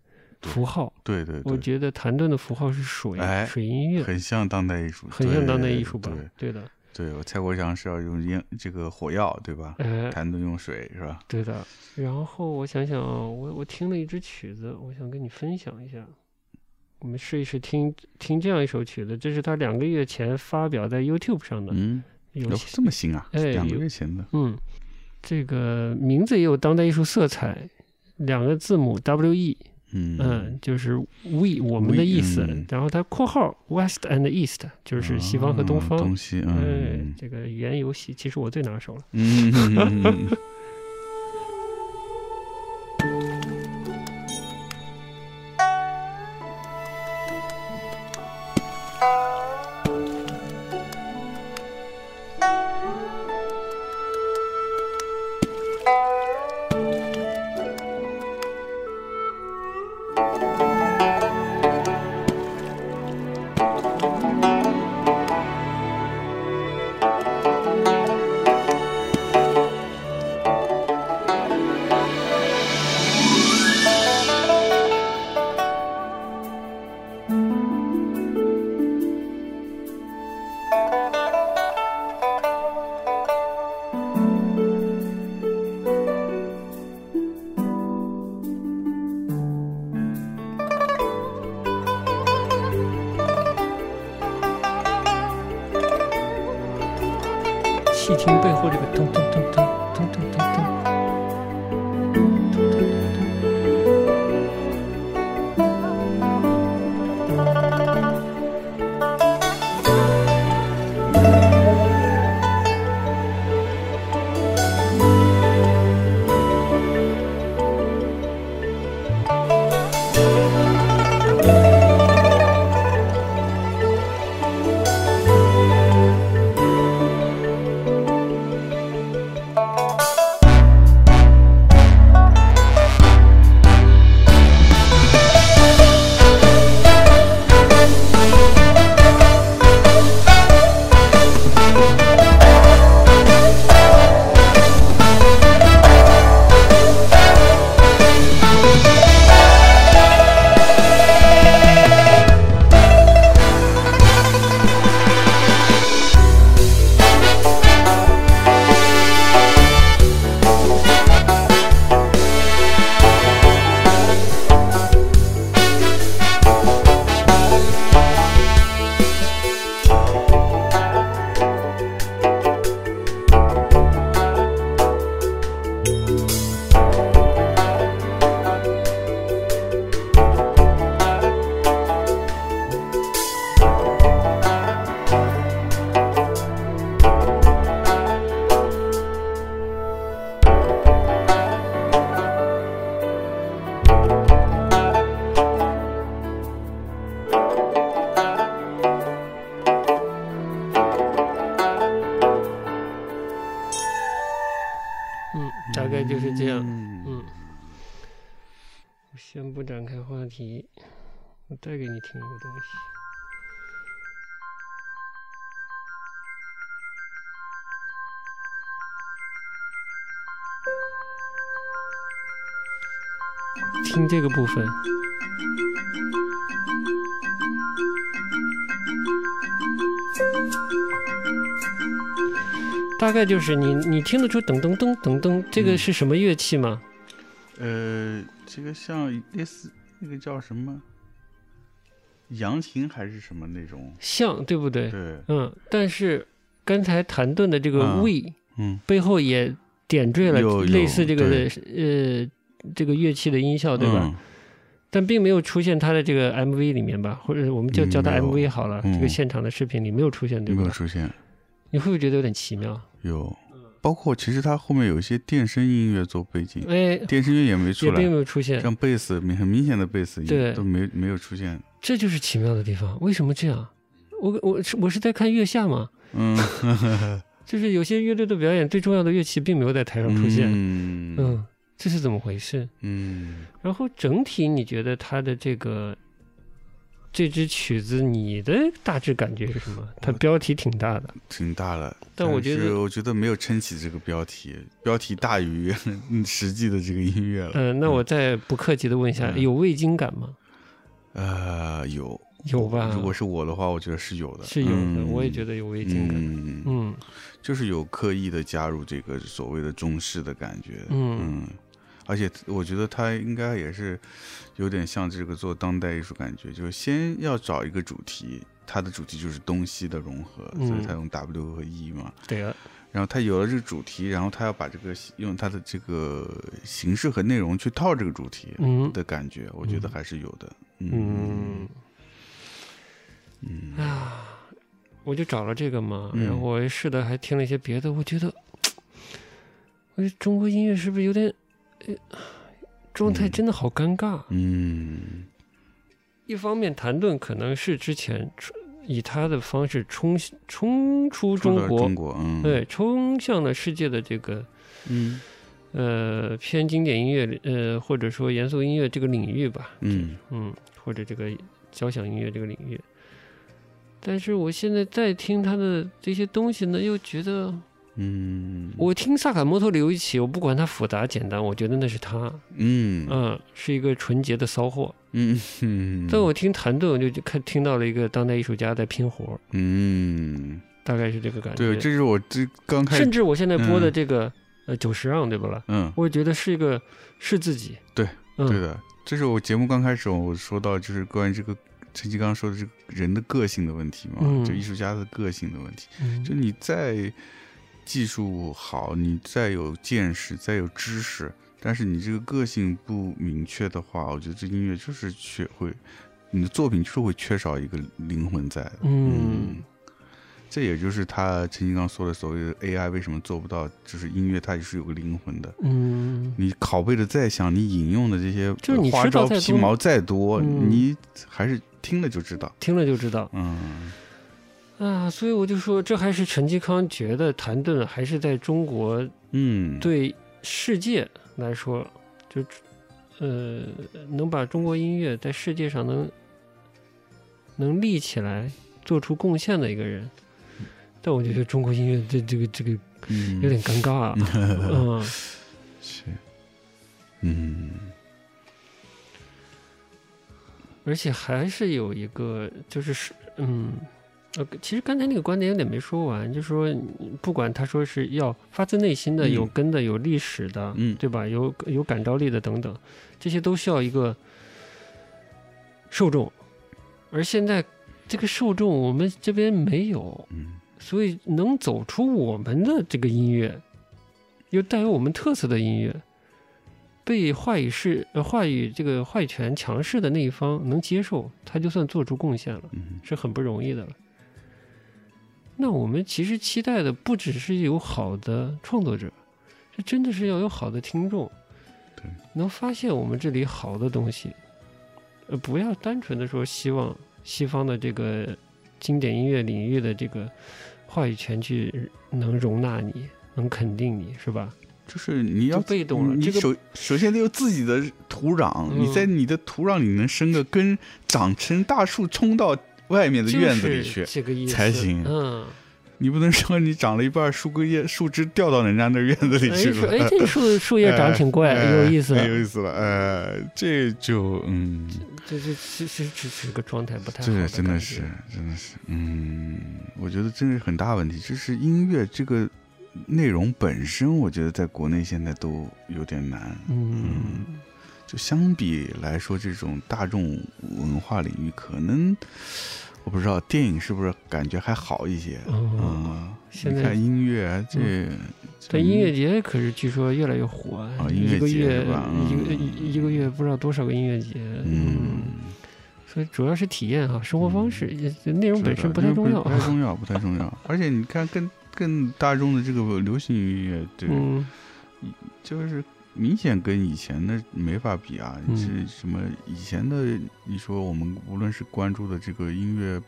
[SPEAKER 2] 符号。
[SPEAKER 1] 对对
[SPEAKER 2] 我
[SPEAKER 1] 对，
[SPEAKER 2] 觉得谭盾的符号是水，
[SPEAKER 1] 哎
[SPEAKER 2] 水音乐。
[SPEAKER 1] 很像当代艺术，
[SPEAKER 2] 很像当代艺术吧
[SPEAKER 1] 对，
[SPEAKER 2] 对的，
[SPEAKER 1] 对，我蔡国强是要用烟这个火药，对吧？
[SPEAKER 2] 呃，
[SPEAKER 1] 谭盾用水是吧？
[SPEAKER 2] 对的，然后我想想啊，我我听了一支曲子，我想跟你分享一下。我们试一试听听这样一首曲子，这是他两个月前发表在 YouTube 上的，
[SPEAKER 1] 嗯，
[SPEAKER 2] 有
[SPEAKER 1] 有
[SPEAKER 2] 些
[SPEAKER 1] 这么新啊？
[SPEAKER 2] 哎
[SPEAKER 1] 两个
[SPEAKER 2] 有
[SPEAKER 1] 月前的。
[SPEAKER 2] 嗯，这个名字也有当代艺术色彩，两个字母 W E，
[SPEAKER 1] 嗯
[SPEAKER 2] 嗯，就是 we 我们的
[SPEAKER 1] We，
[SPEAKER 2] 意思，
[SPEAKER 1] 嗯
[SPEAKER 2] 然后它括号 West and East 就是西方和东
[SPEAKER 1] 啊
[SPEAKER 2] 方，
[SPEAKER 1] 东西，
[SPEAKER 2] 哎
[SPEAKER 1] 嗯，
[SPEAKER 2] 这个语言游戏其实我最拿手了。
[SPEAKER 1] 嗯嗯嗯嗯
[SPEAKER 5] 啊。
[SPEAKER 2] 听背后这个咚咚咚咚咚咚咚咚。嗯，大概就是这样。
[SPEAKER 1] 嗯
[SPEAKER 2] 嗯，我先不展开话题，我带给你听一个东西。听这个部分，大概就是你，你听得出噔噔噔噔噔，这个
[SPEAKER 1] 嗯
[SPEAKER 2] 是什么乐器吗？
[SPEAKER 1] 呃，这个像类似那个叫什么扬琴还是什么那种？
[SPEAKER 2] 像，对不对？
[SPEAKER 1] 对，
[SPEAKER 2] 嗯，但是刚才谭盾的这个
[SPEAKER 1] 嗯
[SPEAKER 2] we、
[SPEAKER 1] 嗯
[SPEAKER 2] 背后也点缀了
[SPEAKER 1] 有有
[SPEAKER 2] 类似这个
[SPEAKER 1] 对
[SPEAKER 2] 呃这个乐器的音效，对吧？
[SPEAKER 1] 嗯
[SPEAKER 2] 但并没有出现他的这个 MV 里面吧，或者我们就叫他
[SPEAKER 1] 嗯没有
[SPEAKER 2] MV 好了。
[SPEAKER 1] 嗯
[SPEAKER 2] 这个现场的视频里没有出现，对
[SPEAKER 1] 有没
[SPEAKER 2] 吧
[SPEAKER 1] 有？出现？
[SPEAKER 2] 你会不会觉得有点奇妙？
[SPEAKER 1] 有，包括其实它后面有一些电声音乐做背景，
[SPEAKER 2] 哎，
[SPEAKER 1] 电声乐也没出
[SPEAKER 2] 也并没
[SPEAKER 1] 来，
[SPEAKER 2] 有出现，
[SPEAKER 1] 像贝斯明很明显的贝斯
[SPEAKER 2] 对
[SPEAKER 1] 音都没没有出现。
[SPEAKER 2] 这就是奇妙的地方。为什么这样？我我是我是在看月下嘛，
[SPEAKER 1] 嗯，
[SPEAKER 2] 就是有些乐队的表演，最重要的乐器并没有在台上出现。
[SPEAKER 1] 嗯嗯
[SPEAKER 2] 嗯，这是怎么回事？
[SPEAKER 1] 嗯
[SPEAKER 2] 然后整体你觉得它的这个这支曲子，你的大致感觉是什么？它标题挺大的，
[SPEAKER 1] 挺大了，
[SPEAKER 2] 但我觉得
[SPEAKER 1] 是我觉得没有撑起这个标题，标题大于 嗯实际的这个音乐了。
[SPEAKER 2] 嗯、那我再不客气的问一下，
[SPEAKER 1] 呃嗯
[SPEAKER 2] 有味精感吗？
[SPEAKER 1] 呃，有
[SPEAKER 2] 有吧？
[SPEAKER 1] 如果是我的话，我觉得是有的，
[SPEAKER 2] 是有的，
[SPEAKER 1] 嗯
[SPEAKER 2] 我也觉得有味精感。
[SPEAKER 1] 嗯，
[SPEAKER 2] 嗯
[SPEAKER 1] 就是有刻意的加入这个所谓的中式的感觉，
[SPEAKER 2] 嗯
[SPEAKER 1] 而且我觉得他应该也是有点像这个做当代艺术感觉，就是先要找一个主题，它的主题就是东西的融合，
[SPEAKER 2] 嗯
[SPEAKER 1] 所以他用 W 和 E 嘛，
[SPEAKER 2] 对啊，
[SPEAKER 1] 然后他有了这个主题，然后他要把这个用他的这个形式和内容去套这个主题
[SPEAKER 2] 嗯
[SPEAKER 1] 的感觉，我觉得还是有的，嗯
[SPEAKER 2] 嗯嗯啊，我就找了这个嘛，
[SPEAKER 1] 嗯
[SPEAKER 2] 然后我试的还听了一些别的，我觉得，我觉得中国音乐是不是有点，呃状态
[SPEAKER 1] 嗯
[SPEAKER 2] 真的好尴尬。啊
[SPEAKER 1] 嗯
[SPEAKER 2] 一方面，谭盾可能是之前出以他的方式冲冲出中
[SPEAKER 1] 说到
[SPEAKER 2] 国，
[SPEAKER 1] 中国，嗯，
[SPEAKER 2] 对，冲向了世界的这个
[SPEAKER 1] 嗯
[SPEAKER 2] 呃偏经典音乐呃或者说严肃音乐这个领域吧，
[SPEAKER 1] 嗯
[SPEAKER 2] 嗯，或者这个交响音乐这个领域。但是我现在再听他的这些东西呢，又觉得
[SPEAKER 1] 嗯，
[SPEAKER 2] 我听萨卡莫托留一起，我不管它复杂简单，我觉得那是他，
[SPEAKER 1] 嗯
[SPEAKER 2] 嗯，是一个纯洁的骚货。
[SPEAKER 1] 嗯嗯，
[SPEAKER 2] 但我听谭盾，我就看听到了一个当代艺术家在拼活儿，
[SPEAKER 1] 嗯，
[SPEAKER 2] 大概是这个感觉。
[SPEAKER 1] 对，这是我这刚开
[SPEAKER 2] 甚
[SPEAKER 1] 始，
[SPEAKER 2] 至我现在播的这个、呃九十让对不啦？
[SPEAKER 1] 嗯，
[SPEAKER 2] 我也觉得是一个是自己。
[SPEAKER 1] 对，
[SPEAKER 2] 嗯，
[SPEAKER 1] 对的，这是我节目刚开始我说到就是关于这个陈奇刚刚说的这个人的个性的问题嘛，
[SPEAKER 2] 嗯
[SPEAKER 1] 就艺术家的个性的问题，
[SPEAKER 2] 嗯
[SPEAKER 1] 就你在技术好，你再有见识，再有知识，但是你这个个性不明确的话，我觉得这音乐就是缺会，你的作品就是会缺少一个灵魂在的。
[SPEAKER 2] 嗯
[SPEAKER 1] 这也就是他陈金刚说的所谓的 AI 为什么做不到，就是音乐它也是有个灵魂的。
[SPEAKER 2] 嗯，
[SPEAKER 1] 你拷贝的再响，你引用的这些
[SPEAKER 2] 就是你
[SPEAKER 1] 花
[SPEAKER 2] 知道
[SPEAKER 1] 招
[SPEAKER 2] 再多
[SPEAKER 1] 皮毛再多，
[SPEAKER 2] 嗯
[SPEAKER 1] 你还是听了就知道。
[SPEAKER 2] 听了就知道
[SPEAKER 1] 嗯
[SPEAKER 2] 啊，所以我就说，这还是陈继康觉得谭盾还是在中国
[SPEAKER 1] 嗯，
[SPEAKER 2] 对世界来说，就呃，能把中国音乐在世界上能能立起来，做出贡献的一个人。但我觉得中国音乐这这个这个
[SPEAKER 1] 嗯，
[SPEAKER 2] 有点尴尬 啊，嗯，
[SPEAKER 1] 是，嗯
[SPEAKER 2] 而且还是有一个就是是嗯。呃，其实刚才那个观点有点没说完，就是说，不管他说是要发自内心的、
[SPEAKER 1] 嗯
[SPEAKER 2] 有根的、有历史的，
[SPEAKER 1] 嗯
[SPEAKER 2] 对吧？有有感召力的等等，这些都需要一个受众，而现在这个受众我们这边没有，
[SPEAKER 1] 嗯
[SPEAKER 2] 所以能走出我们的这个音乐，又带有我们特色的音乐，被话语势、呃、话语这个话语权强势的那一方能接受，他就算做出贡献了，
[SPEAKER 1] 嗯
[SPEAKER 2] 是很不容易的了。那我们其实期待的不只是有好的创作者，这真的是要有好的听众，
[SPEAKER 1] 对，
[SPEAKER 2] 能发现我们这里好的东西，呃，不要单纯的说希望西方的这个经典音乐领域的这个话语权去能容纳你，能肯定你是吧？
[SPEAKER 1] 就是你要
[SPEAKER 2] 就被动了
[SPEAKER 1] 你
[SPEAKER 2] 这个
[SPEAKER 1] 首首先得有自己的土壤，
[SPEAKER 2] 嗯
[SPEAKER 1] 你在你的土壤里能生个根，长成大树，冲到外面的院子里去。
[SPEAKER 2] 就是这个意思
[SPEAKER 1] 才行
[SPEAKER 2] 嗯，
[SPEAKER 1] 你不能说你长了一半，树根叶树枝掉到人家那院子里
[SPEAKER 2] 哎
[SPEAKER 1] 去
[SPEAKER 2] 说
[SPEAKER 1] 了。
[SPEAKER 2] 哎，这树树叶长得挺怪，
[SPEAKER 1] 哎
[SPEAKER 2] 有意思。啊
[SPEAKER 1] 哎有意思了。哎，这就嗯，
[SPEAKER 2] 这这这这这是个状态不太好
[SPEAKER 1] 这
[SPEAKER 2] 的感觉，
[SPEAKER 1] 真的是，真的是，嗯，我觉得真是很大问题。就是音乐这个内容本身，我觉得在国内现在都有点难。
[SPEAKER 2] 嗯，
[SPEAKER 1] 就相比来说，这种大众文化领域，可能我不知道电影是不是感觉还好一些。
[SPEAKER 2] 哦，
[SPEAKER 1] 嗯，
[SPEAKER 2] 现
[SPEAKER 1] 你
[SPEAKER 2] 在
[SPEAKER 1] 看音乐啊这，这
[SPEAKER 2] 但音乐节可是据说越来越火，
[SPEAKER 1] 啊音乐
[SPEAKER 2] 一个
[SPEAKER 1] 节
[SPEAKER 2] 月
[SPEAKER 1] 是吧
[SPEAKER 2] 一个
[SPEAKER 1] 嗯
[SPEAKER 2] 一一个月不知道多少个音乐节，
[SPEAKER 1] 嗯，
[SPEAKER 2] 所以主要是体验哈，生活方式、也内容本身不太重要
[SPEAKER 1] 不，太重 要，不太重要。而且你看更，更大众的这个流行音乐，对，
[SPEAKER 2] 嗯
[SPEAKER 1] 就是明显跟以前的没法比啊。
[SPEAKER 2] 嗯
[SPEAKER 1] 是什么？以前的你说我们无论是关注的这个音乐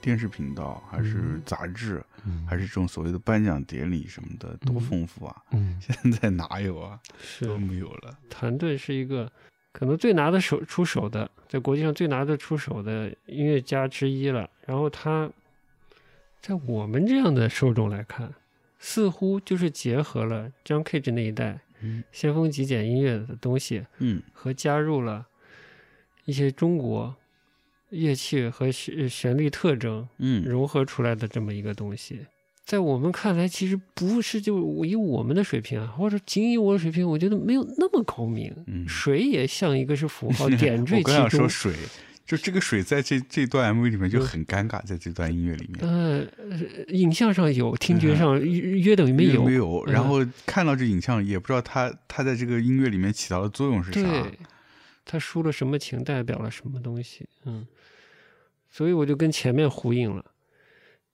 [SPEAKER 1] 电视频道，还是
[SPEAKER 2] 嗯
[SPEAKER 1] 杂志，还是这种所谓的颁奖典礼什么的，多
[SPEAKER 2] 嗯
[SPEAKER 1] 丰富啊！
[SPEAKER 2] 嗯
[SPEAKER 1] 现在哪有啊？
[SPEAKER 2] 是
[SPEAKER 1] 都没有了。
[SPEAKER 2] 谭盾是一个可能最拿得手出手的，在国际上最拿得出手的音乐家之一了。然后他在我们这样的受众来看，似乎就是结合了 John Cage 那一代
[SPEAKER 1] 嗯
[SPEAKER 2] 先锋极简音乐的东西，
[SPEAKER 1] 嗯
[SPEAKER 2] 和加入了一些中国乐器和旋旋律特征
[SPEAKER 1] 嗯
[SPEAKER 2] 融合出来的这么一个东西。在我们看来，其实不是就我以我们的水平啊，或者仅以我的水平，我觉得没有那么高明。
[SPEAKER 1] 嗯，
[SPEAKER 2] 水也像一个是符号 点
[SPEAKER 1] 我
[SPEAKER 2] 缀
[SPEAKER 1] 刚
[SPEAKER 2] 其
[SPEAKER 1] 想说
[SPEAKER 2] 中。
[SPEAKER 1] 水，就这个水在这这段 MV 里面就很尴尬，在这段音乐里面。
[SPEAKER 2] 呃，影像上有，听 觉上约约等于没有。
[SPEAKER 1] 没有，然
[SPEAKER 2] 嗯
[SPEAKER 1] 后看到这影像，也不知道他他在这个音乐里面起到的作用是啥。
[SPEAKER 2] 对，他抒了什么情，代表了什么东西，嗯，所以我就跟前面呼应了，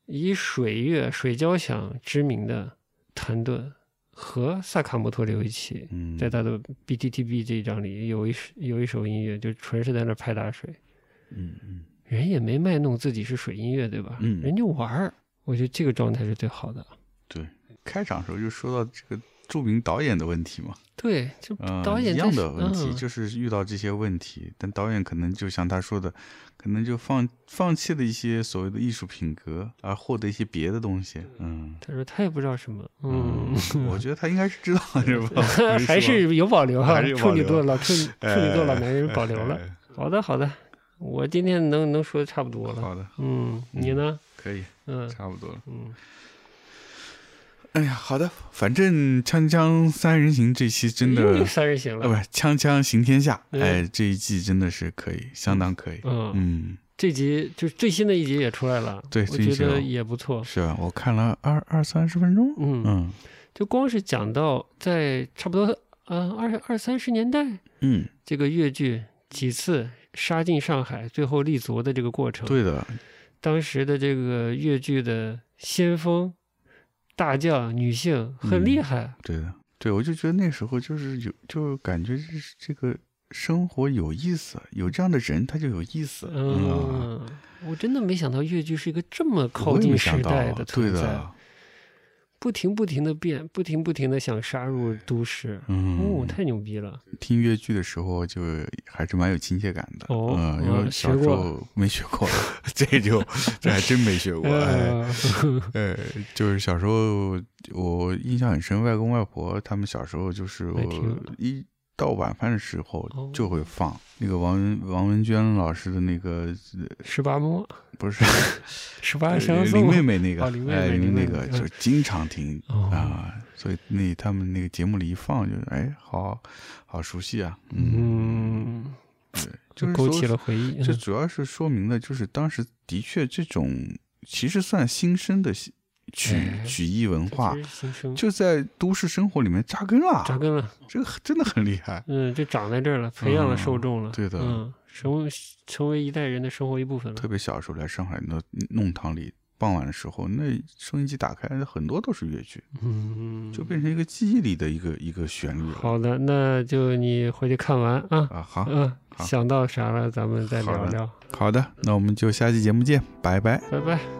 [SPEAKER 2] 以水乐、水交响知名的谭盾和萨卡摩托留一起，
[SPEAKER 1] 嗯，
[SPEAKER 2] 在他的 BTTB 这一章里有一首有一首音乐，就纯是在那儿拍打水，
[SPEAKER 1] 嗯嗯
[SPEAKER 2] 人也没卖弄自己是水音乐，对吧？
[SPEAKER 1] 嗯
[SPEAKER 2] 人就玩儿，我觉得这个状态是最好的。
[SPEAKER 1] 对。开场时候就说到这个著名导演的问题嘛，
[SPEAKER 2] 对，就
[SPEAKER 1] 嗯，
[SPEAKER 2] 导演
[SPEAKER 1] 一
[SPEAKER 2] 在
[SPEAKER 1] 样的问题，
[SPEAKER 2] 嗯
[SPEAKER 1] 就是遇到这些问题，但导演可能就像他说的，可能就放放弃了一些所谓的艺术品格，而获得一些别的东西。嗯
[SPEAKER 2] 他说他也不知道什么，嗯
[SPEAKER 1] 嗯， 我觉得他应该是知道是 吧？
[SPEAKER 2] 还是有保留哈
[SPEAKER 1] 还是，有保
[SPEAKER 2] 处女
[SPEAKER 1] 留
[SPEAKER 2] 座老处女
[SPEAKER 1] 哎
[SPEAKER 2] 处女座老男人保留了。
[SPEAKER 1] 哎
[SPEAKER 2] 好的，好的，我今天能能说的差不多了。
[SPEAKER 1] 哎好的，
[SPEAKER 2] 嗯，你呢？
[SPEAKER 1] 可以，
[SPEAKER 2] 嗯
[SPEAKER 1] 差不多了。
[SPEAKER 2] 嗯，
[SPEAKER 1] 哎呀，好的，反正《锵锵三人行》这期真的，
[SPEAKER 2] 又
[SPEAKER 1] 呃，
[SPEAKER 2] 三人行
[SPEAKER 1] 不，
[SPEAKER 2] 了。
[SPEAKER 1] 《锵锵行天下》
[SPEAKER 2] 哎嗯
[SPEAKER 1] 哎，这一季真的是可以，相当可以。
[SPEAKER 2] 嗯，
[SPEAKER 1] 嗯，
[SPEAKER 2] 这集就是最新的一集也出来了，
[SPEAKER 1] 对
[SPEAKER 2] 我
[SPEAKER 1] 最新一集
[SPEAKER 2] 觉得
[SPEAKER 1] 了
[SPEAKER 2] 也不错。
[SPEAKER 1] 是啊，我看了二二三十分钟，
[SPEAKER 2] 嗯
[SPEAKER 1] 嗯
[SPEAKER 2] 就光是讲到在差不多呃二二三十年代
[SPEAKER 1] 嗯，
[SPEAKER 2] 这个越剧几次杀进上海，最后立足的这个过程，
[SPEAKER 1] 对的，
[SPEAKER 2] 当时的这个越剧的先锋大将女性很厉害，
[SPEAKER 1] 对的，对，我就觉得那时候就是有，就感觉这是这个生活有意思，有这样的人他就有意思，啊，
[SPEAKER 2] 嗯，我真的没想到越剧是一个这么靠
[SPEAKER 1] 我也
[SPEAKER 2] 近
[SPEAKER 1] 没
[SPEAKER 2] 时
[SPEAKER 1] 想到
[SPEAKER 2] 代
[SPEAKER 1] 啊对
[SPEAKER 2] 存在，
[SPEAKER 1] 的，
[SPEAKER 2] 不停不停的变，不停不停的想杀入都市，
[SPEAKER 1] 嗯
[SPEAKER 2] 哦，，太牛逼了，
[SPEAKER 1] 听越剧的时候就还是蛮有亲切感的，
[SPEAKER 2] 哦
[SPEAKER 1] 嗯，因为
[SPEAKER 2] 嗯
[SPEAKER 1] 小
[SPEAKER 2] 学
[SPEAKER 1] 时
[SPEAKER 2] 过
[SPEAKER 1] 候没学过， 这就这还真没学 过，哎。
[SPEAKER 2] 呃，
[SPEAKER 1] 呃，就是小时候我印象很深，外公外婆他们小时候就是
[SPEAKER 2] 来听
[SPEAKER 1] 我一到晚饭的时候
[SPEAKER 2] 哦
[SPEAKER 1] 就会放、那个王文王文娟老师的那个
[SPEAKER 2] 十八摸，
[SPEAKER 1] 不是
[SPEAKER 2] 十 八
[SPEAKER 1] 呃
[SPEAKER 2] 相
[SPEAKER 1] 林
[SPEAKER 2] 送，
[SPEAKER 1] 妹妹那个，
[SPEAKER 2] 哦林妹妹
[SPEAKER 1] 哎
[SPEAKER 2] 林
[SPEAKER 1] 林
[SPEAKER 2] 妹
[SPEAKER 1] 那个
[SPEAKER 2] 妹嗯
[SPEAKER 1] 就经常听啊、
[SPEAKER 2] 哦
[SPEAKER 1] 所以那他们那个节目里一放就哎好好熟悉啊，
[SPEAKER 2] 嗯，
[SPEAKER 1] 就是
[SPEAKER 2] 勾
[SPEAKER 1] 说
[SPEAKER 2] 起
[SPEAKER 1] 是
[SPEAKER 2] 了嗯回忆，
[SPEAKER 1] 这主要是说明了，就是当时的确这种其实算新生的戏曲
[SPEAKER 2] 哎
[SPEAKER 1] 曲艺文化
[SPEAKER 2] 这。是新生
[SPEAKER 1] 就在都市生活里面扎根了，
[SPEAKER 2] 扎根了，
[SPEAKER 1] 这个很真的很厉害。
[SPEAKER 2] 嗯，就长在这儿了，培养了
[SPEAKER 1] 嗯
[SPEAKER 2] 受众了，
[SPEAKER 1] 对的
[SPEAKER 2] 嗯，成为成为一代人的生活一部分了
[SPEAKER 1] 特，别小时候来上海那弄堂里，傍晚的时候，那收音机打开，很多都是越剧，
[SPEAKER 2] 嗯，
[SPEAKER 1] 就变成一个记忆里的一个一个旋律了。
[SPEAKER 2] 好的，那就你回去看完啊，
[SPEAKER 1] 啊，嗯好，
[SPEAKER 2] 嗯，
[SPEAKER 1] 好
[SPEAKER 2] 想到啥了咱们再
[SPEAKER 1] 好
[SPEAKER 2] 聊
[SPEAKER 1] 的
[SPEAKER 2] 聊，
[SPEAKER 1] 好的，那我们就下期节目见，拜拜。
[SPEAKER 2] 拜拜。